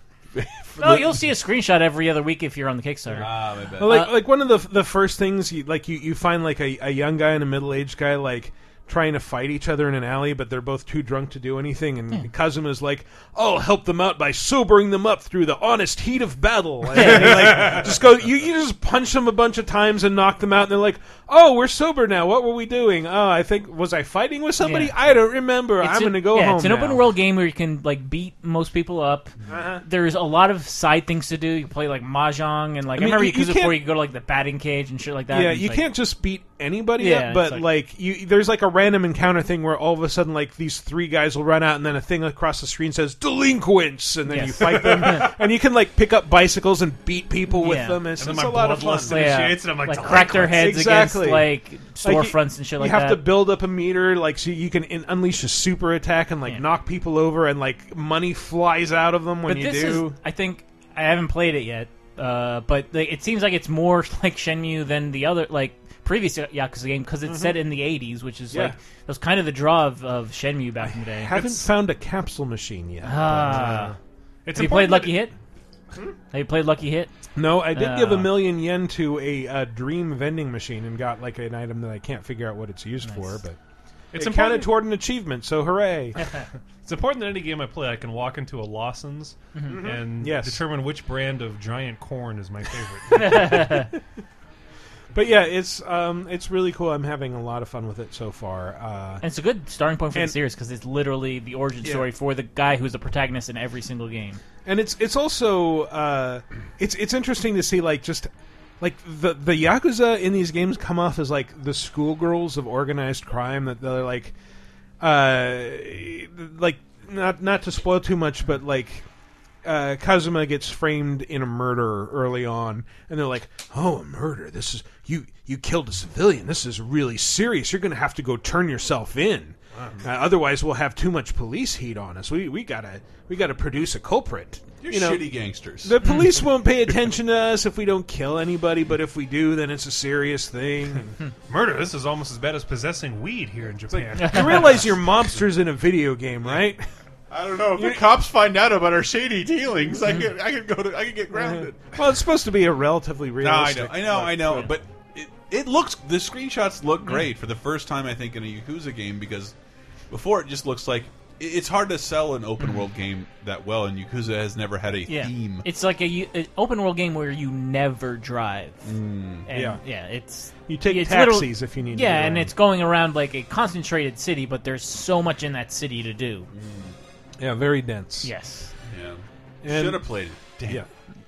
B: For
D: No,
B: the-
D: you'll see a screenshot every other week if you're on the Kickstarter. Uh,
B: Ah, my bad.
A: Well, like like one of the the first things you like you, you find like a, a young guy and a middle aged guy like trying to fight each other in an alley, but they're both too drunk to do anything. And Kazuma's like, "I'll help them out by sobering them up through the honest heat of battle." And they, like just go, you you just punch them a bunch of times and knock them out, and they're like, "Oh, we're sober now. What were we doing? Oh, I think was I fighting with somebody? I don't remember.
D: It's
A: I'm
D: a-
A: gonna go
D: yeah,
A: home."
D: It's an
A: now.
D: open world game where you can like beat most people up.
A: Uh-huh.
D: There's a lot of side things to do. You can play like mahjong and like
A: I mean,
D: I remember
A: you- you
D: Yakuza Four.
A: can't-
D: You could go to like the batting cage and shit like that.
A: Yeah,
D: and it's
A: you
D: like-
A: can't just beat anybody
D: Yeah,
A: up,
D: it's
A: but
D: like-
A: like, you there's like a random encounter thing where all of a sudden like these three guys will run out and then a thing across the screen says delinquents and then
C: Yes.
A: you fight them and you can like pick up bicycles and beat people with them it's,
C: And then
A: it's
C: my
A: a lot of fun.
C: bloodlust initiates, and I'm like,
D: crack their
C: "Delinquents."
D: heads
A: Exactly.
D: against like
A: Like,
D: storefronts and shit like
A: you have to
D: that.
A: build up a meter like so you can in- unleash a super attack and like knock people over and like money flies out of them when
D: but
A: you
D: this
A: do
D: is, I think I haven't played it yet, uh, but like, it seems like it's more like Shenmue than the other like previous Yakuza game because it's
A: Mhm.
D: set in the '80s, which is
A: Yeah.
D: like that was kind of the draw of, of Shenmue back in the day.
A: haven't found a capsule machine yet
D: Ah.
A: but, uh,
D: Have you played
C: important
D: Lucky Hit?
A: Hmm?
D: Have you played Lucky Hit?
A: No, I did give
D: Uh,
A: a million yen to a, uh dream vending machine and got like an item that I can't figure out what it's used for, but
C: It's
A: it counted
C: important-
A: toward an achievement. So hooray!
C: It's important that any game I play, I can walk into a Lawson's
A: Mhm.
C: and
A: Yes.
C: determine which brand of giant corn is my favorite.
A: but yeah, it's um, it's really cool. I'm having a lot of fun with it so far. Uh,
D: And it's a good starting point for
A: And-
D: the series because it's literally the origin
A: Yeah.
D: story for the guy who's the protagonist in every single game.
A: and it's it's also uh, it's it's interesting to see like just like the the yakuza in these games come off as like the schoolgirls of organized crime that they're like uh like not not to spoil too much but like uh, Kazuma gets framed in a murder early on, and they're like, "Oh, a murder! This is you. You killed a civilian. This is really serious. You're going to have to go turn yourself in.
I: Wow.
A: Uh, otherwise, we'll have too much police heat on us. We we gotta we gotta produce a culprit.
B: You're
A: know,
B: shitty gangsters.
A: The police won't pay attention to us if we don't kill anybody, but if we do, then it's a serious thing.
C: Murder. This is almost as bad as possessing weed here in Japan.
A: you realize you're mobsters in a video game, right?
B: I don't know. If the cops find out about our shady dealings, I could I could go to I could get grounded.
A: Mm-hmm. Well, it's supposed to be a relatively
B: No, I
A: realistic.
B: know, I know, I know. But it, it looks the screenshots look
D: Hmm.
B: great for the first time I think in a Yakuza game because before it just looks like it- it's hard to sell an open world game that well, and Yakuza has never had a
D: Hmm. Yeah,
B: theme.
D: it's like a u- an open world game where you never drive.
B: Mm.
D: And,
A: Yeah.
D: yeah, it's
A: You take
D: it's
A: taxis
D: literally-
A: if you need to
D: Yeah,
A: get
D: and
A: around.
D: it's going around like a concentrated city, but there's so much in that city to do.
B: Mm.
A: Yeah, very dense.
D: Yes.
B: Yeah,
A: And-
B: should have played it. Damn.
A: Yeah.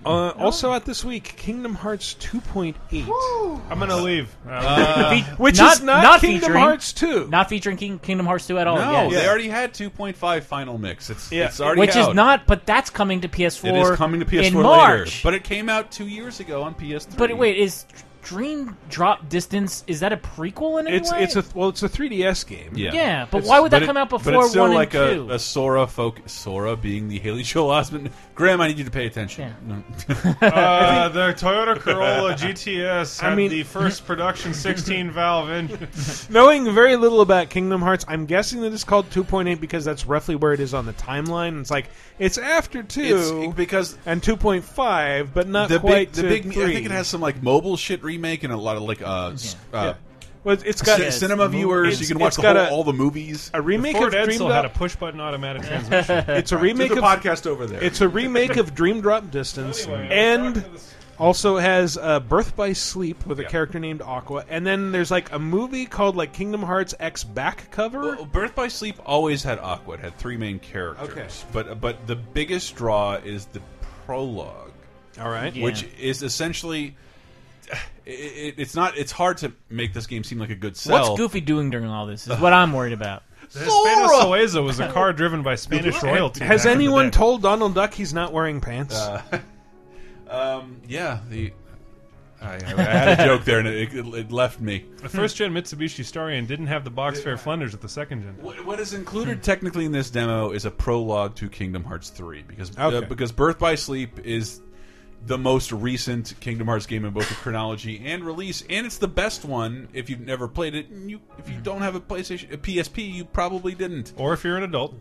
A: Uh, also out this week, Kingdom Hearts 2.8.
C: I'm gonna leave.
B: Uh,
A: Fe- Uh, which is not, Kingdom
D: featuring-
A: Hearts 2.
D: Not featuring King, Kingdom Hearts 2 at all.
B: no,
D: yes.
B: they already had 2.5 final mix. It's
A: Yeah.
B: it's already
D: Which
B: out.
D: is not, but that's coming to
B: It
D: PS4.
B: is coming to PS4
D: in
B: later,
D: March.
B: but it came out two years ago on PS3.
D: But wait, is Dream Drop Distance is that a prequel in any
A: It's
D: way?
A: it's a well, it's a 3DS game.
B: Yeah.
D: Yeah, but why would that come out
B: But
D: before
B: it's still
D: one and
B: like a,
D: two?
B: a Sora focus. Sora being the Haley Joel Osment. Graham, I need you to pay attention.
C: Uh, the Toyota Corolla GTS
A: I
C: had
A: mean-
C: the first production 16 valve engine.
A: Knowing very little about Kingdom Hearts, I'm guessing that it's called 2.8 because that's roughly where it is on the timeline. It's like it's after 2
B: It's- because
A: and 2.5, but not
B: the
A: quite
B: big, the
A: to
B: big. I
A: 3.
B: think it has some like mobile shit remake and a lot of like uh, s- uh
A: Well, it's got
B: ci- cinema viewers.
A: it's-
B: You can
A: it's
B: watch the
A: got
B: whole,
A: a-
B: all the movies.
A: A remake
C: Ford
A: of
C: Edsel
A: Dream
C: had
A: Drop.
C: a push button automatic transmission.
A: it's a
C: Right, do
A: remake of
C: the
B: podcast over there.
A: It's a remake of Dream Drop Distance,
C: Anyway,
A: and also has uh, Birth by Sleep with a character named Aqua, and then there's like a movie called like Kingdom Hearts X back cover.
B: Well, Birth by Sleep always had Aqua. It had three main characters.
A: Okay.
B: But but the biggest draw is the prologue.
A: All right. Yeah.
B: Which is essentially. It, it, it's not. It's hard to make this game seem like a good sell.
D: What's Goofy doing during all this? Is what I'm worried about.
C: The Hispano Soeza was a car driven by Spanish royalty.
A: Has
C: back in the
A: anyone
C: day.
A: told Donald Duck he's not wearing pants?
B: Uh, um, yeah, the I, I had a joke there and it, it, it left me.
C: The first gen Mitsubishi Starion didn't have the box fair fenders that the second gen.
B: What, what is included technically in this demo is a prologue to Kingdom Hearts three because uh,
A: Okay.
B: because Birth by Sleep is the most recent Kingdom Hearts game in both the chronology and release, and it's the best one if you've never played it. And you if you don't have a PlayStation, a PSP, you probably didn't.
C: Mm-hmm. Or if you're an adult,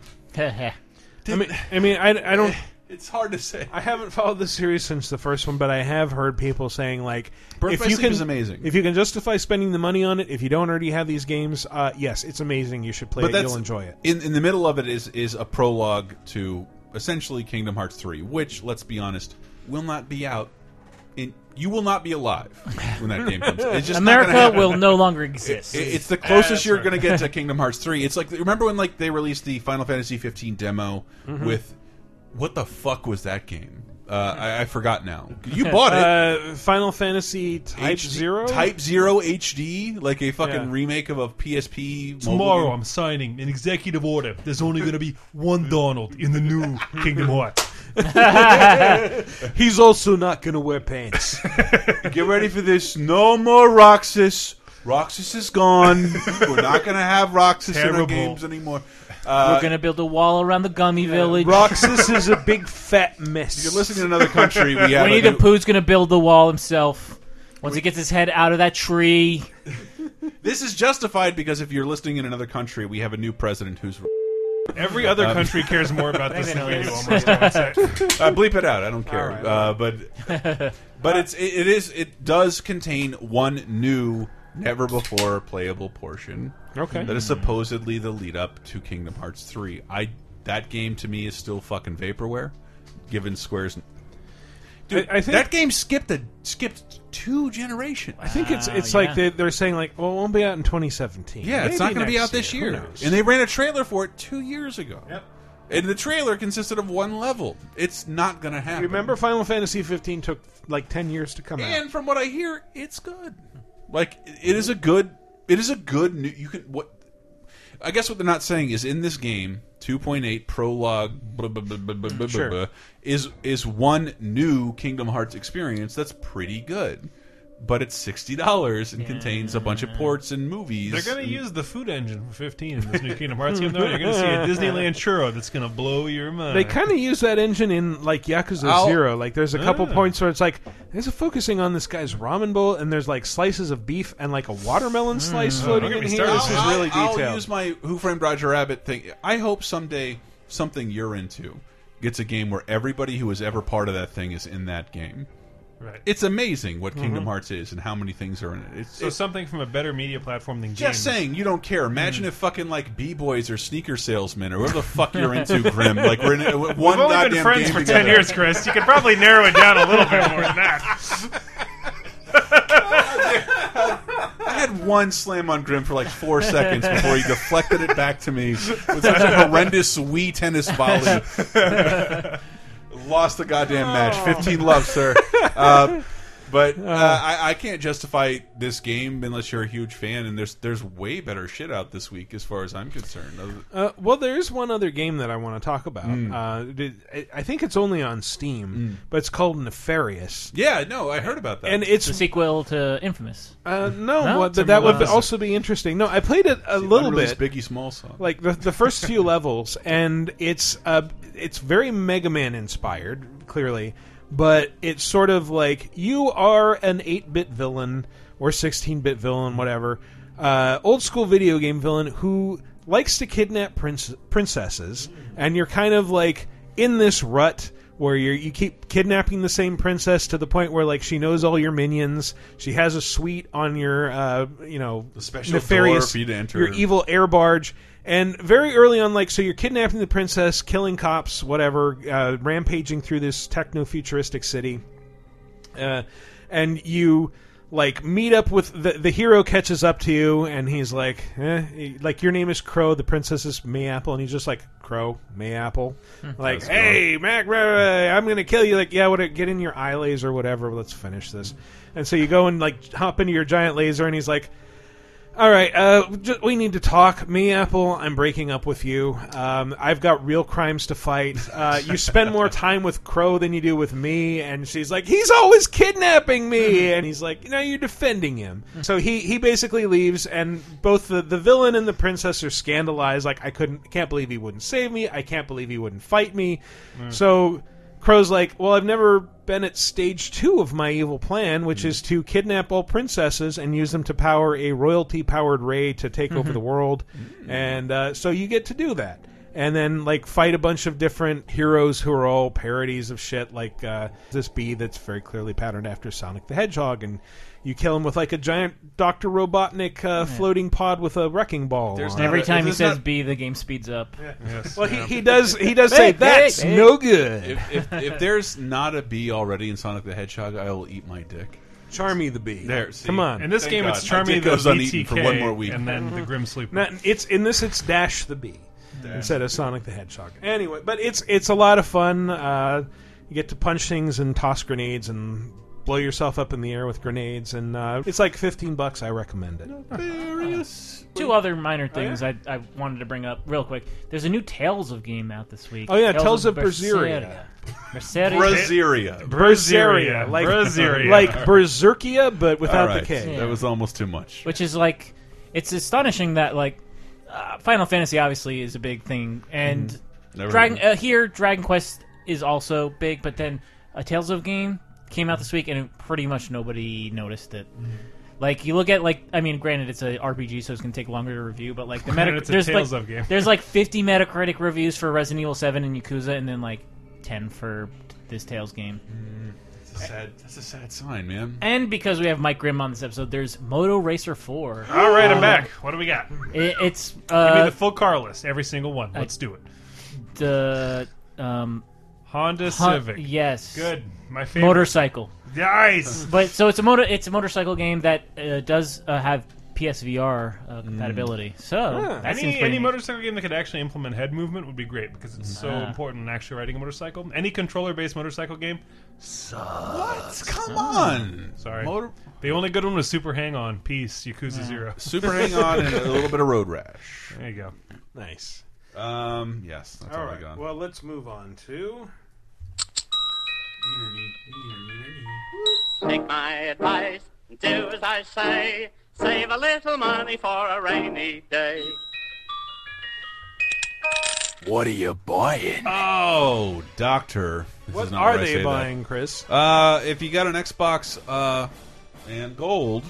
A: I mean, I mean, I, I don't.
B: It's hard to say.
A: I haven't followed this series since the first one, but I have heard people saying like,
B: Birth
A: if
B: by
A: you
B: Sleep
A: can,
B: is amazing.
A: If you can justify spending the money on it, if you don't already have these games, uh, yes, it's amazing. You should play it. You'll enjoy it.
B: In in the middle of it is is a prologue to essentially Kingdom Hearts three, which let's be honest, will not be out. In you will not be alive when that game comes. out. It's just not gonna
D: America
B: happen.
D: will no longer
B: It-
D: exist.
B: it- it's the closest
C: That's
B: you're
C: right.
B: going to get to Kingdom Hearts three. It's like remember when like they released the Final Fantasy fifteen demo
C: Mm-hmm.
A: Mhm.
B: with what the fuck was that game? Uh, I, I forgot now. You bought it.
A: Uh, Final Fantasy Type
B: HD
A: Zero.
B: Type Zero HD, like a fucking
A: Yeah.
B: remake of a PSP. mobile
C: tomorrow
B: game.
C: I'm signing an executive order. There's only going to be one Donald in the new Kingdom Hearts.
A: He's also not gonna wear pants.
B: Get ready for this. No more Roxas. Roxas is gone. We're not going to have Roxas in our
C: Terrible.
B: games anymore.
D: We're
B: Uh,
D: gonna build a wall around the Gummy Village.
A: Roxas is a big fat mess.
B: if you're listening in another country, we have
D: Winnie
B: a
D: the
B: new-
D: Pooh's gonna build the wall himself. Once he gets his head out of that tree,
B: This is justified because if you're listening in another country, we have a new president who's
C: Every other
B: Um,
C: country cares more about this than we do almost. I would say.
B: uh, bleep it out. I don't care.
C: All right.
B: Uh, but but it's it, it is it does contain one new never before playable portion.
A: Okay.
B: That is supposedly the lead up to Kingdom Hearts three. I that game to me is still fucking vaporware, given Square's. Dude,
A: I- I think-
B: that game skipped a skipped two generations.
A: I think it's
C: Ah,
A: it's like they, they're saying like, well, it won't be out in 2017.
B: Yeah, it's not
A: Maybe
B: going to be
A: next
B: out this
A: year.
B: year.
A: Who knows?
B: And they ran a trailer for it two years ago. Yep. And the trailer consisted of one level. It's not going to happen.
A: Remember, Final Fantasy 15 took like 10 years to come out.
B: And from what I hear, it's good. Like it is a good. It is a good. New, you can what. I guess what they're not saying is in this game, 2.8 prologue blah, blah, blah, blah, blah, blah,
A: Sure.
B: blah, is is one new Kingdom Hearts experience that's pretty good, but it's sixty dollars and contains a bunch of ports and movies.
C: They're going
B: and-
C: to use the food engine for 15 in this new Kingdom Hearts game, though. You're going to see a Disneyland uh, churro that's going to blow your mind.
A: They kind of use that engine in like Yakuza
C: I'll-
A: Zero. Like, there's a couple
C: Ah.
A: points where it's like, there's a focusing on this guy's ramen bowl, and there's like slices of beef and like a watermelon
C: Hmm.
B: Hmm.
A: slice floating in here. This is
B: I'll-
A: really
B: I'll,
A: detailed.
B: I'll use my Who Framed Roger Rabbit thing. I hope someday something you're into gets a game where everybody who was ever part of that thing is in that game.
C: Right.
B: It's amazing what Kingdom
C: Mhm.
B: Hearts is and how many things are in it. It's,
C: So
B: it's
C: something from a better media platform than
B: just
C: games. Mm.
B: saying you don't care. Imagine if fucking like b boys or sneaker salesmen or whatever the fuck you're into, Grim. Like we're in a- one
C: We've only
B: goddamn
C: been friends
B: game
C: for
B: together.
C: ten years, Chris. You could probably narrow it down a little bit more than that.
B: I had one slam on Grim for like four seconds before he deflected it back to me with such a horrendous Wii tennis volley. Lost the goddamn match. 15 love, sir. Uh, but uh, I, I can't justify this game unless you're a huge fan, and there's there's way better shit out this week as far as I'm concerned. Other-
A: Uh, well, there is one other game that I want to talk about.
B: Mm.
A: Uh, did- I- I think it's only on Steam, but it's called Nefarious.
B: Hmm. Yeah, no, I heard about that.
A: And it's
D: the sequel to Infamous.
A: Uh, no,
D: No?
A: well,
D: It's a
A: that would
D: release.
A: also be interesting. No, I played it a little bit.
B: unreleased Biggie Small song.
A: Like the, the first few levels, and it's uh, it's very Mega Man inspired, clearly, but it's sort of like you are an eight bit villain or sixteen bit villain, whatever, uh, old school video game villain who likes to kidnap prince- princesses,
B: Mm-hmm.
A: and you're kind of like in this rut where you you keep kidnapping the same princess to the point where like she knows all your minions. She has a suite on your uh, you know
B: special
A: nefarious
B: door for you to enter.
A: your evil air barge. And very early on, like so, you're kidnapping the princess, killing cops, whatever, uh, rampaging through this techno futuristic city uh, and you like meet up with the the hero catches up to you and he's like eh, he- like your name is crow the princess is mayapple and he's just like crow mayapple like
B: That's
A: hey mac rah, rah, i'm gonna kill you like yeah what get in your eye laser whatever let's finish this and so you go and like hop into your giant laser and he's like all right, uh, ju- we need to talk. Me, Apple, I'm breaking up with you. Um, I've got real crimes to fight. Uh, you spend more time with Crow than you do with me, and she's like, he's always kidnapping me, and he's like, no, you're defending him. So he, he basically leaves, and both the, the villain and the princess are scandalized. Like, I couldn't, can't believe he wouldn't save me. I can't believe he wouldn't fight me.
L: Mm.
A: So Crow's like, well, I've never been at stage two of my evil plan, which is to kidnap all princesses and use them to power a royalty powered ray to take over the world. And uh, so you get to do that. And then, like, fight a bunch of different heroes who are all parodies of shit, like uh, this bee that's very clearly patterned after Sonic the Hedgehog. And you kill him with, like, a giant Dr. Robotnik uh, floating pod with a wrecking ball. on it.
D: And every time he says B, the game speeds up.
A: Well, he, he does. He does say that's no good.
B: If, if, if there's not a bee already in Sonic the Hedgehog, I will eat my dick.
A: Charmy the bee.
B: There, see?
A: Come on.
C: In this
B: Thank
C: game,
B: God.
C: it's
B: My
C: Charmy
B: dick
C: the
B: goes uneaten
C: BTK,
B: for one more week,
C: and then the Grim Sleeper.
A: Mm. Not- it's in this. It's Dash the Bee
C: Dash
A: instead of Sonic the Hedgehog. Anyway, but it's it's a lot of fun. Uh, you get to punch things and toss grenades and blow yourself up in the air with grenades, and uh, it's like fifteen bucks. I recommend it.
D: Two other minor things I, I wanted to bring up real quick. There's a new Tales of game out this week.
A: Oh, yeah, Tales of Berseria.
D: Berseria.
B: Braziria.
A: Berseria, like like Berserkia, but without
B: All
A: the
B: right.
A: K.
B: That was almost too much.
D: Which is like, it's astonishing that like, uh, Final Fantasy obviously is a big thing, and
C: Mm-hmm.
B: Mhm. Never
D: Dragon
B: heard
D: uh, here Dragon Quest is also big,
C: Mm-hmm.
D: but then a Tales of game came out this week, and pretty much nobody noticed it. Like you look at like I mean, granted it's a RPG, so it's gonna take longer to review. But like the
C: Granted,
D: Metac-
C: it's a
D: there's
C: Tales
D: like
C: of game.
D: there's like 50 Metacritic reviews for Resident Evil 7 and Yakuza, and then like 10 for this Tales game.
C: Mm-hmm.
B: That's a sad. That's a sad sign, man.
D: And because we have Mike Grimm on this episode, there's Moto Racer 4.
C: All right,
B: Uh,
C: I'm
D: Um,
C: back. What do we got?
D: It, it's
C: Give
D: uh,
C: me the full car list, every single one.
D: I-
C: Let's do it.
D: the um,
C: Honda
D: Hon-
C: Civic.
D: yes.
C: Good. My favorite.
D: Motorcycle.
C: Nice.
D: But so it's a motor. It's a motorcycle game that uh, does uh, have PSVR uh,
B: Hmm.
D: compatibility. So
C: Huh.
D: that seems
C: any
D: pretty
C: any motorcycle game that could actually implement head movement would be great because it's so
D: Ah.
C: important in actually riding a motorcycle. Any controller-based motorcycle game
B: What?
C: sucks.
B: Come on.
C: Sorry.
B: Motor-
C: the only good one was Super Hang On. Peace, Yakuza Zero.
B: Super hang on and a little bit of road rash.
C: Mm. There you go.
A: Nice.
B: Um. Yes. That's all,
A: all
B: I
A: right.
B: got.
A: Well, let's move on to.
L: Take my advice, and do as I say. Save a little money for a rainy day.
B: What are you buying? Oh, doctor. This
A: What
B: is not
A: are
B: where I
A: they
B: say that.
A: buying, Chris?
B: Uh, if you got an Xbox uh, and gold,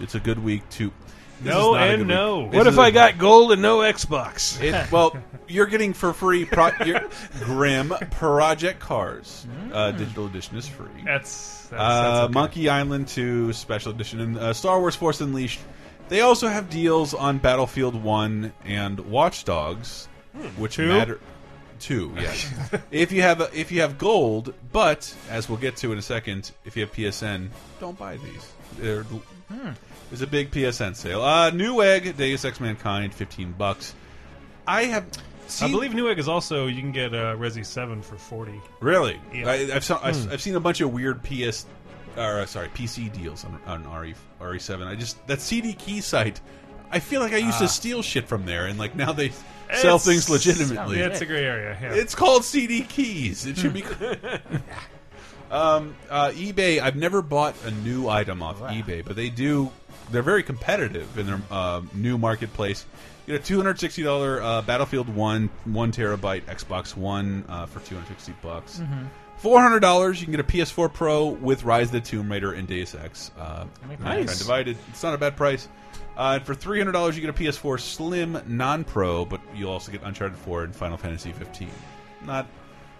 B: it's a good week to. This
A: No
B: is not a
A: and
B: good
A: no.
B: This
A: What
B: is
A: if I
B: a-
A: got gold and no Xbox?
B: It, well, you're getting for free. Pro, you're, Grim Project Cars uh, digital edition is free.
C: Hmm. That's, that's,
B: uh,
C: that's okay.
B: Monkey Island 2 Special Edition and uh, Star Wars Force Unleashed. They also have deals on Battlefield 1 and Watch Dogs, which
C: Hmm, Two?
B: matter. Two, yes. if you have if you have gold, but as we'll get to in a second, if you have PSN, don't buy these. They're, er,
C: Hmm.
B: There's a big PSN sale. Uh, Newegg Deus Ex Mankind, fifteen bucks. I have.
C: I
B: seen-
C: believe Newegg is also you can get uh, Resi Seven for forty.
B: Really?
C: Yeah.
B: I, I've, saw, I've,
C: Hmm.
B: I've seen a bunch of weird PS, or uh, sorry, PC deals on, on E, RE RE7. I just that CD key site. I feel like I used
C: Ah.
B: to steal shit from there, and like now they sell
C: It's-
B: things legitimately.
C: Yeah, it's a gray area. Yeah.
B: It's called CD keys. It should be. um, uh, eBay. I've never bought a new item off eBay, but they do. They're very competitive in their uh, new marketplace. You get a two hundred sixty dollar uh, Battlefield One one terabyte Xbox One uh, for two hundred sixty bucks.
I: Mhm.
B: Four hundred dollars. You can get a PS4 Pro with Rise of the Tomb Raider and Deus Ex. Uh,
I: Nice.
B: Mankind Divided. It's not a bad price. Uh, and for three hundred dollars, you get a PS4 Slim non-pro, but you'll also get Uncharted 4 and Final Fantasy 15. Not,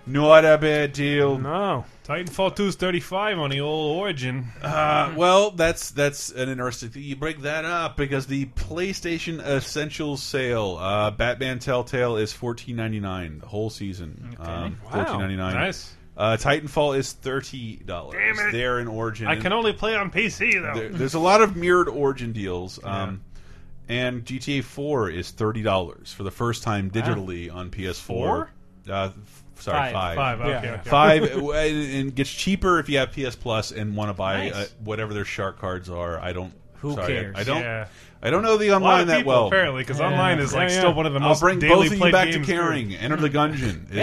B: not a bad deal.
C: No, Titanfall 2 is thirty five on the old Origin.
B: Uh,
C: Mm-hmm.
B: well, that's that's an interesting. thing. You break that up because the PlayStation Essentials sale, uh, Batman Telltale is fourteen ninety nine the whole season. Um,
C: Wow.
B: Fourteen ninety nine.
C: Nice.
B: Uh, Titanfall is thirty dollars.
C: Damn it.
B: There in Origin.
C: I can only play on PC though.
B: There- there's a lot of mirrored origin deals. Um, And GTA 4 is thirty dollars for the first time digitally on PS4.
C: Four?
B: Uh, f- sorry,
C: Five.
B: five.
C: Five, okay, okay.
B: Five, uh, and and gets cheaper if you have PS Plus and want to buy
C: Nice.
B: uh, whatever their shark cards are. I don't.
C: Who
B: sorry, I-
C: cares?
B: I, don't.
C: Yeah.
B: I don't know the
C: A lot
B: online
C: of
B: that
C: people,
B: well.
C: apparently, 'cause Yeah. online is, like, still one of the most
B: I'll bring
C: daily
B: both of you
C: played
B: back to
C: games,
B: caring.
C: dude.
B: Enter the Gungeon. Is,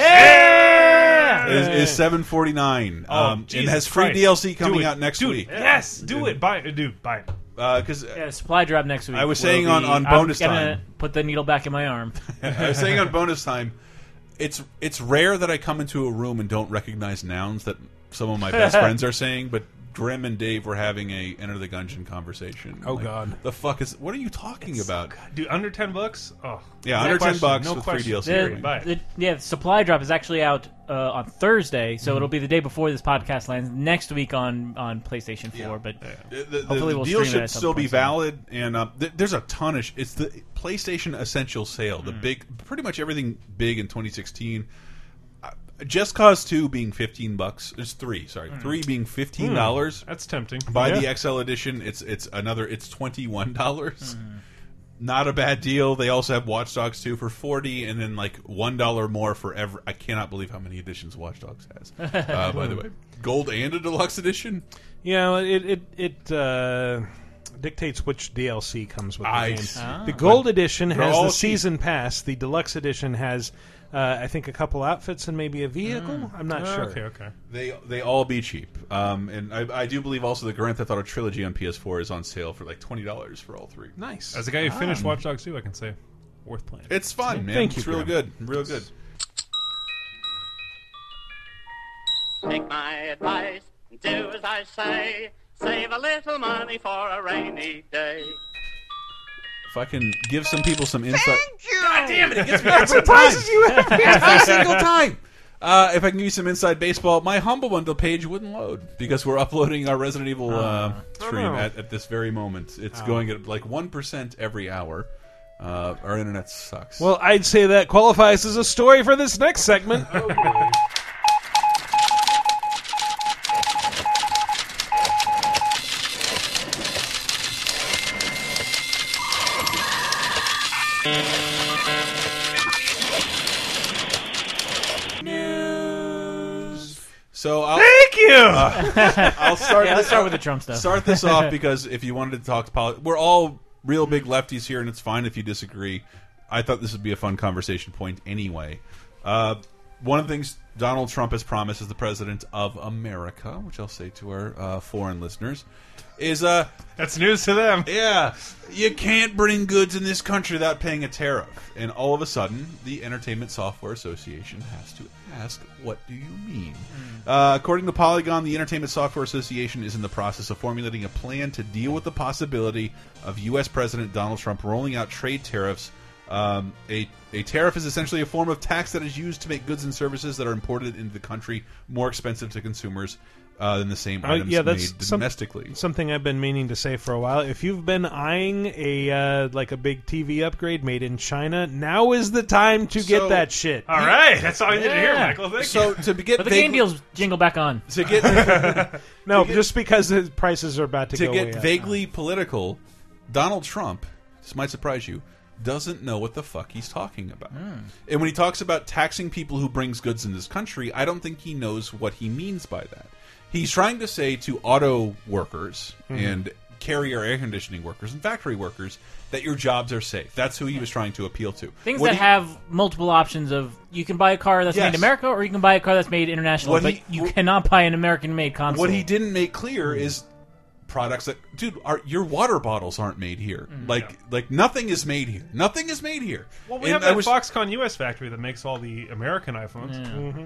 C: Yeah!
B: is, is seven forty nine.
C: Oh,
B: um, and
C: Jesus
B: has free
C: Christ.
B: DLC
C: Do
B: coming
C: it.
B: out next
C: Dude,
B: week. Uh,
C: Yes, do it. Buy it, dude. Buy it.
B: Because
D: Yeah, supply drop next week.
B: I was
D: will
B: saying on-
D: be-
B: on
D: I'm
B: bonus
D: gonna
B: time.
D: Put the needle back in my arm.
B: I was saying on bonus time, it's it's rare that I come into a room and don't recognize nouns that some of my best friends are saying, but Grim and Dave were having a enter the gungeon conversation.
A: Oh,
B: Like,
A: God.
B: the fuck is what are you talking about?
C: Dude, under ten bucks. Oh,
B: Yeah,
C: no
B: under 10
C: question,
B: bucks
C: No
B: with free
C: question.
B: DLC.
C: Period. Buy it.
D: The- yeah, the supply drop is actually out uh, on Thursday,
B: Mm-hmm.
D: so it'll be the day before this podcast lands next week on on PlayStation Four. But
B: The, the-
D: hopefully,
B: the
D: we'll stream it
B: deal should
D: at some
B: still be
D: point.
B: valid, and uh, th there's a ton of. Sh it's the PlayStation Essential Sale,
C: Hmm.
B: the big, pretty much everything big in 2016. Uh, Just Cause Two being 15 bucks. It's three, sorry,
C: Mm.
B: three being 15 dollars.
C: Hmm, that's tempting.
B: Buy
C: Yeah.
B: the XL edition. It's it's another. It's 21 dollars.
C: Hmm.
B: Not a bad deal. They also have Watch Dogs 2 for 40 and then like $1 more for every I cannot believe how many editions Watch Dogs has. Uh, by the way, gold and a deluxe edition.
A: Yeah, well, it it it uh, dictates which DLC comes with the
B: I
A: game.
B: see. Ah.
A: The Gold
B: But
A: Edition
B: they're
A: has
B: all
A: the
B: cheap.
A: season pass. The Deluxe Edition has, uh, I think, a couple outfits and maybe a vehicle. I'm not
C: Oh,
A: sure.
C: Okay, okay.
B: They they all be cheap, um, and I, I do believe also the Grand Theft Auto trilogy on PS4 is on sale for like twenty dollars for all three.
A: Nice.
C: As a guy who finished
B: Um,
C: Watch Dogs 2, I can say worth playing.
B: It's fun, man.
C: Ah. Thank you.
B: It's real good,
C: Graham.
B: real good.
L: Take my advice, and do as I say. Save a little money for a rainy day.
B: If I can give some people some insight.
L: God
B: damn it, it gets me
I: That
B: every
I: surprises
B: time.
I: you every
B: Every single
I: single
B: time. Uh, if I can give you some inside baseball, my humble bundle page wouldn't load because we're uploading our Resident Evil uh,
C: Ah.
I: Oh,
B: stream
I: no.
B: at, at this very moment. It's
A: Oh.
B: going at like one percent every hour. Uh, our internet sucks.
A: Well, I'd say that qualifies as a story for this next segment.
C: Oh,
B: So I'll, Uh,
A: Thank you!
B: I'll start.
D: Yeah, let's
B: this-
D: start with the Trump stuff.
B: Start this off because if you wanted to talk politics, we're all real big lefties here, and it's fine if you disagree. I thought this would be a fun conversation point anyway. Uh, one of the things Donald Trump has promised as the president of America, which I'll say to our uh, foreign listeners, is uh,
C: that's news to them.
B: Yeah, you can't bring goods in this country without paying a tariff, and all of a sudden, the Entertainment Software Association has to ask, "What do you mean?"
A: Hmm.
B: Uh, according to Polygon, the Entertainment Software Association is in the process of formulating a plan to deal with the possibility of U.S. President Donald Trump rolling out trade tariffs. Um, a, a tariff is essentially a form of tax that is used to make goods and services that are imported into the country more expensive to consumers uh, than the same
A: Uh,
B: items
A: yeah, that's
B: made
A: some-
B: domestically.
A: something I've been meaning to say for a while. If you've been eyeing a uh, like a big TV upgrade made in China, now is the time to get
C: So-
A: that shit.
C: All right, that's all I needed to hear,
A: Yeah.
C: Michael. Thank
B: so
C: you.
B: to be- get
D: But the game
B: vaguely-
D: deals jingle back on.
B: To get
A: no, just because the prices are about to,
B: to
A: go way
B: get
A: up.
B: vaguely political, Donald Trump, this might surprise you, doesn't know what the fuck he's talking about.
A: Hmm.
B: And when he talks about taxing people who brings goods in this country, I don't think he knows what he means by that. He's trying to say to auto workers
C: Mm-hmm.
I: Mhm.
B: and carrier air conditioning workers and factory workers that your jobs are safe. That's who he was trying to appeal to.
D: Things
B: What
D: that
B: he-
D: have multiple options of you can buy a car that's made
B: Yes.
D: in America or you can buy a car that's made internationally,
B: What
D: but
B: he-
D: you cannot buy an American-made console.
B: What he didn't make clear
C: Mm-hmm.
B: is products that dude are your water bottles aren't made here like like nothing is made here nothing is made here
C: Mm-hmm. Well, we
B: And
C: have
B: I
C: that
B: was-
C: Foxconn U.S. factory that makes all the American iPhones. Mm-hmm.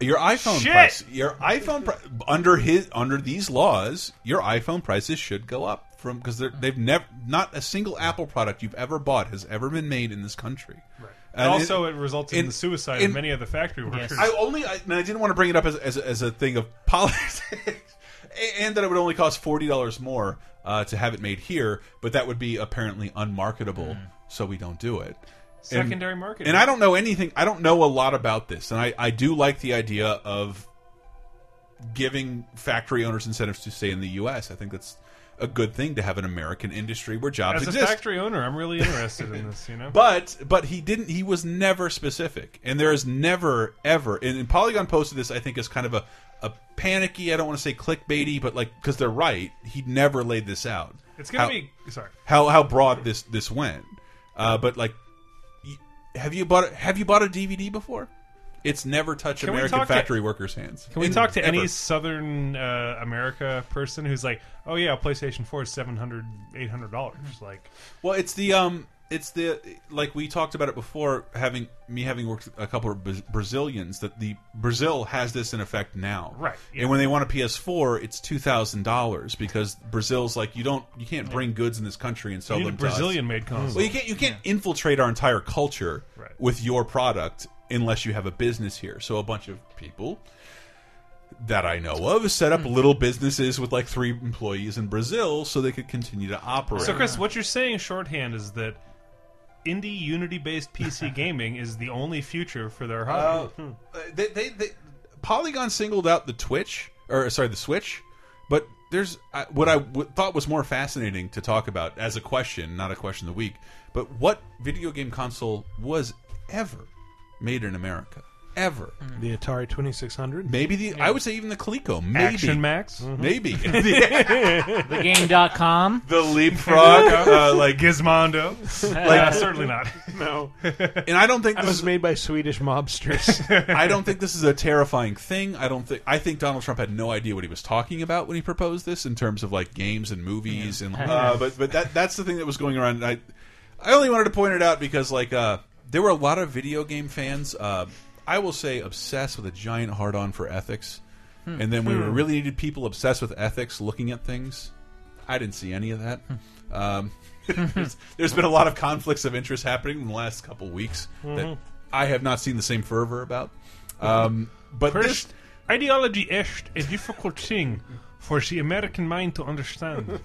B: Your iPhone
C: Shit!
B: price, your iPhone pri under his under these laws, your iPhone prices should go up from because they've never not a single Apple product you've ever bought has ever been made in this country. Right.
C: And also, it, results in, the suicide of many of the factory workers.
B: I only I, and I didn't want to bring it up as as, as a thing of politics, A- and that it would only cost forty dollars more uh, to have it made here, but that would be apparently unmarketable,
C: Mm.
B: so we don't do it. And-
C: Secondary marketing.
B: And I don't know anything. I don't know a lot about this, and I I do like the idea of giving factory owners incentives to stay in the U.S. I think that's a good thing to have an American industry where jobs
C: As a
B: exist.
C: factory owner, I'm really interested in this. You know,
B: But but he didn't. He was never specific, and there is never ever. And, and Polygon posted this. I think as kind of a a panicky. I don't want to say clickbaity, but like because they're right. He never laid this out.
C: It's gonna
B: How-
C: be- sorry.
B: How how broad this this went, uh, but like, y- have you bought a- have you bought a DVD before? It's never touched
C: Can we
B: American
C: talk to-
B: factory workers' hands.
C: Can we
B: In-
C: talk to
B: ever.
C: any Southern uh, America person who's like, "Oh yeah, PlayStation Four is 700 800 dollars." Like,
B: Well, it's the um, it's the like we talked about it before. Having me having worked with a couple of Bra- Brazilians, that the Brazil has this in effect now,
C: Right, yeah.
B: And when they want a PS4, it's two thousand dollars because Brazil's like you don't you can't bring goods in this country and sell
C: You need
B: them.
C: a
B: to
C: Brazilian-made
B: us.
C: console.
B: Well, you can't you can't infiltrate our entire culture with your product unless you have a business here. So a bunch of people that I know of set
C: Hmm.
B: up little businesses with like three employees in Brazil so they could continue to operate.
C: so Chris, what you're saying shorthand is that indie Unity-based PC gaming is the only future for their hobby.
A: Hmm.
B: Uh, they, they, they, Polygon singled out the Twitch or sorry the Switch, but there's I, what I w thought was more fascinating to talk about as a question, not a question of the week. But what video game console was ever made in America? Ever
A: the Atari Twenty Six Hundred?
B: Maybe the I would say even the Coleco. Maybe
A: Action Max? Mhm.
B: Maybe
D: Thegame.com.
B: The
C: Hmm.
B: leapfrog, uh, like
C: Gizmondo.
B: like-
C: certainly not. No.
B: and I don't think
A: That
B: this
A: was
B: is-
A: made by Swedish mobsters.
B: I don't think this is a terrifying thing. I don't think I think Donald Trump had no idea what he was talking about when he proposed this in terms of like games and movies and uh, but but that that's the thing that was going around. And I I only wanted to point it out because like uh, there were a lot of video game fans. Uh, I will say obsessed with a giant hard on for ethics. And then we
A: Hmm.
B: were really needed people obsessed with ethics, looking at things. I didn't see any of that.
A: Hmm.
B: Um, there's- there's been a lot of conflicts of interest happening in the last couple weeks
C: Mhm.
D: Mm-hmm.
B: that I have not seen the same fervor about. Um, but this,
C: First, ideology is a difficult thing for the American mind to understand.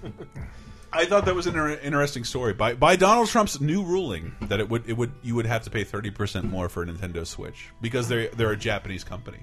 B: I thought that was an inter- interesting story by by Donald Trump's new ruling that it would it would you would have to pay thirty percent more for a Nintendo Switch because they're they're a Japanese company,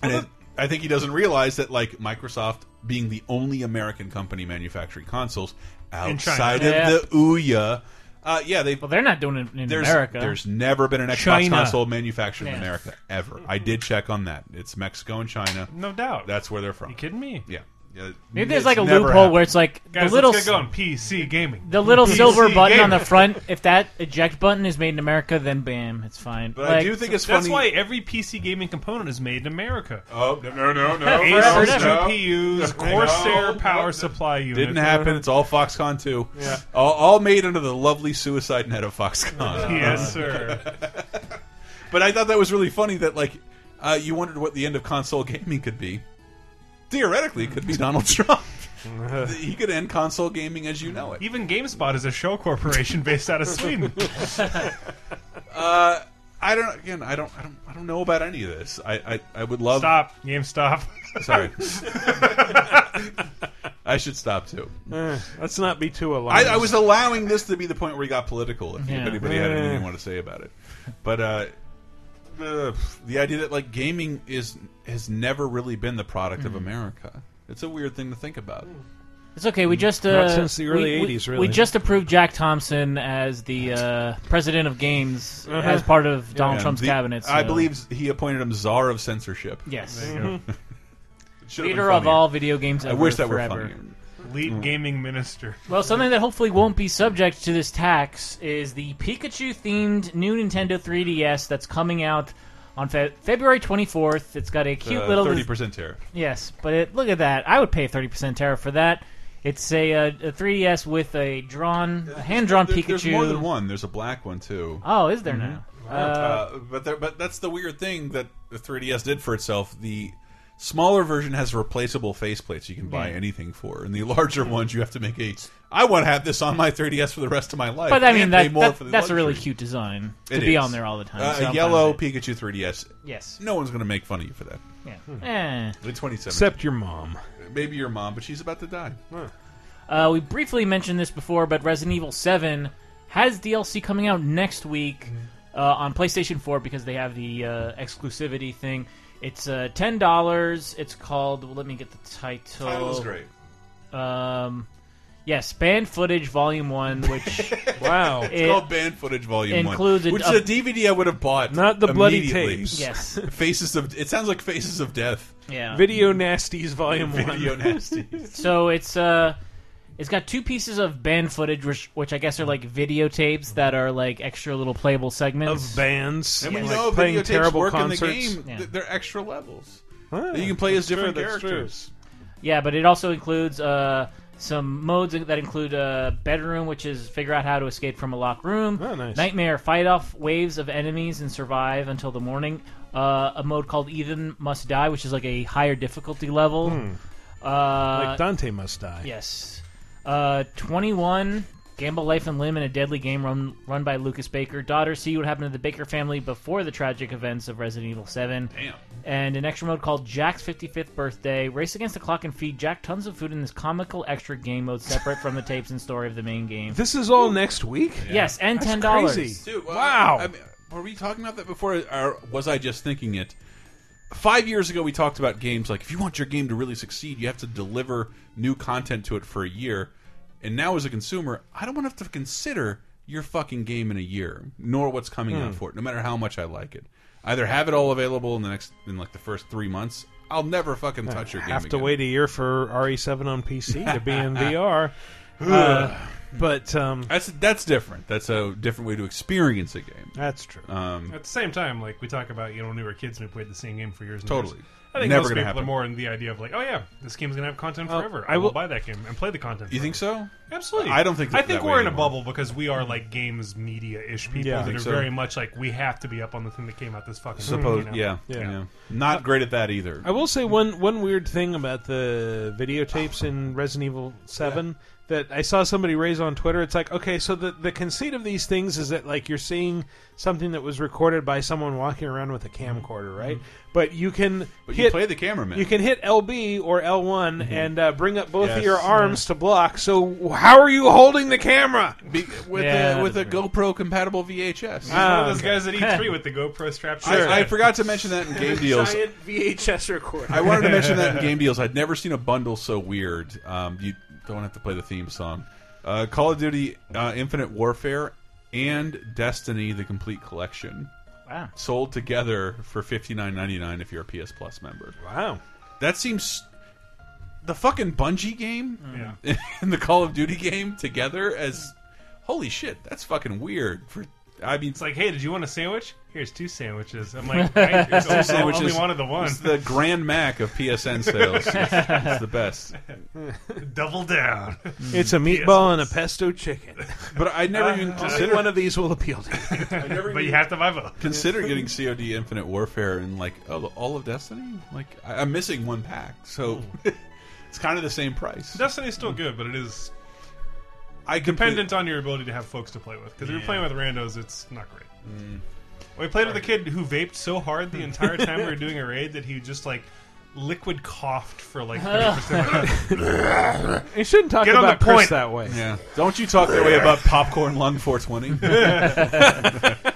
B: and it, I think he doesn't realize that like Microsoft being the only American company manufacturing consoles
D: In China.
B: outside of
D: Yeah.
B: the Ouya. Uh, yeah, they. Well,
D: they're not doing it in
B: there's,
D: America.
B: There's never been an Xbox
D: China.
B: console manufactured in
D: Yeah. Mm.
B: America ever. I did check on that. It's Mexico and China.
C: No doubt.
B: That's where they're from. You
C: kidding me?
B: Yeah. Yeah,
D: Maybe
B: it's
D: there's like a
B: never
D: loophole
B: happened.
D: where it's like
C: Guys,
D: the little
C: let's get going. PC gaming.
D: The little
C: PC
D: silver button on the
C: gaming.
D: front. If that eject button is made in America, then bam, it's fine. Like,
C: that's why every PC gaming component is made in America.
B: Oh no no no no!
C: Acer
B: no, no.
C: GPUs,
B: No.
C: Corsair power supply unit.
B: Didn't happen. It's all Foxconn too.
C: Yeah.
B: All, all made under the lovely suicide net of Foxconn.
C: yes, sir.
B: But I thought that was really funny that like uh, you wondered what the end of console gaming could be. Theoretically, it could be Donald Trump. he could end console gaming as you know it.
C: Even GameSpot is a show corporation based out of Sweden.
B: Uh, I don't. Again, I don't. I don't. I don't know about any of this. I. I, I would love.
C: Stop. GameStop.
B: Sorry. I should stop too.
A: Eh, let's not be too alarmed.
B: I, I was allowing this to be the point where we got political. If
A: Yeah.
B: anybody had
A: Yeah.
B: anything they want to say about it, but uh, the the idea that like gaming is has never really been the product of America. It's a weird thing to think about.
D: Mm. It's okay. We just uh,
B: Mm. Not since the early
D: we- we-
B: 80s,
D: We
B: really.
D: just approved Jack Thompson as the uh, president of games
B: Uh-huh.
D: as part of Donald
B: Yeah.
D: Trump's
B: The-
D: cabinet.
B: I
D: so-
B: believe he appointed him czar of censorship.
D: Yes. Mm-hmm.
C: There you go.
B: It
C: Mhm.
B: should've been
D: leader of
B: funnier.
D: all video games.
B: I
D: Ever,
B: wish that were
D: forever.
B: funnier. Mm.
C: Lead gaming minister.
D: Well, something that hopefully won't be subject to this tax is the Pikachu themed new Nintendo 3DS that's coming out on Fe- February 24th. It's got a cute
B: Uh,
D: little
B: 30% tariff.
D: Yes, but it, look at that. I would pay 30% tariff for that. It's a, uh, a 3DS with a drawn, hand drawn
B: There-
D: Pikachu.
B: There's more than one. There's a black one too.
D: Oh, is there now?
B: Uh,
D: Uh,
B: but there, but that's the weird thing that the 3DS did for itself. The smaller version has replaceable faceplates you can buy
D: Yeah.
B: anything for, and the larger ones you have to make a. I want to have this on my 3DS for the rest of my life.
D: But I mean,
B: and
D: that,
B: pay more
D: that-
B: for the
D: that's a really
B: luxury.
D: cute design to
B: It
D: be
B: is.
D: on there all the time.
B: Uh,
D: so I'm
B: a
D: fine
B: yellow
D: with
B: Pikachu 3DS.
D: Yes.
B: No one's going to make fun of you for that.
D: Yeah. Eh.
B: The 27.
A: Except your mom.
B: Maybe your mom, but she's about to die.
D: it. Uh, we briefly mentioned this before, but Resident Evil 7 has DLC coming out next week
A: Mm-hmm.
D: uh, on PlayStation 4 because they have the uh, exclusivity thing. It's uh, $10. It's called, well, let me get the title.
B: Title's great.
D: Um, yes, Band Footage Volume 1, which.
A: wow.
B: It's called Band Footage Volume
D: includes a-
B: One, which is a DVD I would have bought.
A: Not the bloody
B: immediately.
A: tapes.
D: Yes.
B: Faces of. It sounds like Faces of Death.
D: Yeah.
A: Video Nasties Volume One.
B: Video nasty.
D: So it's uh it's got two pieces of band footage which which I guess are like videotapes that are like extra little playable segments
A: Of bands.
B: And we
A: Yeah.
B: know
A: Like playing
B: videotapes
A: terrible
B: work
A: concerts.
B: in the game.
A: Yeah.
B: Th- They're extra levels.
A: Ah,
B: you can play
A: that's
B: as different
A: true, that's true.
B: characters.
D: Yeah, but it also includes uh some modes that include uh, bedroom, which is figure out how to escape from a locked room.
A: Oh,
D: Nightmare, fight off waves of enemies and survive until the morning. Uh, a mode called Ethan Must Die, which is like a higher difficulty level.
A: Hmm.
D: Uh,
A: like Dante must die.
D: Yes. Uh, 21, Gamble Life and Limb in a deadly game run, run by Lucas Baker. Daughter, see what happened to the Baker family before the tragic events of Resident Evil 7.
B: Damn.
D: And an extra mode called Jack's 55th Birthday. Race against the clock and feed Jack tons of food in this comical extra game mode separate from the tapes and story of the main game.
A: This is all next week.
D: Yes, and
A: That's
D: $10.
A: crazy.
B: Dude, well,
A: wow.
B: I mean, were we talking about that before, or was I just thinking it? Five years ago, we talked about games like if you want your game to really succeed, you have to deliver new content to it for a year. And now, as a consumer, I don't want to have to consider your fucking game in a year, nor what's coming
A: Hmm.
B: out for it, no matter how much I like it. Either have it all available in the next, in like the first three months, I'll never fucking
A: Eh,
B: touch your game.
A: have to
B: again.
A: wait a year for RE7 on PC to be in VR. Uh, But um,
B: that's that's different. That's a different way to experience a game.
A: That's true.
B: Um,
C: At the same time, like we talk about, you know, when we were kids and we played the same game for years. And
B: Totally.
C: years. I think
B: Never
C: most
B: gonna
C: people
B: happen.
C: are more in the idea of like, oh yeah, this game's gonna have content
A: Oh,
C: forever.
A: I
C: I will
A: will-
C: buy that game and play the content.
B: You think
C: forever.
B: so?
C: Absolutely.
B: I don't think
C: I
B: that-
C: think
B: that
C: we're
B: way
C: in a
B: anymore.
C: bubble because we are like games media-ish people
B: Yeah. I
C: that
B: think
C: are
B: so.
C: very much like we have to be up on the thing that came out this fucking.
B: suppose,
C: week, you
B: yeah,
C: know?
B: yeah, Not great at that either.
A: I will say one one weird thing about the videotapes in Resident Evil Seven that I saw somebody raise on Twitter. It's like, okay, so the the conceit of these things is that like you're seeing something that was recorded by someone walking around with a camcorder, right? But you can
B: Mm-hmm. But you
A: hit,
B: play the cameraman. Mm-hmm.
A: You can hit LB or L one and uh, bring up both of
B: Yes.
A: your arms to block. So how are you holding the camera?
B: Be, with
A: Yeah,
B: a,
A: that
B: with a GoPro compatible VHS.
A: He's one of
C: Those guys at E3 with the GoPro strapped. to
B: I-
C: their
B: I,
C: head.
B: forgot to mention that in game deals.
A: Giant VHS recorder.
B: I wanted to mention that in game deals. I'd never seen a bundle so weird. Um, you don't have to play the theme song. Uh, Call of Duty uh, Infinite Warfare and Destiny: The Complete Collection.
D: Wow.
B: Sold together for fifty nine ninety nine if you're a PS Plus member.
A: Wow.
B: That seems the fucking Bungie game
C: Mm.
B: and the Call of Duty game together as holy shit. That's fucking weird. For I mean,
C: It's like, hey, did you want a sandwich? Here's two sandwiches. I'm like, I only- only wanted the one.
B: It's the Grand Mac of PSN sales. it's, it's the best.
C: Double down.
A: It's a meatball and a pesto chicken.
B: But I never even
A: only
B: considered-
A: one of these will appeal to you.
C: but you have to buy both.
B: Consider getting COD Infinite Warfare and like all, all of Destiny. Like I, I'm missing one pack, so it's kind of the same price.
C: Destiny's still good, but it is
B: I
C: dependent on your ability to have folks to play with. Because if
B: Yeah.
C: you're playing with randos, it's not great.
A: Hmm.
C: We played with a kid who vaped so hard the entire time we were doing a raid that he just like liquid coughed for like 30% of
A: You shouldn't talk
C: Get on
A: about
C: the
A: Chris
C: point.
A: that way.
B: Yeah, don't you talk that way about popcorn lung 420? the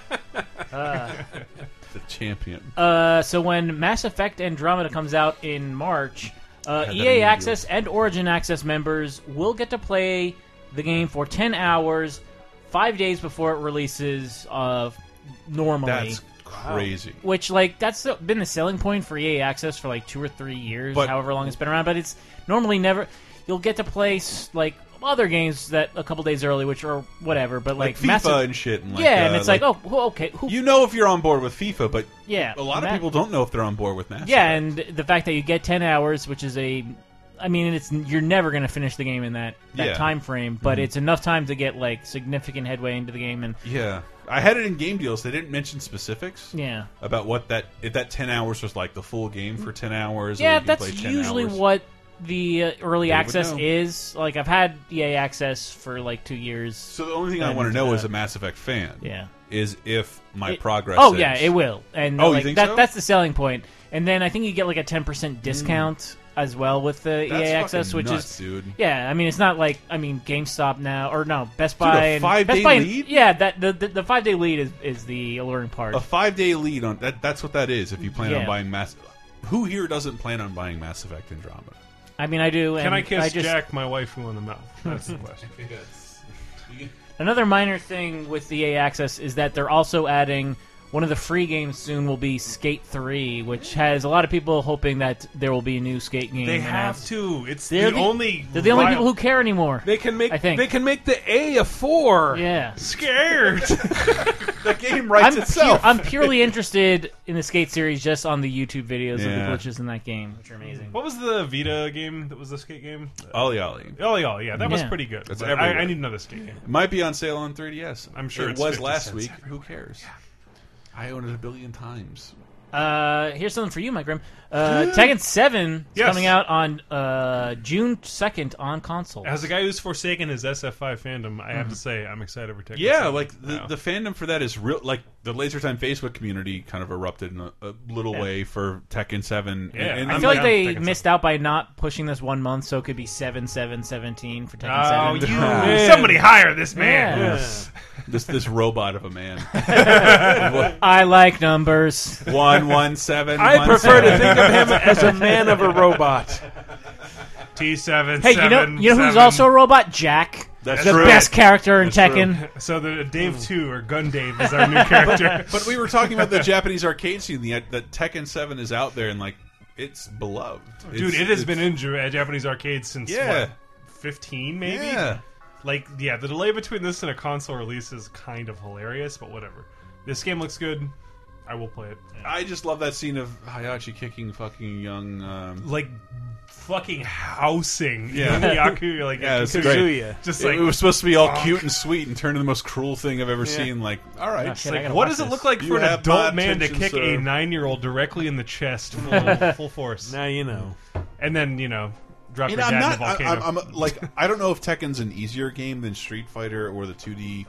B: champion.
D: Uh, so when Mass Effect Andromeda comes out in March, uh,
B: Had that
D: EA
B: in
D: Access and Origin Access members will get to play the game for 10 hours, five days before it releases uh, normally.
B: That's crazy.
D: Which, like, that's the- been the selling point for EA Access for like two or three years,
B: But-
D: however long it's been around. But it's normally never. You'll get to play s- like other games that a couple days early, which are whatever. But
B: Like
D: like, Mass-
B: FIFA
D: E
B: and shit and like,
D: yeah, and
B: uh,
D: it's like,
B: like-
D: oh, who- okay, who
B: You know if you're on board with FIFA, but
D: Yeah,
B: a lot of
D: Ma-
B: people don't know if they're on board with Mass.
D: yeah, and the fact that you get ten hours, which is a, I mean, it's you're never going to finish the game in that that
B: Yeah.
D: time frame, but
B: Mhm.
D: it's enough time to get like significant headway into the game, and
B: Yeah, I had it in game deals. They didn't mention specifics.
D: Yeah.
B: about what that if that ten hours was like the full game for ten hours. or
D: yeah,
B: you could play
D: that's
B: 10
D: usually
B: hours.
D: what the uh, early
B: They would
D: access
B: know.
D: is. Like I've had EA access for like two years. So
B: the only thing I want to know as a Mass Effect fan.
D: Yeah.
B: is if my
D: It-
B: progress.
D: Oh
B: is-
D: yeah, it will. And
B: oh,
D: like,
B: you think
D: that,
B: so?
D: That's the selling point. And then I think you get like a ten percent discount as well with the
B: Mm. That's
D: EA access,
B: fucking
D: which
B: nuts,
D: is
B: dude.
D: yeah. I mean, it's not like I mean GameStop now or no Best
B: Dude, a
D: Buy. and-
B: five-day
D: Best Buy and-
B: lead?
D: yeah, that the, the, the five day lead is, is the alluring part.
B: a five day lead on that. That's what that is. If you plan on
D: Yeah.
B: buying Mass, who here doesn't plan on buying Mass Effect Andromeda?
D: I mean, I do.
C: Can
D: and
C: I kiss
D: just,
C: Jack, my waifu, in the mouth? That's the question.
D: Another minor thing with the EA Access is that they're also adding one of the free games soon will be Skate 3, which has a lot of people hoping that there will be a new skate game.
C: They have
D: announced.
C: to. It's
D: They're
C: the, only.
D: They're the only
C: viable-
D: people who care anymore.
A: They can make
D: I think.
A: they can make the A a four.
D: Yeah.
C: Scared.
B: the game
D: I'm, pu- I'm purely interested in the skate series just on the YouTube videos
B: Yeah.
D: of the glitches in that game, which are amazing.
C: What was the Vita game that was the skate game?
B: Ollie Ollie.
C: Ollie Ollie, Oh, yeah, that was
B: Yeah.
C: pretty good.
B: That's
C: But I,
B: everywhere.
C: I need another skate game.
B: It might be on sale on 3DS.
C: I'm sure
B: it
C: it's
B: was
C: 50
B: last
C: cents
B: week. Who cares? I own it a billion times.
D: Uh, here's something for you, Mike Grimm. Uh, Tekken 7 is
C: Yes.
D: coming out on uh, June 2nd on console. Mm-hmm.
C: As a guy who's forsaken his SF5 fandom, I have to say I'm excited for Tekken.
B: Yeah,
C: 7
B: like the,
C: now.
B: the fandom for that is real. Like the Laser Time Facebook community kind of erupted in a, a little
D: Yeah.
B: way for Tekken Seven.
C: Yeah.
B: and, and
D: I
B: I'm
D: feel like
B: like-
D: they missed out by not pushing this one month, so it could be 7 7 17 for Tekken
C: Oh,
D: 7.
C: you- Man. somebody hire this man.
D: Yeah.
B: this this robot of a man.
D: I like numbers.
B: One one seven.
A: I
B: one,
A: prefer to
B: seven.
A: think of him as a man of a robot.
C: T7.
D: Hey, you know, you know who's also a robot? Jack. the best character in Tekken.
C: So the Dave Two or Gun Dave is our new character.
B: Oh. but, but we were talking about the Japanese arcade scene. The, that Tekken Seven is out there and like it's beloved.
C: dude.
B: It's-
C: it has
B: it's-
C: been in Ja- Japanese arcades since
B: Yeah.
C: what, fifteen, maybe.
B: Yeah.
C: Like, yeah, the delay between this and a console release is kind of hilarious, but whatever. This game looks good. I will play it.
B: I just love that scene of Hayachi kicking fucking young. Um...
C: Like, fucking housing.
B: Yeah,
C: Yaku, like,
B: yeah, it's
C: Kazuya.
B: great.
C: Just
B: It-
C: like,
B: it, was supposed to be all
C: fuck.
B: cute and sweet and turned into the most cruel thing I've ever
C: Yeah.
B: seen. Like, all right,
C: It's like, what does it look like for an adult man to kick a nine-year-old directly in the chest, full, full force?
A: Now you know.
C: And then you know, drop
B: And
C: your
B: I'm
C: dad
B: not.
C: in a volcano.
B: I, am like I don't know if Tekken's an easier game than Street Fighter or the 2D,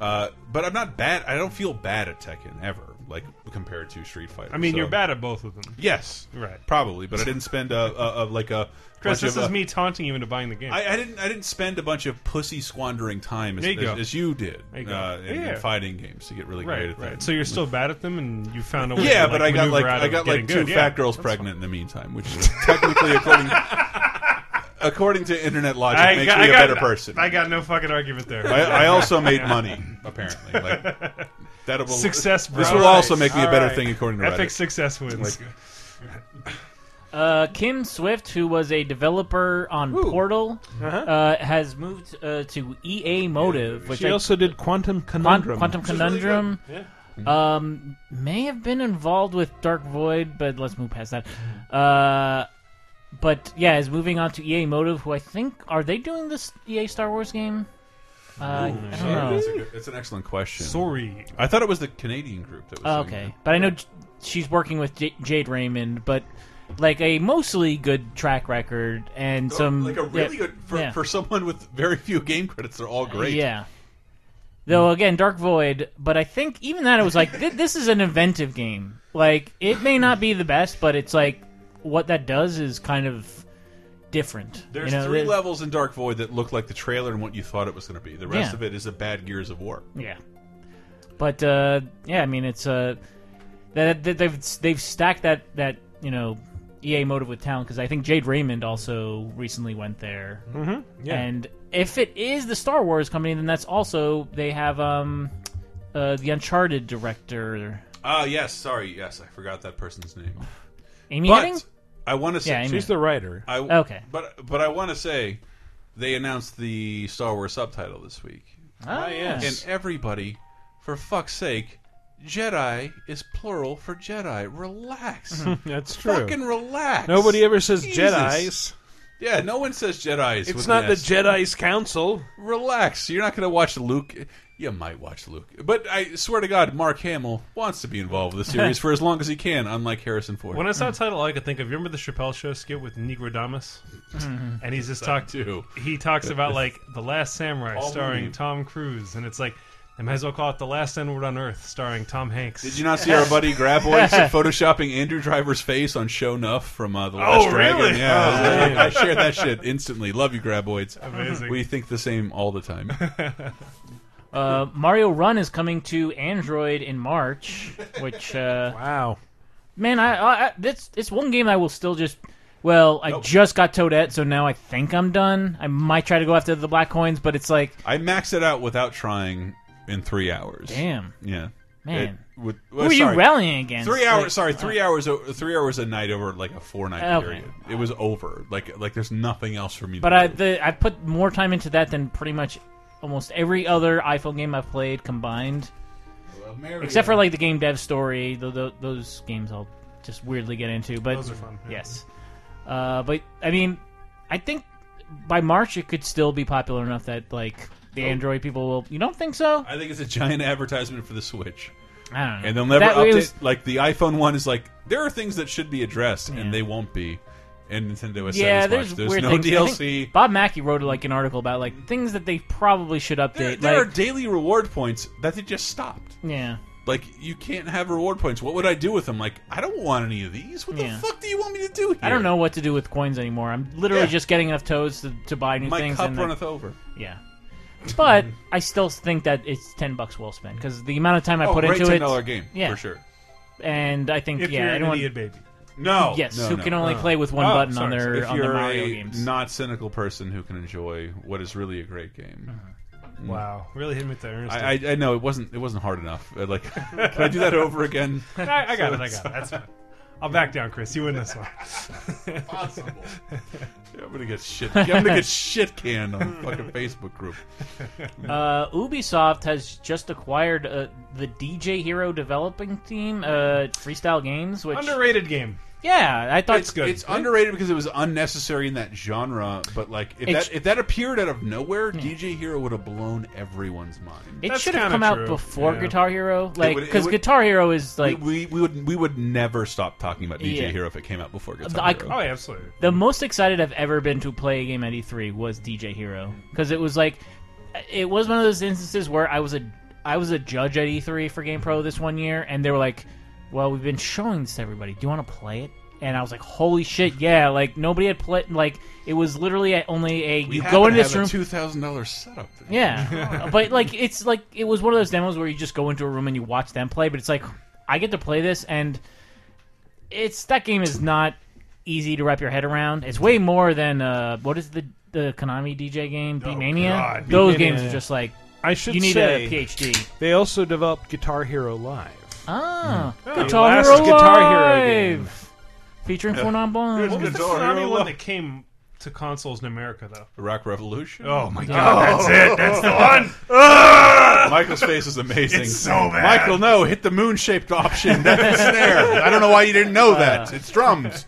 B: uh, but I'm not bad. I don't feel bad at Tekken ever, like compared to Street Fighter.
C: I mean,
B: so-
C: you're bad at both of them.
B: Yes,
C: Right.
B: Probably, but I didn't spend a, a, a like a.
C: Chris,
B: bunch of,
C: this is
B: uh,
C: me taunting you into buying the game.
B: I, I didn't. I didn't spend a bunch of pussy squandering time as,
C: There you
B: as,
C: go.
B: as you did
C: There you go.
B: uh, in, in
C: Yeah.
B: fighting games to get really
C: right,
B: great at
C: right.
B: that.
C: So you're still bad at them, and you found a way.
B: yeah,
C: to,
B: but I got like
C: maneuver out
B: I
C: of
B: got
C: getting
B: like two
C: good. Yeah,
B: fat girls
C: that's
B: pregnant in the meantime, which is technically according according to internet logic
C: I
B: makes
C: got-
B: me
C: I
B: a
C: got-
B: better person.
C: I got no fucking argument there.
B: I, I also made
C: Yeah.
B: money apparently. Like, that will
C: success.
B: This
C: bro.
B: will also make me a
C: All
B: better
C: right.
B: thing according to
C: epic
B: Reddit.
C: success wins.
B: Like-
D: Uh, Kim Swift, who was a developer on Portal, uh
A: Uh-huh.
D: has moved uh, to EA Motive, which
A: she
D: I-
A: also did Quantum
D: Quan-
A: Conundrum.
D: Quantum Conundrum. Um, may have been involved with Dark Void, but let's move past that. Uh, but yeah, is moving on to EA Motive, who I think are they doing this EA Star Wars game? Uh, I don't
B: Sorry,
D: know.
B: That's, a good, that's an excellent question.
C: Sorry.
B: I thought it was the Canadian group that was
D: Oh,
B: doing
D: okay,
B: it.
D: but I know J- she's working with J- Jade Raymond, but like a mostly good track record and
B: Oh,
D: some
B: like a
D: yeah,
B: really good for,
D: yeah.
B: for someone with very few game credits. They're all great. Mm.
D: Yeah. Though again, Dark Void, but I think even that it was like thi- this is an inventive game. Like it may not be the best, but it's like what that does is kind of different.
B: There's
D: you know,
B: three
D: the-
B: levels in Dark Void that look like the trailer and what you thought it was going to be. The rest
D: Yeah.
B: of it is a bad Gears of War.
D: Yeah. But uh, yeah, I mean it's uh, that that they've they've stacked that that you know EA motive with talent because I think Jade Raymond also recently went there.
A: Mhm, yeah.
D: And if it is the Star Wars company, then that's also they have um, uh, the Uncharted director.
B: Ah, yes. Sorry. Yes, I forgot that person's name.
D: Amy
B: but
D: Hennig?
B: I want to say
D: Yeah, Amy. She's the
A: writer.
B: I,
D: Okay.
B: But but I want to say they announced the Star Wars subtitle this week.
A: Ah, yes.
B: And everybody, for fuck's sake, Jedi is plural for Jedi. Relax.
A: That's true.
B: Fucking relax.
A: Nobody ever says
B: Jesus.
A: Jedis.
B: Yeah, no one says Jedi's.
A: It's
B: with
A: not
B: an
A: the
B: S.
A: Jedi's Council.
B: Relax. You're not going to watch Luke. You might watch Luke, but I swear to God, Mark Hamill wants to be involved with the series for as long as he can. Unlike Harrison Ford.
C: When I saw the title, all I could think of, you remember the Chappelle Show skit with Negrodamus?
B: Mhm.
C: and he's just
B: That
C: talked
B: too.
C: He talks about like the Last Samurai
B: All
C: starring
B: movie.
C: Tom Cruise, and it's like they might as well call it the Last N Word on Earth starring Tom Hanks.
B: Did you not see our buddy Graboids photoshopping Andrew Driver's face on Show Nuff from uh, The Last
C: Oh,
B: Dragon?
C: really?
B: Yeah, I,
C: Oh,
B: was like,
C: man.
B: I shared that shit instantly. Love you, Graboids.
C: Amazing.
B: We think the same all the time.
D: Uh, Mario Run is coming to Android in March, which uh,
A: wow,
D: man, I, I I- that's it's one game I will still just. Well, I just got Toadette, so now I think I'm done. I might try to go after the black coins, but it's like
B: I maxed it out without trying in three hours.
D: Damn.
B: Yeah.
D: Man.
B: It would-
D: Who
B: well,
D: are you
B: sorry.
D: rallying against?
B: Three hours.
D: Like, uh,
B: sorry, three hours. o- Three hours a night over like a four night
D: Okay.
B: period. It was over. Like like there's nothing else for me.
D: But
B: to
D: I
B: do.
D: the, I put more time into that than pretty much almost every other iPhone game I've played combined. Except for like the game dev story, tho- tho- those games I'll just weirdly get into. But
C: Those are fun, yeah.
D: Yes, uh, but I mean, I think by March it could still be popular enough that like the
B: Nope.
D: Android people will. You don't think so?
B: Oh. I think it's a giant advertisement for the Switch.
D: I don't know.
B: And they'll never
D: That-
B: update.
D: it was-
B: like the iPhone one is like there are things that should be addressed and they won't be. And Nintendo has
D: yeah,
B: said as
D: there's,
B: much. There's
D: weird
B: no
D: things. I think
B: DLC.
D: Bob Mackey wrote like an article about like things that they probably should update.
B: There, there
D: like,
B: are daily reward points that they just stopped.
D: yeah.
B: Like you can't have reward points. What would I do with them? Like I don't want any of these. What
D: Yeah.
B: the fuck do you want me to do? Here?
D: I don't know what to do with coins anymore. I'm literally
B: Yeah.
D: just getting enough toads to, to buy new
B: My
D: things.
B: cup
D: and
B: runneth over.
D: Yeah, but
B: Mm-hmm.
D: I still think that it's ten bucks well spent because the amount of time I
B: Oh,
D: put
B: great
D: into it.
B: $10 game,
D: yeah.
B: for sure.
D: And I think
C: If
D: yeah,
C: you're an
D: anyone,
C: idiot baby.
B: No.
D: yes,
B: No,
D: who
B: no.
D: can only
B: No.
D: play with one
B: Oh,
D: button
B: sorry,
D: on their
B: sorry. if
D: on
B: you're
D: the Mario
B: a
D: games.
B: Not cynical person who can enjoy what is really a great game.
D: Uh-huh.
B: Mm.
C: Wow, really hit me with the earnest.
B: I, I, I know it wasn't it wasn't hard enough. Uh, Like, can I do that over again?
C: I,
B: So
C: I got it. I got it.
B: it's-
C: That's fine. I'll back down, Chris. You win this one.
B: Possible. I'm gonna get shit. I'm gonna get shit canned on the fucking Facebook group.
D: Uh, Ubisoft has just acquired uh, the DJ Hero developing team, uh, Freestyle Games, which
C: underrated game.
D: Yeah, I thought
B: it's It's underrated because it was unnecessary in that genre. But like, if
D: It's-
B: that if that appeared out of nowhere, DJ Hero would have blown everyone's mind.
D: It should have come out before
B: Yeah.
D: Guitar Hero,
B: It
D: like
B: would- it
D: because
B: would-
D: Guitar Hero is like
B: we, we, we would we would never stop talking about DJ
D: Yeah.
B: Hero if it came out before
D: the,
B: Guitar
D: I,
B: Hero.
D: The most excited I've ever been to play a game at E3 was DJ Hero because it was like, it was one of those instances where I was a I was a judge at E3 for Game Pro this one year, and they were like, "Well, we've been showing this to everybody. Do you want to play it?" And I was like, "Holy shit, yeah!" Like nobody had played. Like it was literally a- only a
B: We
D: you
B: happen
D: go
B: to
D: into this
B: have a
D: room.
B: two thousand dollars setup.
D: Yeah, but like it's like it was one of those demos where you just go into a room and you watch them play. But it's like I get to play this, and it's that game is not easy to wrap your head around. It's way more than uh, what is the the Konami DJ game B Mania.
A: Oh, God,
D: Those
A: B-Mania.
D: games are just like
A: I should
D: You need
A: say,
D: a PhD.
A: They also developed Guitar Hero Live.
D: Ah,
A: Hmm.
D: Guitar
A: The last
D: Hero
A: Guitar Hero
D: Live!
A: game.
D: featuring
A: Yeah.
D: Fonon Blonde.
C: What was the
A: Guitar
C: Konami
A: Hero
C: one
A: love.
C: that came to consoles in America though?
B: Rock Revolution.
C: Oh my god, that's it. That's the one.
B: Michael's face is amazing.
C: It's so bad.
B: Michael, no, hit the moon-shaped option. That's the snare. I don't know why you didn't know that.
D: Uh,
B: It's drums.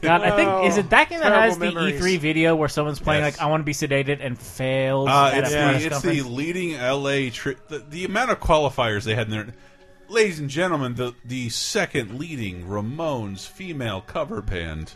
D: God, I think is it that game that
B: Terrible
D: has
B: memories.
D: the E3 video where someone's playing like I want to be sedated and fails.
B: Uh,
D: at
B: it's
D: a
B: the,
D: press
B: it's the
D: conference.
B: leading LA trip. The, the amount of qualifiers they had in there. Ladies and gentlemen, the the second leading Ramones female cover band.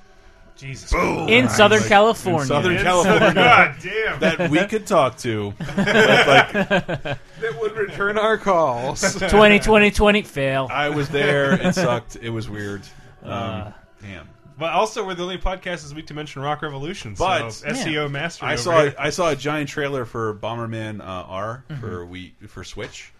C: Jesus.
B: Boom.
D: In Southern
B: in
D: California.
B: Southern
C: In
B: California.
C: Southern- God damn.
B: That we could talk to. But, like,
A: That would return our calls.
D: 2020 20 fail.
B: I was there. It sucked. It was weird. Um,
C: Uh,
B: damn.
C: But also, we're the only podcast this week to mention Rock Revolution.
B: But
C: so SEO mastery.
B: I
C: over
B: saw
C: here.
B: I saw a giant trailer for Bomberman uh, R for we for Switch.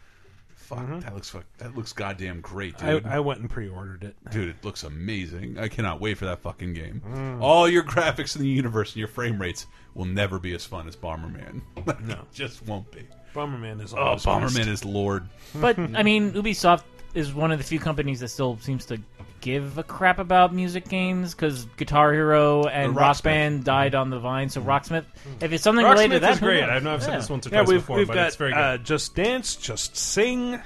B: Fuck, that looks fuck, that looks goddamn great,
A: I,
B: dude.
A: I went and pre-ordered it.
B: Dude, it looks amazing. I cannot wait for that fucking game.
A: Mm.
B: All your graphics in the universe and your frame rates will never be as fun as Bomberman. no, just won't be.
A: Bomberman is
B: Oh,
A: always
B: Bomberman
A: best.
B: is Lord.
D: But I mean, Ubisoft is one of the few companies that still seems to give a crap about music games because Guitar Hero and
C: Or
D: Rock
C: Rocksmith.
D: Band died on the vine.
B: Mm-hmm.
D: So Rocksmith, if it's something related to
C: Rocksmith
D: that,
C: is
D: who
C: great.
D: knows?
C: I know I've said
D: Yeah.
C: this once or
A: yeah,
C: twice
A: we've,
C: before,
A: we've
C: but
A: got
C: it's very good.
A: Uh, just dance, just sing.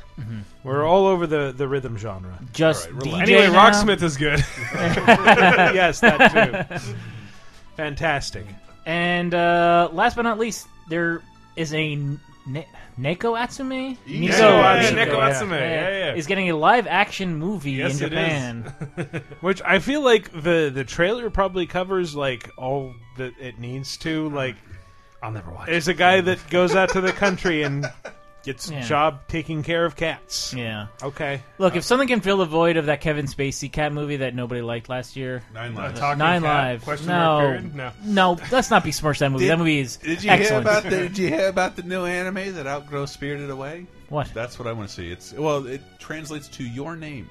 A: We're all over the, the rhythm genre.
D: Mm-hmm. Just All right, relax. DJ
C: anyway,
D: now.
C: Rocksmith is good.
A: yes, that too. Fantastic.
D: And uh, last but not least, there is a ne- Neko Atsume.
A: Yeah,
D: Nico
A: yeah,
D: Atsume.
A: Neko Atsume,
C: yeah, yeah.
D: Is getting a live action movie in Japan.
A: Which I feel like the the trailer probably covers like all that it needs to. Like,
C: I'll never watch.
A: There's a guy that goes out to the country and gets
D: Yeah.
A: a job taking care of cats.
D: Yeah.
A: Okay.
D: Look, if something can fill the void of that Kevin Spacey cat movie that nobody liked last year,
B: Nine Lives.
C: A talking
D: Nine
C: cat?
D: Lives.
C: Question mark
D: no.
C: period? No.
D: let's not besmirch that movie. that movie is
B: Did you
D: excellent.
B: hear about the Did you hear about the new anime that outgrows Spirited Away?
D: What?
B: That's what I want to see. It's well, it translates to your name,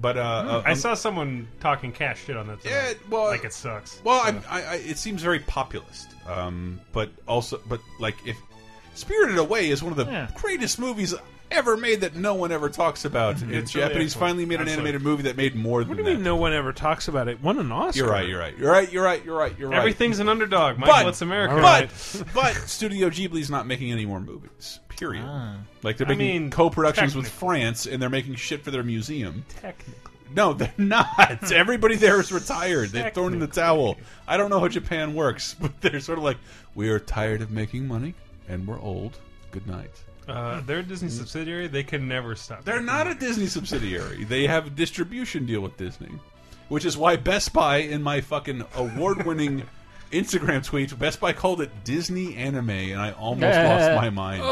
B: but uh, uh,
C: Mm, I
B: um,
C: saw someone talking cat shit on that. Tonight. Yeah,
B: well,
C: like it sucks.
B: Well, I, I, I, it seems very populist, um, but also, but like if Spirited Away is one of the
C: Yeah.
B: greatest movies ever made that no one ever talks about. And
A: It's really
B: Japanese
A: excellent.
B: finally made an
A: Absolutely.
B: animated movie that made more than
A: What do you
B: that.
A: mean no one ever talks about it? Won an Oscar.
B: You're right. You're right. You're right. You're right. You're right. You're right.
C: Everything's an underdog. Michael,
B: But
C: it's America.
B: But but Studio Ghibli's not making any more movies. Period.
A: Ah.
B: Like they're
C: I
B: making
C: mean,
B: co-productions with France, and they're making shit for their museum.
C: Technically.
B: No, they're not. Everybody there is retired. They've thrown in the towel. I don't know how Japan worrs, but they're sort of like, we are tired of making money, and we're old. Good night.
C: Uh, they're a Disney subsidiary. They can never stop.
B: They're not a Disney subsidiary. They have a distribution deal with Disney, which is why Best Buy, in my fucking award-winning Instagram tweet, Best Buy called it Disney Anime, and I almost lost my mind.
C: Ugh.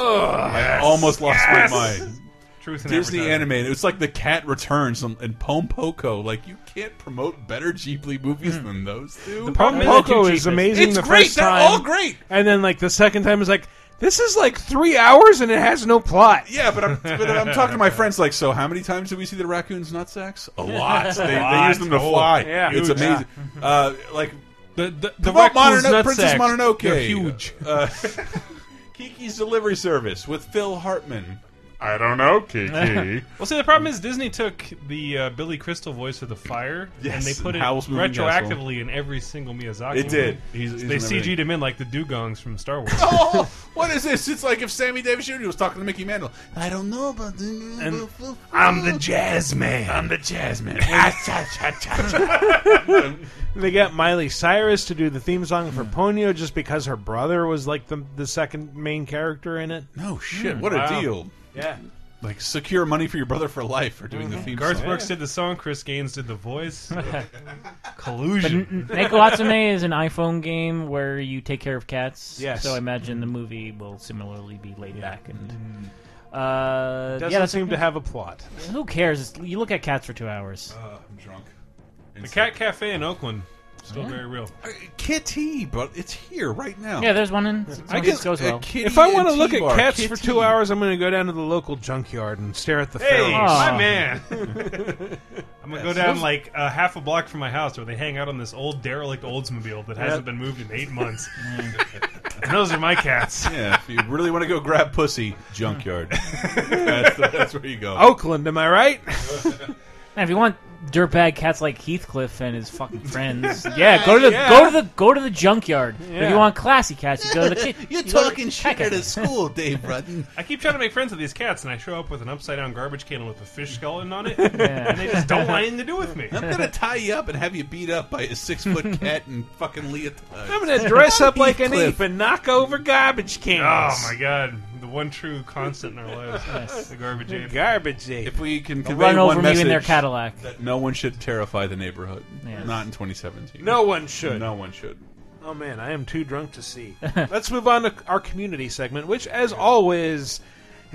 B: I
C: Yes.
B: almost lost
C: Yes.
B: my mind.
C: Truth in
B: Disney
C: advertising.
B: anime. It was like the cat returns and, and Pom Poko. Like you can't promote better Ghibli movies than those two.
A: The Pom Poco is amazing
B: It's
A: the
B: great.
A: first
B: They're
A: time.
B: all great.
A: And then like the second time is like this is like three hours and it has no plot.
B: Yeah, but I'm but I'm talking to my friends. Like, so how many times do we see the raccoons nutsacks? A lot. They, they
A: Lot.
B: use them to
A: Oh,
B: fly.
A: yeah.
B: it's
A: Huge.
B: amazing.
A: Yeah.
B: Uh, like
C: the the,
B: promote
A: raccoons
B: Monono-
A: nutsack.
B: Princess Mononoke.
A: They're huge.
B: Uh, Kiki's Delivery Service with Phil Hartman.
I: I don't know, Kiki.
C: well, see, the problem is Disney took the uh, Billy Crystal voice of the fire and
B: Yes,
C: they put
B: and
C: it
B: Howl's Moving
C: retroactively in every single Miyazaki.
B: It did.
C: movie.
B: He's- he's
C: they
B: in everything.
C: CG'd him in like the dugongs from Star Wars.
B: oh, what is this? It's like if Sammy Davis Jr. was talking to Mickey Mantle. I don't know about the.
I: And
B: I'm the jazz man. Ah,
I: I'm the jazz man.
A: They got Miley Cyrus to do the theme song for Ponyo just because her brother was like the the second main character in it.
B: No shit, what a deal.
A: Yeah.
B: Like secure money for your brother for life for doing the
C: Mhm.
B: theme
C: Garth
B: song.
C: Brooks did the song. Chris Gaines did the voice. Collusion.
D: Neko Hatsume is an iPhone game where you take care of cats.
C: Yes.
D: So I imagine
B: Mm-hmm.
D: the movie will similarly be laid back and. Uh,
A: Mm-hmm. Doesn't
D: yeah, that's-
A: seem to have a plot. Uh,
D: Who cares? It's- you look at cats for two hours.
B: I'm drunk.
C: The Cat Cafe in Oakland, still very real.
B: Kitty, Uh, but it's here right now.
D: Yeah, there's one in-
B: I
D: it
B: guess
D: goes well.
B: a kitty
A: If I want to
B: and
A: look
B: tea
A: at
B: bar.
A: cats
B: Kitty.
A: for two hours, I'm going to go down to the local junkyard and stare at the
C: Hey,
A: ferals.
C: my man. I'm gonna go
A: Yes.
C: down like uh, half a block from my house, where they hang out on this old derelict Oldsmobile that hasn't
A: Yep.
C: been moved in eight months. and those are my cats.
B: Mm. yeah, if you really want to go grab pussy, junkyard. that's, that's where you go.
A: Oakland, am I right?
D: Man, if you want dirtbag cats like Heathcliff and his fucking friends, yeah, go to the go to the go to the junkyard. But If
C: Yeah.
D: you want classy cats, you go to the kid.
B: You're
D: you go to-
B: talking shit at a school, Dave Rudden.
C: I keep trying to make friends with these cats, and I show up with an upside down garbage can with a fish skeleton on it, and they just don't want anything to do with me.
B: I'm gonna tie you up and have you beat up by a six foot cat and fucking uh, leotard.
A: I'm going to dress up like an
B: Heathcliff.
A: ape and knock over garbage cans.
C: Oh my god, the one true constant in our lives, the garbage ape.
A: Garbage ape.
B: If we can
C: They'll
B: convey
C: run
B: one
C: over me in
B: message
C: their Cadillac.
B: that no one should terrify the neighborhood.
A: Yes.
B: Not in 2017.
A: No one should.
B: No one should.
A: Oh man, I am too drunk to see. Let's move on to our community segment, which, as always,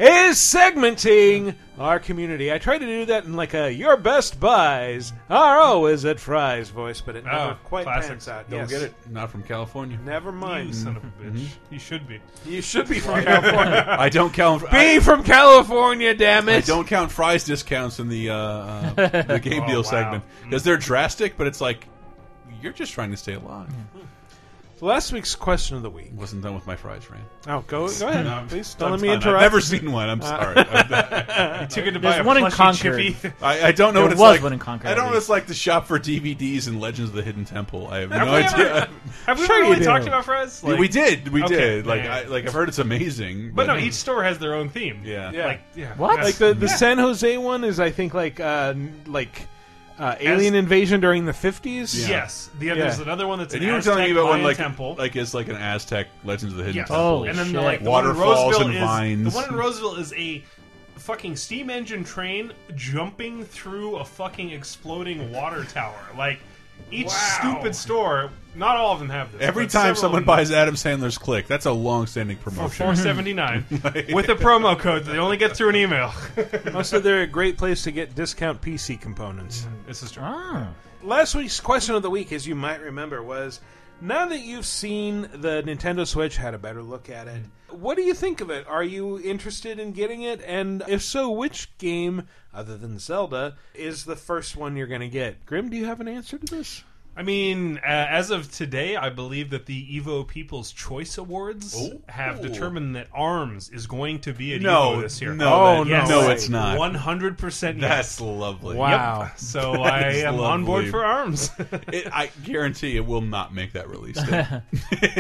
A: is segmenting our community. I try to do that in like a "Your Best Buys are always at Fry's" voice, but it
C: Oh,
A: never quite pans out.
B: Don't
A: Yes.
B: get it. Not from California.
A: Never mind.
C: You son of a bitch. You should be.
A: You should be from California.
B: I don't count.
A: Be
B: I-
A: from California, damn it!
B: I don't count fries discounts in the uh, uh, the game
A: Oh,
B: deal
A: wow.
B: segment because they're drastic. But it's like you're just trying to stay alive.
A: Last week's question of the week.
B: Wasn't done with my fries rant.
A: Oh, go, go ahead.
B: No, I'm-
A: Please
B: I'm
A: don't let me
B: fine.
A: interrupt.
B: I've never seen one. I'm
A: Uh,
B: sorry. I'm-
A: You took it to buy There's a one in plushy Concord. chippy.
B: I, I don't know
A: There
B: what it's
A: was
B: like.
A: one in Concord,
B: I
A: I
B: don't know
A: believe.
B: what it's like to shop for DVDs and Legends of the Hidden Temple. I have no
C: Have we ever-
B: idea.
C: have we Sure really you talked do. about fries?
B: Yeah,
C: Like-
B: we did. We
C: Okay,
B: did. Like,
C: yeah.
B: I, like I've heard it's amazing.
C: But no, each store has their own theme.
B: Yeah.
A: Yeah.
C: Like, yeah.
A: Like the, the San Jose one is, I think, like uh, n- like uh, alien invasion during the fifties.
C: Yes. The other, There's another one that's
B: and
C: an
B: you were
C: Aztec
B: telling me about one
C: Mayan
B: like
C: temple.
B: like it's like an Aztec Legends of the Hidden
C: Yes.
B: Temple.
C: Oh, and then the, like the
B: waterfalls
C: one in Roseville
B: and
C: is,
B: vines.
C: The one in Roseville is a fucking steam engine train jumping through a fucking exploding water tower. Like each stupid store, not all of them have this.
B: Every
C: but
B: time
C: several
B: someone
C: of them
B: buys Adam Sandler's Click, that's a long-standing
C: for
B: promotion.
C: four seventy nine with a promo code that they only get through an email.
A: Also, they're a great place to get discount PC components.
C: This is true.
U: Hmm.
A: Last week's question of the week, as you might remember, was now that you've seen the Nintendo Switch, had a better look at it, what do you think of it? Are you interested in getting it? And if so, which game, other than Zelda, is the first one you're going to get? Grim, do you have an answer to this?
C: I mean, uh, as of today, I believe that the Evo People's Choice Awards
B: Oh.
C: have determined that ARMS is going to be at
B: No,
C: Evo this year.
B: no, Oh, that- no no, it's way. not.
C: One hundred percent.
B: That's lovely.
C: Wow. So I am on board for arms.
B: it, I guarantee it will not make that release. date.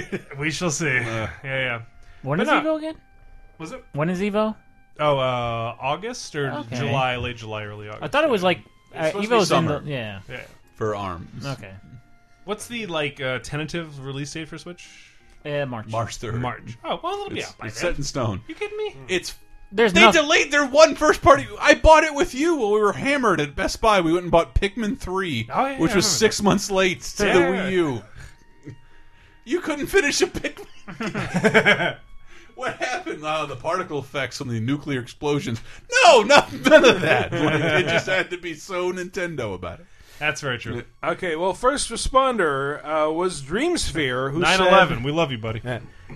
B: Uh,
C: we shall see. yeah, yeah.
D: When is
C: But no,
D: Evo again?
C: Was it?
D: When is Evo?
C: Oh, uh, August or
D: Okay.
C: July, late July, early August.
D: I thought it was like
C: It's
D: uh,
C: supposed to be
D: Evo's in
C: summer.
D: the yeah.
C: Yeah.
B: for arms.
D: Okay.
C: What's the like uh, tentative release date for Switch?
D: Uh, March.
B: March third.
C: March. Oh, well, it'll be
B: It's-
C: out by
B: it's
C: then.
B: set in stone.
C: You kidding me?
B: It's
D: There's
B: they
D: no-
B: delayed their one first party. I bought it with you while we were hammered at Best Buy. We went and bought Pikmin three,
C: Oh, yeah,
B: which was
C: I remember
B: six
C: that.
B: months late to
C: Yeah.
B: the Wii U. You couldn't finish a Pikmin. what happened? Oh, the particle effects from the nuclear explosions. No, no, none of that. Like, it just had to be so Nintendo about it.
C: That's very true.
A: Okay, well, first responder uh, was Dreamsphere, who
C: 9/11.
A: said,
C: We love you, buddy.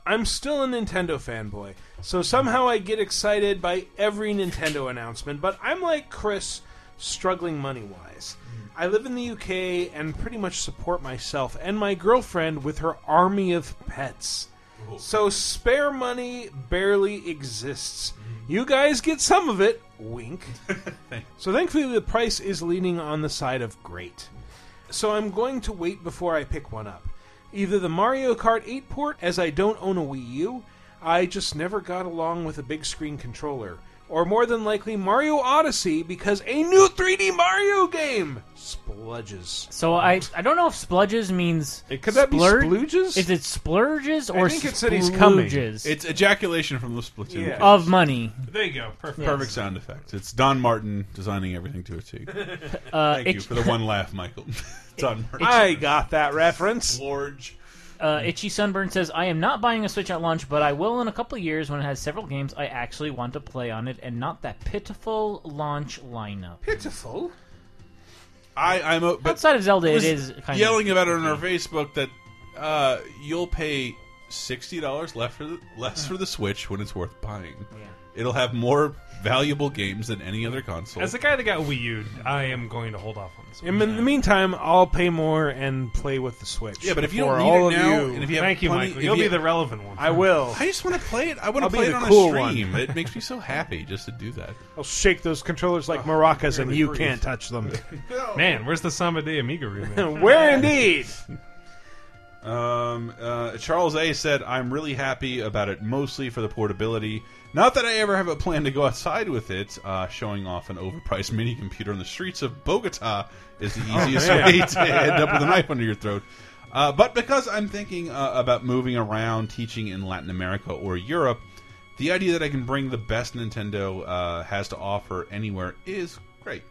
A: I'm still a Nintendo fanboy, so somehow I get excited by every Nintendo announcement, but I'm like Chris, struggling money wise. I live in the UK and pretty much support myself and my girlfriend with her army of pets. So spare money barely exists. You guys get some of it. Wink. so thankfully, the price is leaning on the side of great. So I'm going to wait before I pick one up. Either the Mario Kart 8 port, as I don't own a Wii U, I just never got along with a big screen controller, or more than likely Mario Odyssey because a new 3D Mario game spludges.
D: So I I don't know if spludges means
A: could that be
D: splurge?
A: splooges?
D: Is it splurges or
A: I think it said he's coming.
D: splooges?
B: It's ejaculation from the Splatoon.
D: Yeah.
B: kids.
D: Of money.
C: There you go. Perfect.
D: Yes.
B: Perfect sound effect. It's Don Martin designing everything to a T.
D: Uh,
B: Thank you
D: it-
B: for the one laugh, Michael. Don Martin.
A: I got that reference.
B: Splurge.
D: Uh, Itchy Sunburn says, I am not buying a Switch at launch, but I will in a couple of years when it has several games I actually want to play on it and not that pitiful launch lineup.
A: Pitiful?
B: I, I'm a, but
D: Outside of Zelda, it
B: was
D: is kind of-
B: yelling about it on our Facebook that uh, you'll pay sixty dollars less for the, less for the Switch when it's worth buying. It'll have more valuable games than any other console.
C: As the guy that got Wii U, I am going to hold off on this.
A: In, in the meantime, I'll pay more and play with the Switch.
B: Yeah, but if you
A: Before
B: don't need
A: all
B: it
A: of
B: now,
A: you,
B: and if you have
C: Thank you,
B: plenty-
C: Michael.
B: if
C: You'll
B: you-
C: be the relevant one.
A: I will.
B: I just want to play it. I want to
A: I'll be
B: play it
A: the
B: on
A: cool
B: a stream.
A: one.
B: It makes me so happy just to do that.
A: I'll shake those controllers like maracas, and
B: barely
A: you
B: breathe.
A: can't touch them.
C: Man, where's the Samba de Amiga remake?
A: Where indeed?
B: Um, uh, Charles A said, "I'm really happy about it, mostly for the portability. Not that I ever have a plan to go outside with it. Uh, showing off an overpriced mini computer on the streets of Bogota is the
A: Oh,
B: easiest
I: man.
B: way to end up with a knife under your throat. Uh, but because I'm thinking uh, about moving around, teaching in Latin America or Europe, the idea that I can bring the best Nintendo uh, has to offer anywhere is great.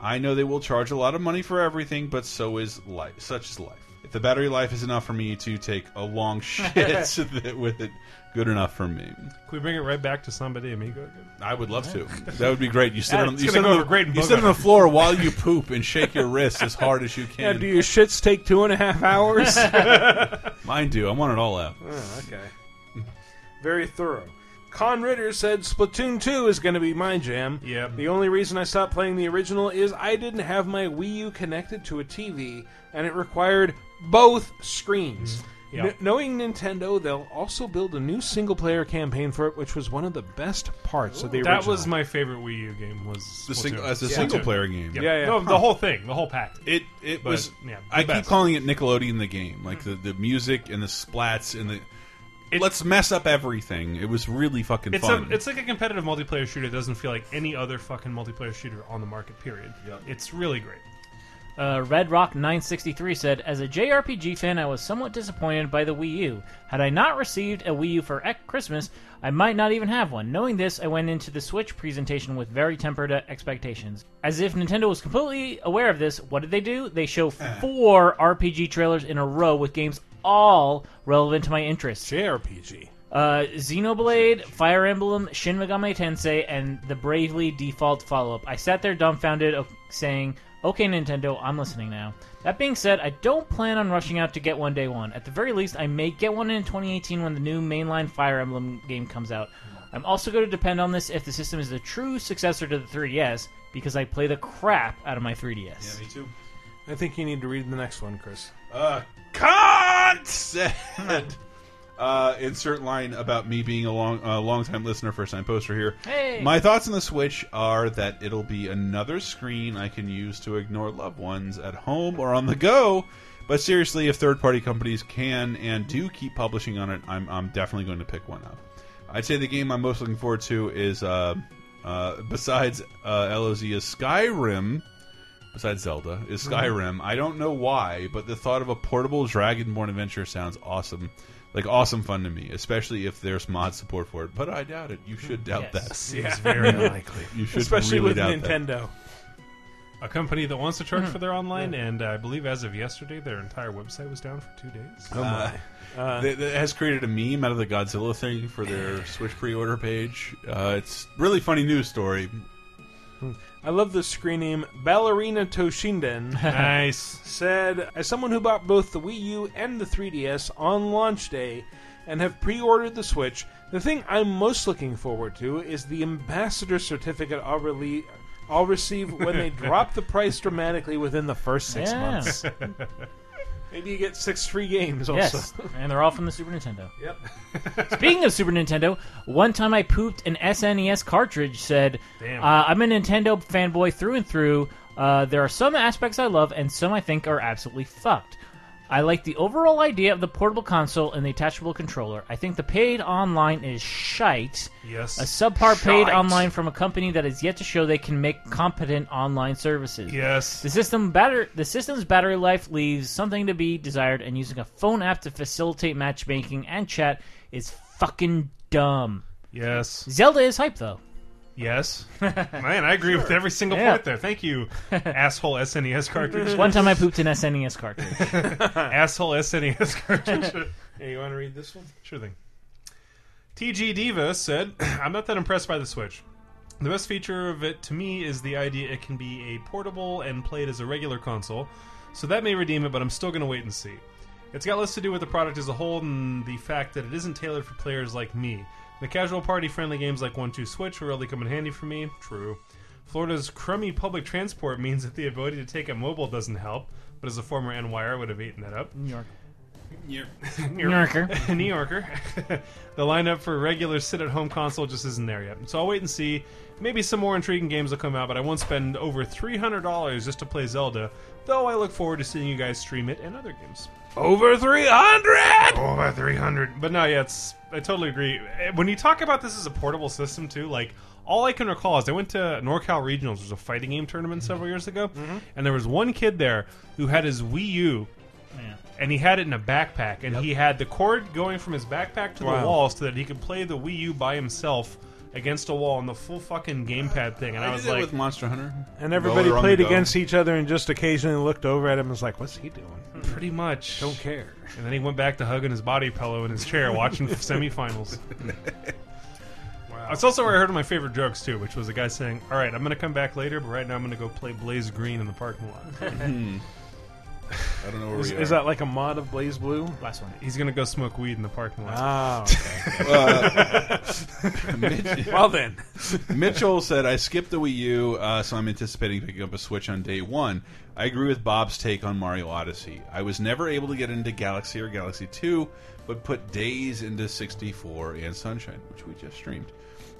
B: I know they will charge a lot of money for everything, but so is life. Such is life. If the battery life is enough for me to take a long shit with it, good enough for me.
C: Can we bring it right back to Samba de Amiga again?
B: I would love to. That would be great. You sit
C: Yeah,
B: on
C: it's
B: you
C: gonna
B: sit
C: go
B: on the,
C: over great in
B: you sit on
C: Bogota.
B: the floor while you poop and shake your wrist as hard as you
A: Yeah,
B: can.
A: do your shits take two and a half hours?
B: Mine do. I want it all out.
A: Oh, okay. Very thorough. Con Ritter said Splatoon 2 is going to be my jam. Yep. The only reason I stopped playing the original is I didn't have my Wii U connected to a TV, and it required both screens.
C: Yeah.
A: Kn- knowing Nintendo, they'll also build a new single-player campaign for it, which was one of the best parts of the original.
C: That was my favorite Wii U game. Was
B: The sing-
C: Splatoon.
B: as a
C: Splatoon.
B: single-player game.
C: Yep.
A: Yeah, yeah.
C: No,
A: Huh.
C: the whole thing, the whole pack.
B: It it
C: But,
B: was.
C: Yeah, the
B: I keep
C: best.
B: calling it Nickelodeon the game, like the, the music and the splats and the. let's mess up everything. It was really fucking
C: It's
B: fun.
C: a, it's like a competitive multiplayer shooter. that doesn't feel like any other fucking multiplayer shooter on the market. Period. It's really great.
D: Uh, Red Rock 963 said, As a JRPG fan, I was somewhat disappointed by the Wii U. Had I not received a Wii U for ec- Christmas, I might not even have one. Knowing this, I went into the Switch presentation with very tempered uh, expectations. As if Nintendo was completely aware of this, what did they do? They show four RPG trailers in a row with games all relevant to my interests.
A: JRPG.
D: Uh, Xenoblade, Fire Emblem, Shin Megami Tensei, and the Bravely Default follow-up. I sat there dumbfounded, o- saying, "Okay, Nintendo, I'm listening now." That being said, I don't plan on rushing out to get one day one. At the very least, I may get one in 2018 when the new mainline Fire Emblem game comes out. I'm also going to depend on this if the system is the true successor to the 3DS, because I play the crap out of my 3DS.
B: me too.
A: I think you need to read the next one, Chris.
B: Uh, Kant said. Uh, insert line about me being a long, uh, long time listener, first time poster here.
I: Hey.
B: My thoughts on the Switch are that it'll be another screen I can use to ignore loved ones at home or on the go. But seriously, if third party companies can and do keep publishing on it, I'm, I'm definitely going to pick one up. I'd say the game I'm most looking forward to is, uh, uh, besides uh, LOZ's Skyrim, besides Zelda, is
A: Mm-hmm.
B: Skyrim. I don't know why, but the thought of a portable Dragonborn adventure sounds awesome. Like awesome fun to me, especially if there's mod support for it. But I doubt it.
C: Hmm.
B: You should doubt
A: Yes.
B: that.
A: Seems very unlikely.
B: You should
A: Especially
B: really
A: with
B: doubt that.
A: Nintendo.
C: A company that wants to charge
D: Mm-hmm.
A: Mhm.
C: for their online, and uh, I believe as of yesterday, their entire website was down for two days.
D: Oh,
A: Oh
B: Uh, that- that has created a meme out of the Godzilla thing for their Switch pre-order page. Uh, it's really funny news story.
A: I love the screen name Ballerina Toshinden.
C: Nice.
A: Said, as someone who bought both the Wii U and the 3DS on launch day and have pre ordered the Switch, the thing I'm most looking forward to is the ambassador certificate I'll, rele- I'll receive when they drop the price dramatically within the first six
D: Yeah.
A: months. Maybe you get six free games also.
D: Yes, and they're all from the Super Nintendo.
A: Yep.
D: Speaking of Super Nintendo, one time I pooped an SNES cartridge. Said,
C: Damn.
D: Uh, "I'm a Nintendo fanboy through and through. Uh, there are some aspects I love, and some I think are absolutely fucked. I like the overall idea of the portable console and the attachable controller. I think the paid online is shite.
C: Yes.
D: a subpar paid
C: Shite.
D: online from a company that has yet to show they can make competent online services.
C: Yes.
D: The system batter the system's battery life leaves something to be desired, and using a phone app to facilitate matchmaking and chat is fucking dumb.
C: Yes.
D: Zelda is hype though.
C: Yes. Man, I agree with every single
D: Yeah.
C: point there. Thank you, asshole SNES cartridge.
D: One time I pooped an E SNES cartridge.
C: asshole SNES cartridge.
A: Hey, you want to read this one?
C: Sure thing. TG Diva said, I'm not that impressed by the Switch. The best feature of it to me is the idea it can be a portable and played as a regular console, so that may redeem it, but I'm still going to wait and see. It's got less to do with the product as a whole than the fact that it isn't tailored for players like me. The casual party friendly games like 1 2 Switch will really come in handy for me. True. Florida's crummy public transport means that the ability to take a mobile doesn't help, but as a former NYR, I would have eaten that up.
D: New York.
C: New
D: Yorker.
C: New Yorker. the lineup for regular sit at home console just isn't there yet. So I'll wait and see. Maybe some more intriguing games will come out, but I won't spend over $300 just to play Zelda, though I look forward to seeing you guys stream it and other games.
A: Over 300!
C: Over 300. But no, yeah, it's, I totally agree. Eh, When you talk about this as a portable system, too, like, all I can recall is I went to NorCal Regionals, which was a fighting game tournament several years ago, and there was one kid there who had his Wii U and he had it in a backpack, and he had the cord going from his backpack to
A: Wow.
C: the wall so that he could play the Wii U by himself against a wall on the full fucking gamepad thing. And I,
B: I
C: was
B: did that
C: like,
B: with Monster Hunter.
A: And everybody played against
B: against.
A: each other and just occasionally looked over at him and was like, what's he doing?
B: Mm.
C: pretty much,
A: Don't care.
C: And then he went back to hugging his body pillow in his chair, watching the semifinals. Wow. That's also where I heard one of my favorite jokes too, which was a guy saying, "All right, I'm going to come back later, but right now I'm going to go play Blaze Green in the parking lot."
B: Hmm. I don't know where
A: Is,
B: we
A: is
B: are.
A: that like a mod of Blaze Blue?
D: Last one.
C: He's going to go smoke weed in the parking lot.
A: Ah,
B: Uh, Mitch-
A: well then.
B: Mitchell said, "I skipped the Wii U, uh, so I'm anticipating picking up a Switch on day one." I agree with Bob's take on Mario Odyssey. I was never able to get into Galaxy or Galaxy Two, but put days into 64 and Sunshine, which we just streamed.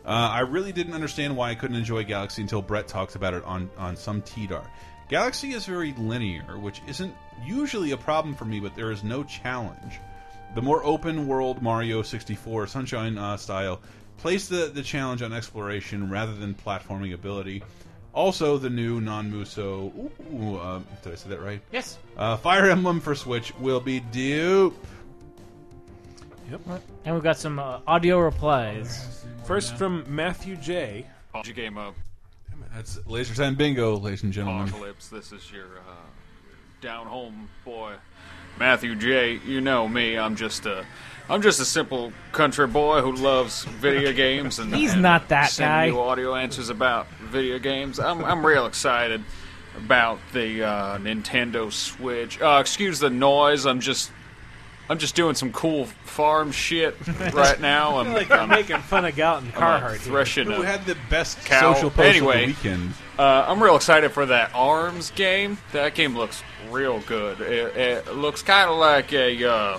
B: Uh, I really didn't understand why I couldn't enjoy Galaxy until Brett talked about it on on some TDAR. Galaxy is very linear, which isn't usually a problem for me, but there is no challenge the more open world Mario 64 Sunshine uh, style place the, the challenge on exploration rather than platforming ability. Also, the new non Muso. Ooh, uh, did I say that right?
D: Yes.
B: Uh, Fire Emblem for Switch will be due.
D: And we've got some uh, audio replies.
A: First from Matthew J.
M: Your game up,
B: That's Laser Time Bingo, ladies and gentlemen.
M: Apocalypse. This is your uh, down home boy, Matthew J. You know me. I'm just a, I'm just a simple country boy who loves video games. And
D: He's
M: and
D: not that
M: sending
D: guy.
M: You audio answers about video games. I'm, I'm real excited about the uh, Nintendo Switch. Uh, excuse the noise. I'm just. I'm just doing some cool farm shit right now. I'm,
A: like
M: I'm
A: I'm making fun of Galton
M: I'm, uh,
A: Carhart. here.
M: threshing a-
B: the best
M: Cow.
B: social post
M: Anyway.
B: of the weekend?
M: Uh, I'm real excited for that Arms game. That game looks real good. It, it looks kind of like a uh,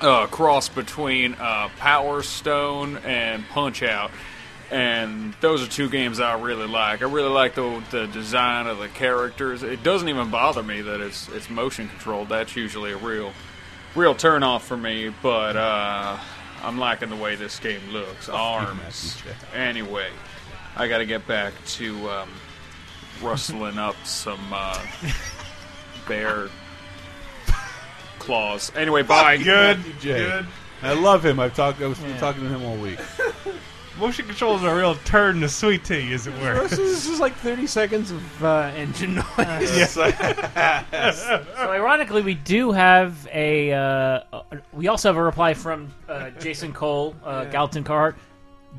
M: uh, cross between uh, Power Stone and Punch Out, and those are two games I really like. I really like the, the design of the characters. It doesn't even bother me that it's it's motion controlled. That's usually a real real turn off for me, but uh, I'm liking the way this game looks. Arms. Anyway, I got to get back to um, rustling up some uh, bear claws. Anyway, bye.
B: Good. I love him. I've talked. I was talking to him all week.
C: Motion controls are a real turn to sweet tea, as it were.
A: This is, this is like 30 seconds of uh, engine noise.
D: So ironically, we do have a. Uh, we also have a reply from uh, Jason Cole, uh, Galton Carhart,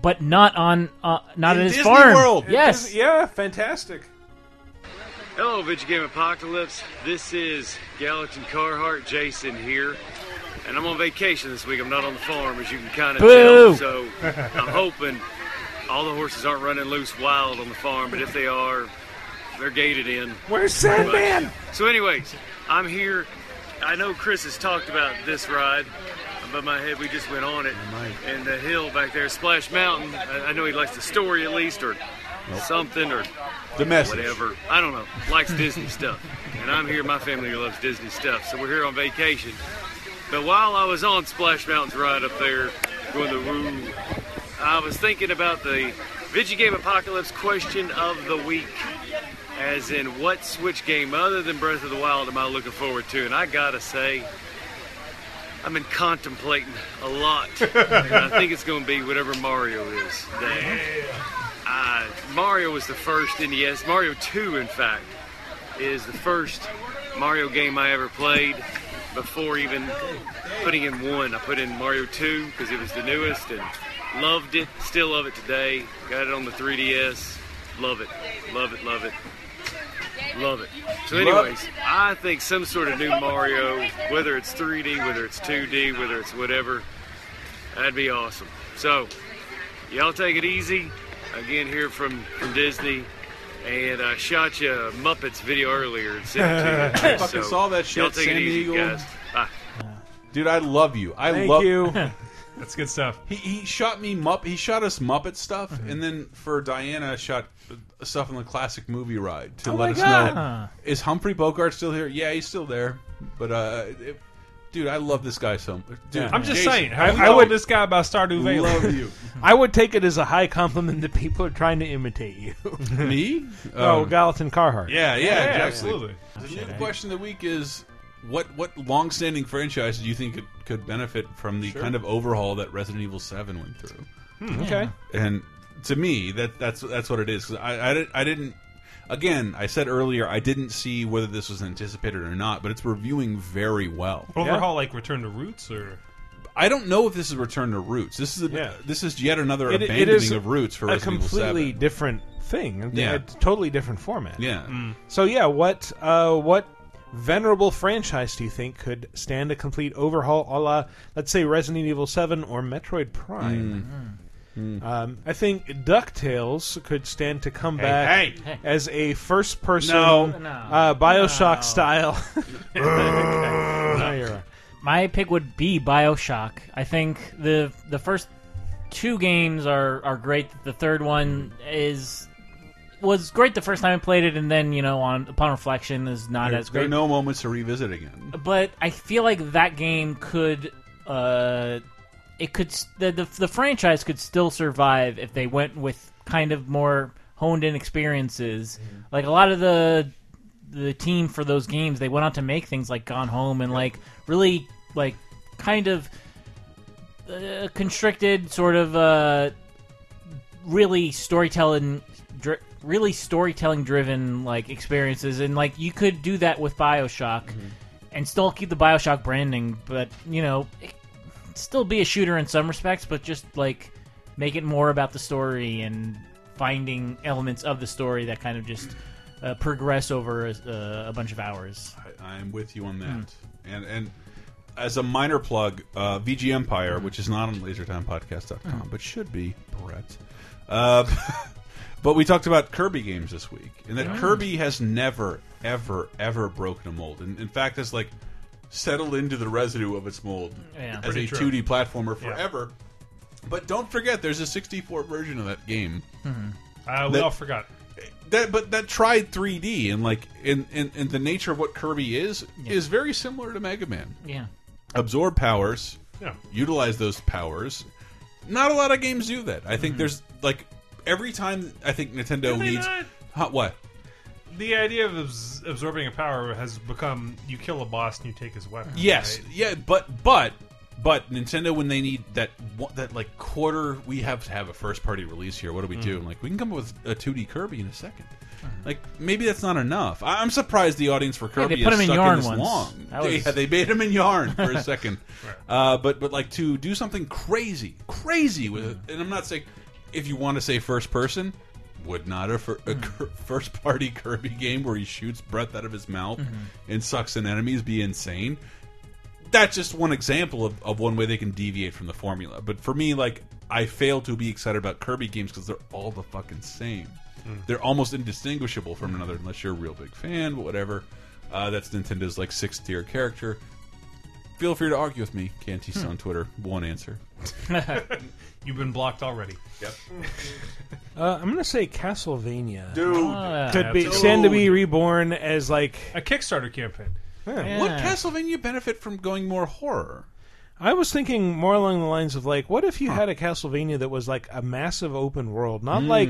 D: but not on, uh, not
A: In
D: at his
A: Disney
D: farm.
A: World.
D: Yes.
A: yeah, fantastic.
N: Hello, Video Game Apocalypse. This is Gallatin Carhart, Jason here. And I'm on vacation this week. I'm not on the farm, as you can kind of
D: Boo!
N: tell. So I'm hoping all the horses aren't running loose wild on the farm, but if they are, they're gated in.
A: Where's Sandman?
N: But- So, anyways, I'm here I know Chris has talked about this ride. Above my head, we just went on it. And the hill back there, Splash Mountain. I, I know he likes the story at least, or something, or
B: The message.
N: whatever. I don't know. Likes Disney stuff. And I'm here. My family loves Disney stuff, so we're here on vacation. But while I was on Splash Mountain's ride up there, going to woo, I was thinking about the video game apocalypse question of the week. As in, what Switch game other than Breath of the Wild am I looking forward to? And I gotta say, I've been contemplating a lot. and I think it's gonna be whatever Mario is. That, uh, Mario was the first NES, Mario 2, in fact, is the first Mario game I ever played before even putting in one. I put in Mario 2 because it was the newest and loved it, still love it today. Got it on the 3DS, love it, love it, love it. Love it. So,
U: Love
N: anyways, I think some sort of new Mario, whether it's 3D, whether it's 2D, whether it's whatever, that'd be awesome. So, y'all take it easy. Again, here from, from Disney. And I shot you a Muppets video earlier and sent it to you.
B: I fucking
N: So,
B: saw that
N: Y'all
B: shit,
N: take
B: San
N: it easy,
B: Diego.
N: guys. Bye.
B: Dude, I love you. I
N: Thank
B: love
N: you.
B: That's good stuff. He, he shot me Mupp. He shot us Muppet stuff, and then for Diana, shot stuff in the classic movie ride to
E: Oh
B: let
E: my
B: us
E: God.
B: know is Humphrey Bogart still here? Yeah, he's still there. But uh, it- dude, I love this guy so much. Dude,
C: I'm just
B: Jason,
C: saying.
B: how
C: I,
B: we
C: I
B: love
C: would this guy about Stardew Valley.
B: Love you.
A: I would take it as a high compliment that people are trying to imitate you.
B: Me?
A: oh,
B: Um,
A: Gallatin Carhart.
B: Yeah, yeah,
A: Yeah,
B: exactly.
A: absolutely.
B: The
A: Shit,
B: new
A: I-
B: question of the week is what what long-standing franchise do you think could, could benefit from the
A: Sure.
B: kind of overhaul that Resident Evil 7 went through?
A: Hmm, okay.
B: And to me, that that's that's what it is 'Cause I I, did, I didn't again, I said earlier I didn't see whether this was anticipated or not, but it's reviewing very well.
C: Overhaul, like Return to Roots, or
B: I don't know if this is Return to Roots. This is a,
A: Yeah.
B: this is yet another
A: It-
B: abandoning
A: it is
B: of Roots for
A: a
B: Resident Evil 7.
A: completely different thing.
B: Yeah.
A: A totally different format.
B: Yeah. Mm.
A: So yeah, what uh, what venerable franchise do you think could stand a complete overhaul, a la let's say Resident Evil Seven or Metroid Prime? Um, I think Ducktales could stand to come
B: Hey,
A: back
B: hey.
A: as a first-person
B: No.
A: uh, Bioshock style. No, you're right.
D: My pick would be Bioshock. I think the the first two games are are great. The third one is was great the first time I played it, and then you know on upon reflection is not
B: There-
D: as
B: there
D: great.
B: are no moments to revisit again.
D: but I feel like that game could, uh, it could s- the, the the franchise could still survive if they went with kind of more honed in experiences. Like a lot of the the team for those games, they went on to make things like Gone Home and like really like kind of uh, constricted sort of uh, really storytelling dri- really storytelling driven like experiences and like you could do that with bioshock and still keep the bioshock branding but you know it, still be a shooter in some respects but just like make it more about the story and finding elements of the story that kind of just uh, progress over uh, a bunch of hours
B: I, I'm with you on that.
A: Hmm.
B: And and as a minor plug, uh, VG Empire, which is not on
A: Hmm.
B: LaserTimePodcast.com, but should be, Brett. Uh, but we talked about Kirby games this week, and that
A: Yeah.
B: Kirby has never, ever, ever broken a mold. And in fact, has like settled into the residue of its mold
A: Yeah.
B: as
A: Pretty
B: a
A: true.
B: 2D platformer forever. But don't forget, there's a 64 version of that game.
A: Hmm.
C: uh, we
B: That-
C: all forgot.
B: That, but that tried 3D and like in in, in the nature of what Kirby is is very similar to Mega Man.
D: Yeah.
B: Absorb powers,
C: Yeah.
B: utilize those powers. Not a lot of games do that. I think there's like every time I think Nintendo
C: Mm-hmm. Do they
B: needs
C: not?
B: Huh, what
C: The idea of abs- absorbing a power has become you kill a boss and you take his weapon.
B: Yes, yeah, but but but Nintendo when they need that one- that like quarter, we have to have a first party release here. What do we do? I'm like we can come up with a 2D Kirby in a second. Like maybe that's not enough. I- I'm surprised the audience for
D: Yeah, they
B: Kirby
D: put
B: is
D: him in
B: stuck
D: yarn
B: this
D: once.
B: long.
D: That
B: They-
D: was-
B: yeah, they made him in yarn for a second. uh, but but like to do something crazy, crazy with it. And I'm not saying if you want to say first person. Would not a, fir a Kir- first party Kirby game where he shoots breath out of his mouth
A: Mhm.
B: and sucks in enemies be insane? that's just one example of, of one way they can deviate from the formula. But for me, like I fail to be excited about Kirby games because they're all the fucking same.
A: Mm.
B: They're almost indistinguishable from another unless you're a real big fan, but whatever. Uh, that's Nintendo's like sixth tier character. Feel free to argue with me, Cantis on Twitter. One answer.
C: You've been blocked already.
B: Yep.
A: Uh, I'm gonna say Castlevania.
C: Dude. Ah.
A: could be
C: Dude.
A: stand to be reborn as like
C: a Kickstarter campaign.
B: Would Castlevania benefit from going more horror?
A: I was thinking more along the lines of like, what if you had a Castlevania that was like a massive open world, not
B: Mm.
A: like,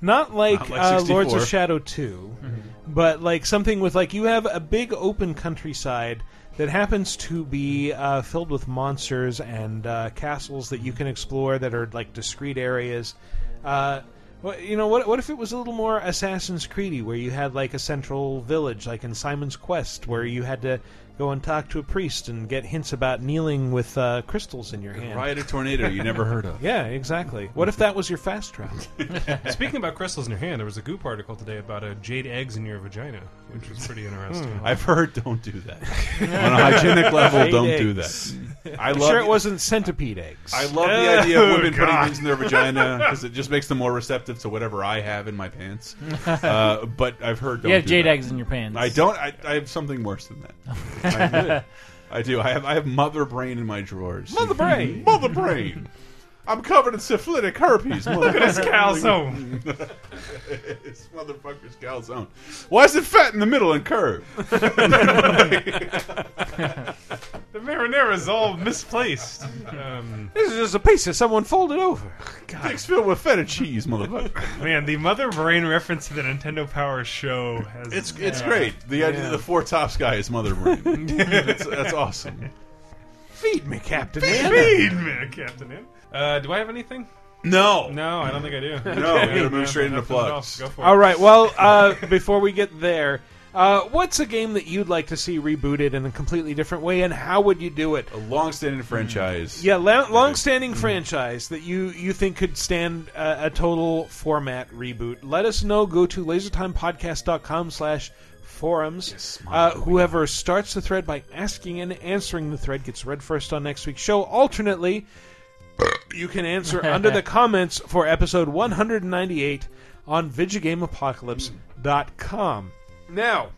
A: not like,
B: Not like
A: uh, Lords
B: 64.
A: of Shadow 2
D: Mm-hmm.
A: but like something with like you have a big open countryside that happens to be uh, filled with monsters and uh, castles that you can explore that are like discrete areas. Uh, what, you know, what, what if it was a little more Assassin's Creedy, where you had like a central village, like in Simon's Quest, where you had to go and talk to a priest and get hints about kneeling with uh, crystals in your hand.
B: Ride a tornado you never heard of.
A: Yeah, exactly. What if that was your fast travel?
C: Speaking about crystals in your hand, there was a Goop article today about uh, jade eggs in your vagina, which was pretty interesting.
B: Hmm. I've heard don't do that. On a hygienic level, don't do that. I
A: I'm
B: love
A: sure it wasn't centipede eggs.
B: I love the idea of
A: Oh,
B: women putting
A: God.
B: things in their vagina because it just makes them more receptive to whatever I have in my pants. Uh, but I've heard don't
D: You have
B: do
D: jade
B: that.
D: eggs in your pants.
B: I don't. I, I have something worse than that. I admit. I do. I have. I have mother brain in my drawers.
I: Mother brain!
B: mother brain. I'm covered in syphilitic herpes.
I: Look at his
B: motherfucker.
I: calzone.
B: This motherfucker's calzone. Why is it fat in the middle and curved?
C: the marinara is all misplaced. Um,
A: This is just a pizza someone folded over.
B: Dick's filled with feta cheese, motherfucker.
C: man, the Mother Brain reference to the Nintendo Power show has.
B: It's it's great. The idea of the four tops guy is mother brain. that's, that's awesome.
A: Feed me, Captain.
C: Feed,
A: N.
C: feed me, Captain N. Uh, do I have anything?
B: No.
C: No, I don't think I do.
B: No, we're gonna move straight into
C: Nothing
B: plugs.
C: else. Go for it.
A: All right. Well, uh, before we get there, uh, what's a game that you'd like to see rebooted in a completely different way, and how would you do it?
B: A long-standing
C: Hmm.
B: franchise.
A: Yeah, la- long-standing
B: Mm.
A: franchise that you you think could stand a, a total format reboot. Let us know. Go to lasertimepodcast.com slash forums. uh, whoever starts the thread by asking and answering the thread gets read first on next week's show. Alternately, you can answer under the comments for episode 198 on VigigameApocalypse.com. Now,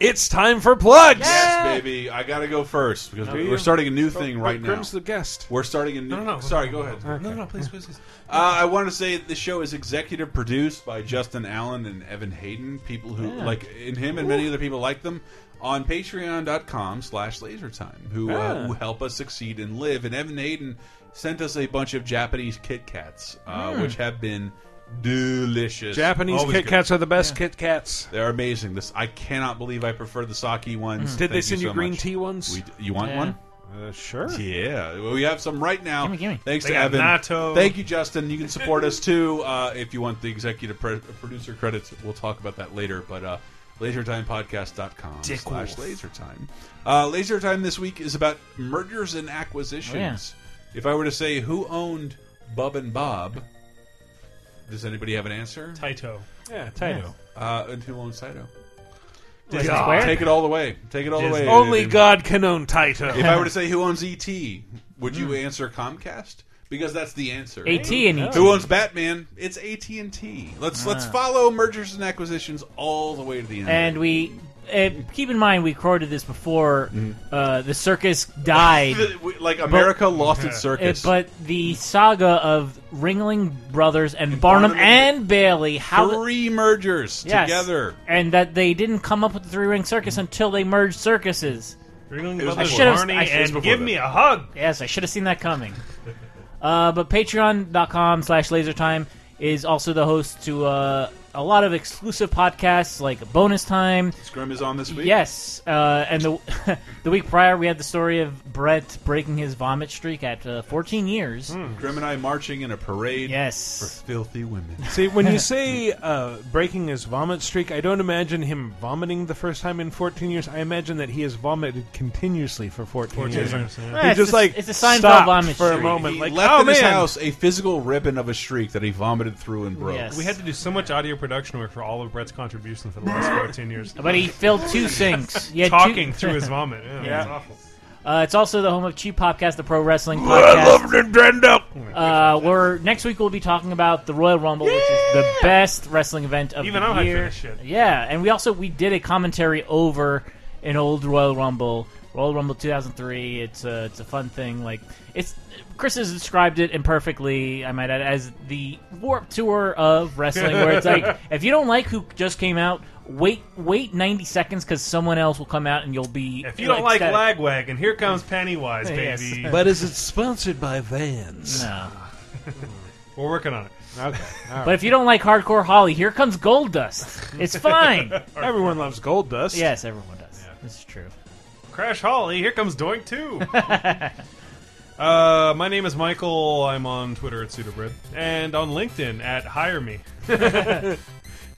A: it's time for plugs!
B: Yes, baby. I gotta go first because
A: Do
B: we-
A: you?
B: we're starting a new
A: But-
B: thing
A: but
B: right now.
A: Grim's the guest.
B: We're starting a new.
A: No, no, no.
B: Sorry, go ahead.
A: Okay.
C: No, no, please, please, please.
B: Uh, I want to say the show is executive produced by Justin Allen and Evan Hayden, people who
A: Yeah.
B: like in him and many other people like them on patreon.com slash lasertime who,
A: Ah.
B: uh, who help us succeed and live and Evan Hayden sent us a bunch of Japanese Kit Kats uh,
A: Mm.
B: which have been delicious
A: Japanese
B: Always
A: Kit
B: good.
A: Kats are the best Kit Kats.
B: they're amazing this I cannot believe I prefer the sake ones
A: Mm. Did they
B: Thank
A: send you
B: so
A: green
B: much.
A: tea ones?
B: we, d- you want
A: Yeah.
B: one
A: Uh, sure.
B: yeah, well, we have some right now.
A: Gimme, gimme.
B: Thanks
A: They
B: to
A: got
B: Evan.
A: natto.
B: Thank you, Justin. You can support us too uh, if you want the executive pro- producer credits. We'll talk about that later. But uh, lasertimepodcast.com
A: Dick
B: slash
A: Wolf.
B: lasertime. Uh, Laser Time this week is about mergers and acquisitions.
A: Oh,
B: If I were to say who owned Bub and Bob, does anybody have an answer?
C: Taito.
A: Yeah, Taito.
B: Uh, and who owns Taito?
A: Disney
B: God.
A: Square?
B: Take it all the way. Take it all the way.
A: Only
B: David.
A: God can own Taito.
B: If I were to say who owns ET, would you answer Comcast? Because that's the answer.
A: AT
B: Who-
A: and ET.
B: Who owns Batman? It's AT and T. Let's let's
D: E Ah.
B: follow mergers and acquisitions all the way to the end.
D: And we uh, keep in mind we recorded this before uh, the circus died.
B: Mm-hmm. like America lost its circus.
D: uh, but the saga of Ringling Brothers and, Barnum,
B: Barnum
D: and, Bailey, how the-
B: Three mergers
D: Yes.
B: together. Mm-hmm.
D: and that they didn't come up with the three ring circus until they merged circuses.
C: Ringling
B: It was
D: I
B: before.
D: should have
B: Barney
D: I-
B: and It was before give that. me
C: a hug.
D: Yes, I should have seen that coming. uh, but patreon.com slash lasertime is also the host to uh, a lot of exclusive podcasts like Bonus Time.
B: Scrum is on this week.
D: Yes, uh, and the the week prior we had the story of Brett breaking his vomit streak at uh, 14 years.
B: Hmm. Grim and I marching in a parade.
D: Yes.
B: For filthy women.
A: See, when you say uh, breaking his vomit streak, I don't imagine him vomiting the first time in 14 years. I imagine that he has vomited continuously for 14,
C: 14
A: years.
C: years, yeah.
A: He
C: Yeah, it's
A: just
C: a-
A: like
C: it's a
D: Seinfeld
A: stopped
D: vomit
A: for
D: streak.
A: a moment.
B: he
A: like,
B: left
A: oh
B: in
A: man,
B: his house a physical ribbon of a streak that he vomited through and broke.
C: We had to do so much audio production work for all of Brett's contribution for the last 14 years.
D: But he filled two sinks. He had
C: Talking
D: two-
C: through his vomit. Yeah, it was awful.
D: Uh, it's also the home of Cheap Popcast, the pro wrestling podcast. I love
B: Nintendo.
D: Uh, we're next week. We'll be talking about the Royal Rumble, which is the best wrestling event of
C: Even
D: the
C: I'm hyped for
D: year.
C: this shit.
D: Yeah, and we also we did a commentary over an old Royal Rumble, Royal Rumble 2003. It's a it's a fun thing. Like it's Chris has described it imperfectly. I might add as the warp tour of wrestling, where it's like if you don't like who just came out. Wait, wait ninety seconds because someone else will come out and you'll be.
C: If you don't like
D: ecstatic.
C: Lagwagon, here comes Pennywise,
D: uh, Yes.
C: baby.
D: But
A: is it sponsored by Vans?
D: No.
C: We're working on it.
A: Okay.
D: But if you don't like hardcore Holly, here comes Gold Dust. It's fine.
A: everyone loves gold dust.
D: Yes, everyone does. This is true.
C: Crash Holly, here comes Doink 2. uh, my name is Michael. I'm on Twitter at Sudabred. And on LinkedIn at Hire Me.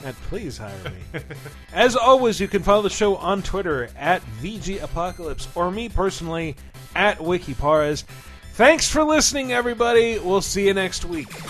A: And please hire me. As always, you can follow the show on Twitter at VG Apocalypse or me personally at Wikiparas. Thanks for listening, everybody. We'll see you next week.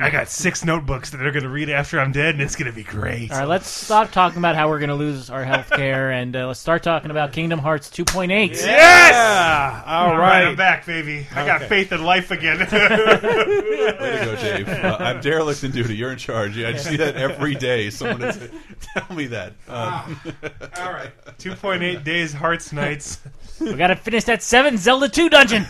C: I got six notebooks that they're going to read after I'm dead, and it's going to be great.
D: All right, let's stop talking about how we're going to lose our health care and uh, let's start talking about Kingdom Hearts 2.8.
C: Yes! All
D: right.
C: I'm back, baby. I got
D: Okay.
C: faith in life again.
B: Way to go, Dave. Uh, I'm derelict in duty. You're in charge. Yeah, I see that every day. Someone is, tell me that. Um,
C: Ah, All right. 2.8 days, hearts, nights.
D: we got to finish that 7 Zelda 2 dungeon.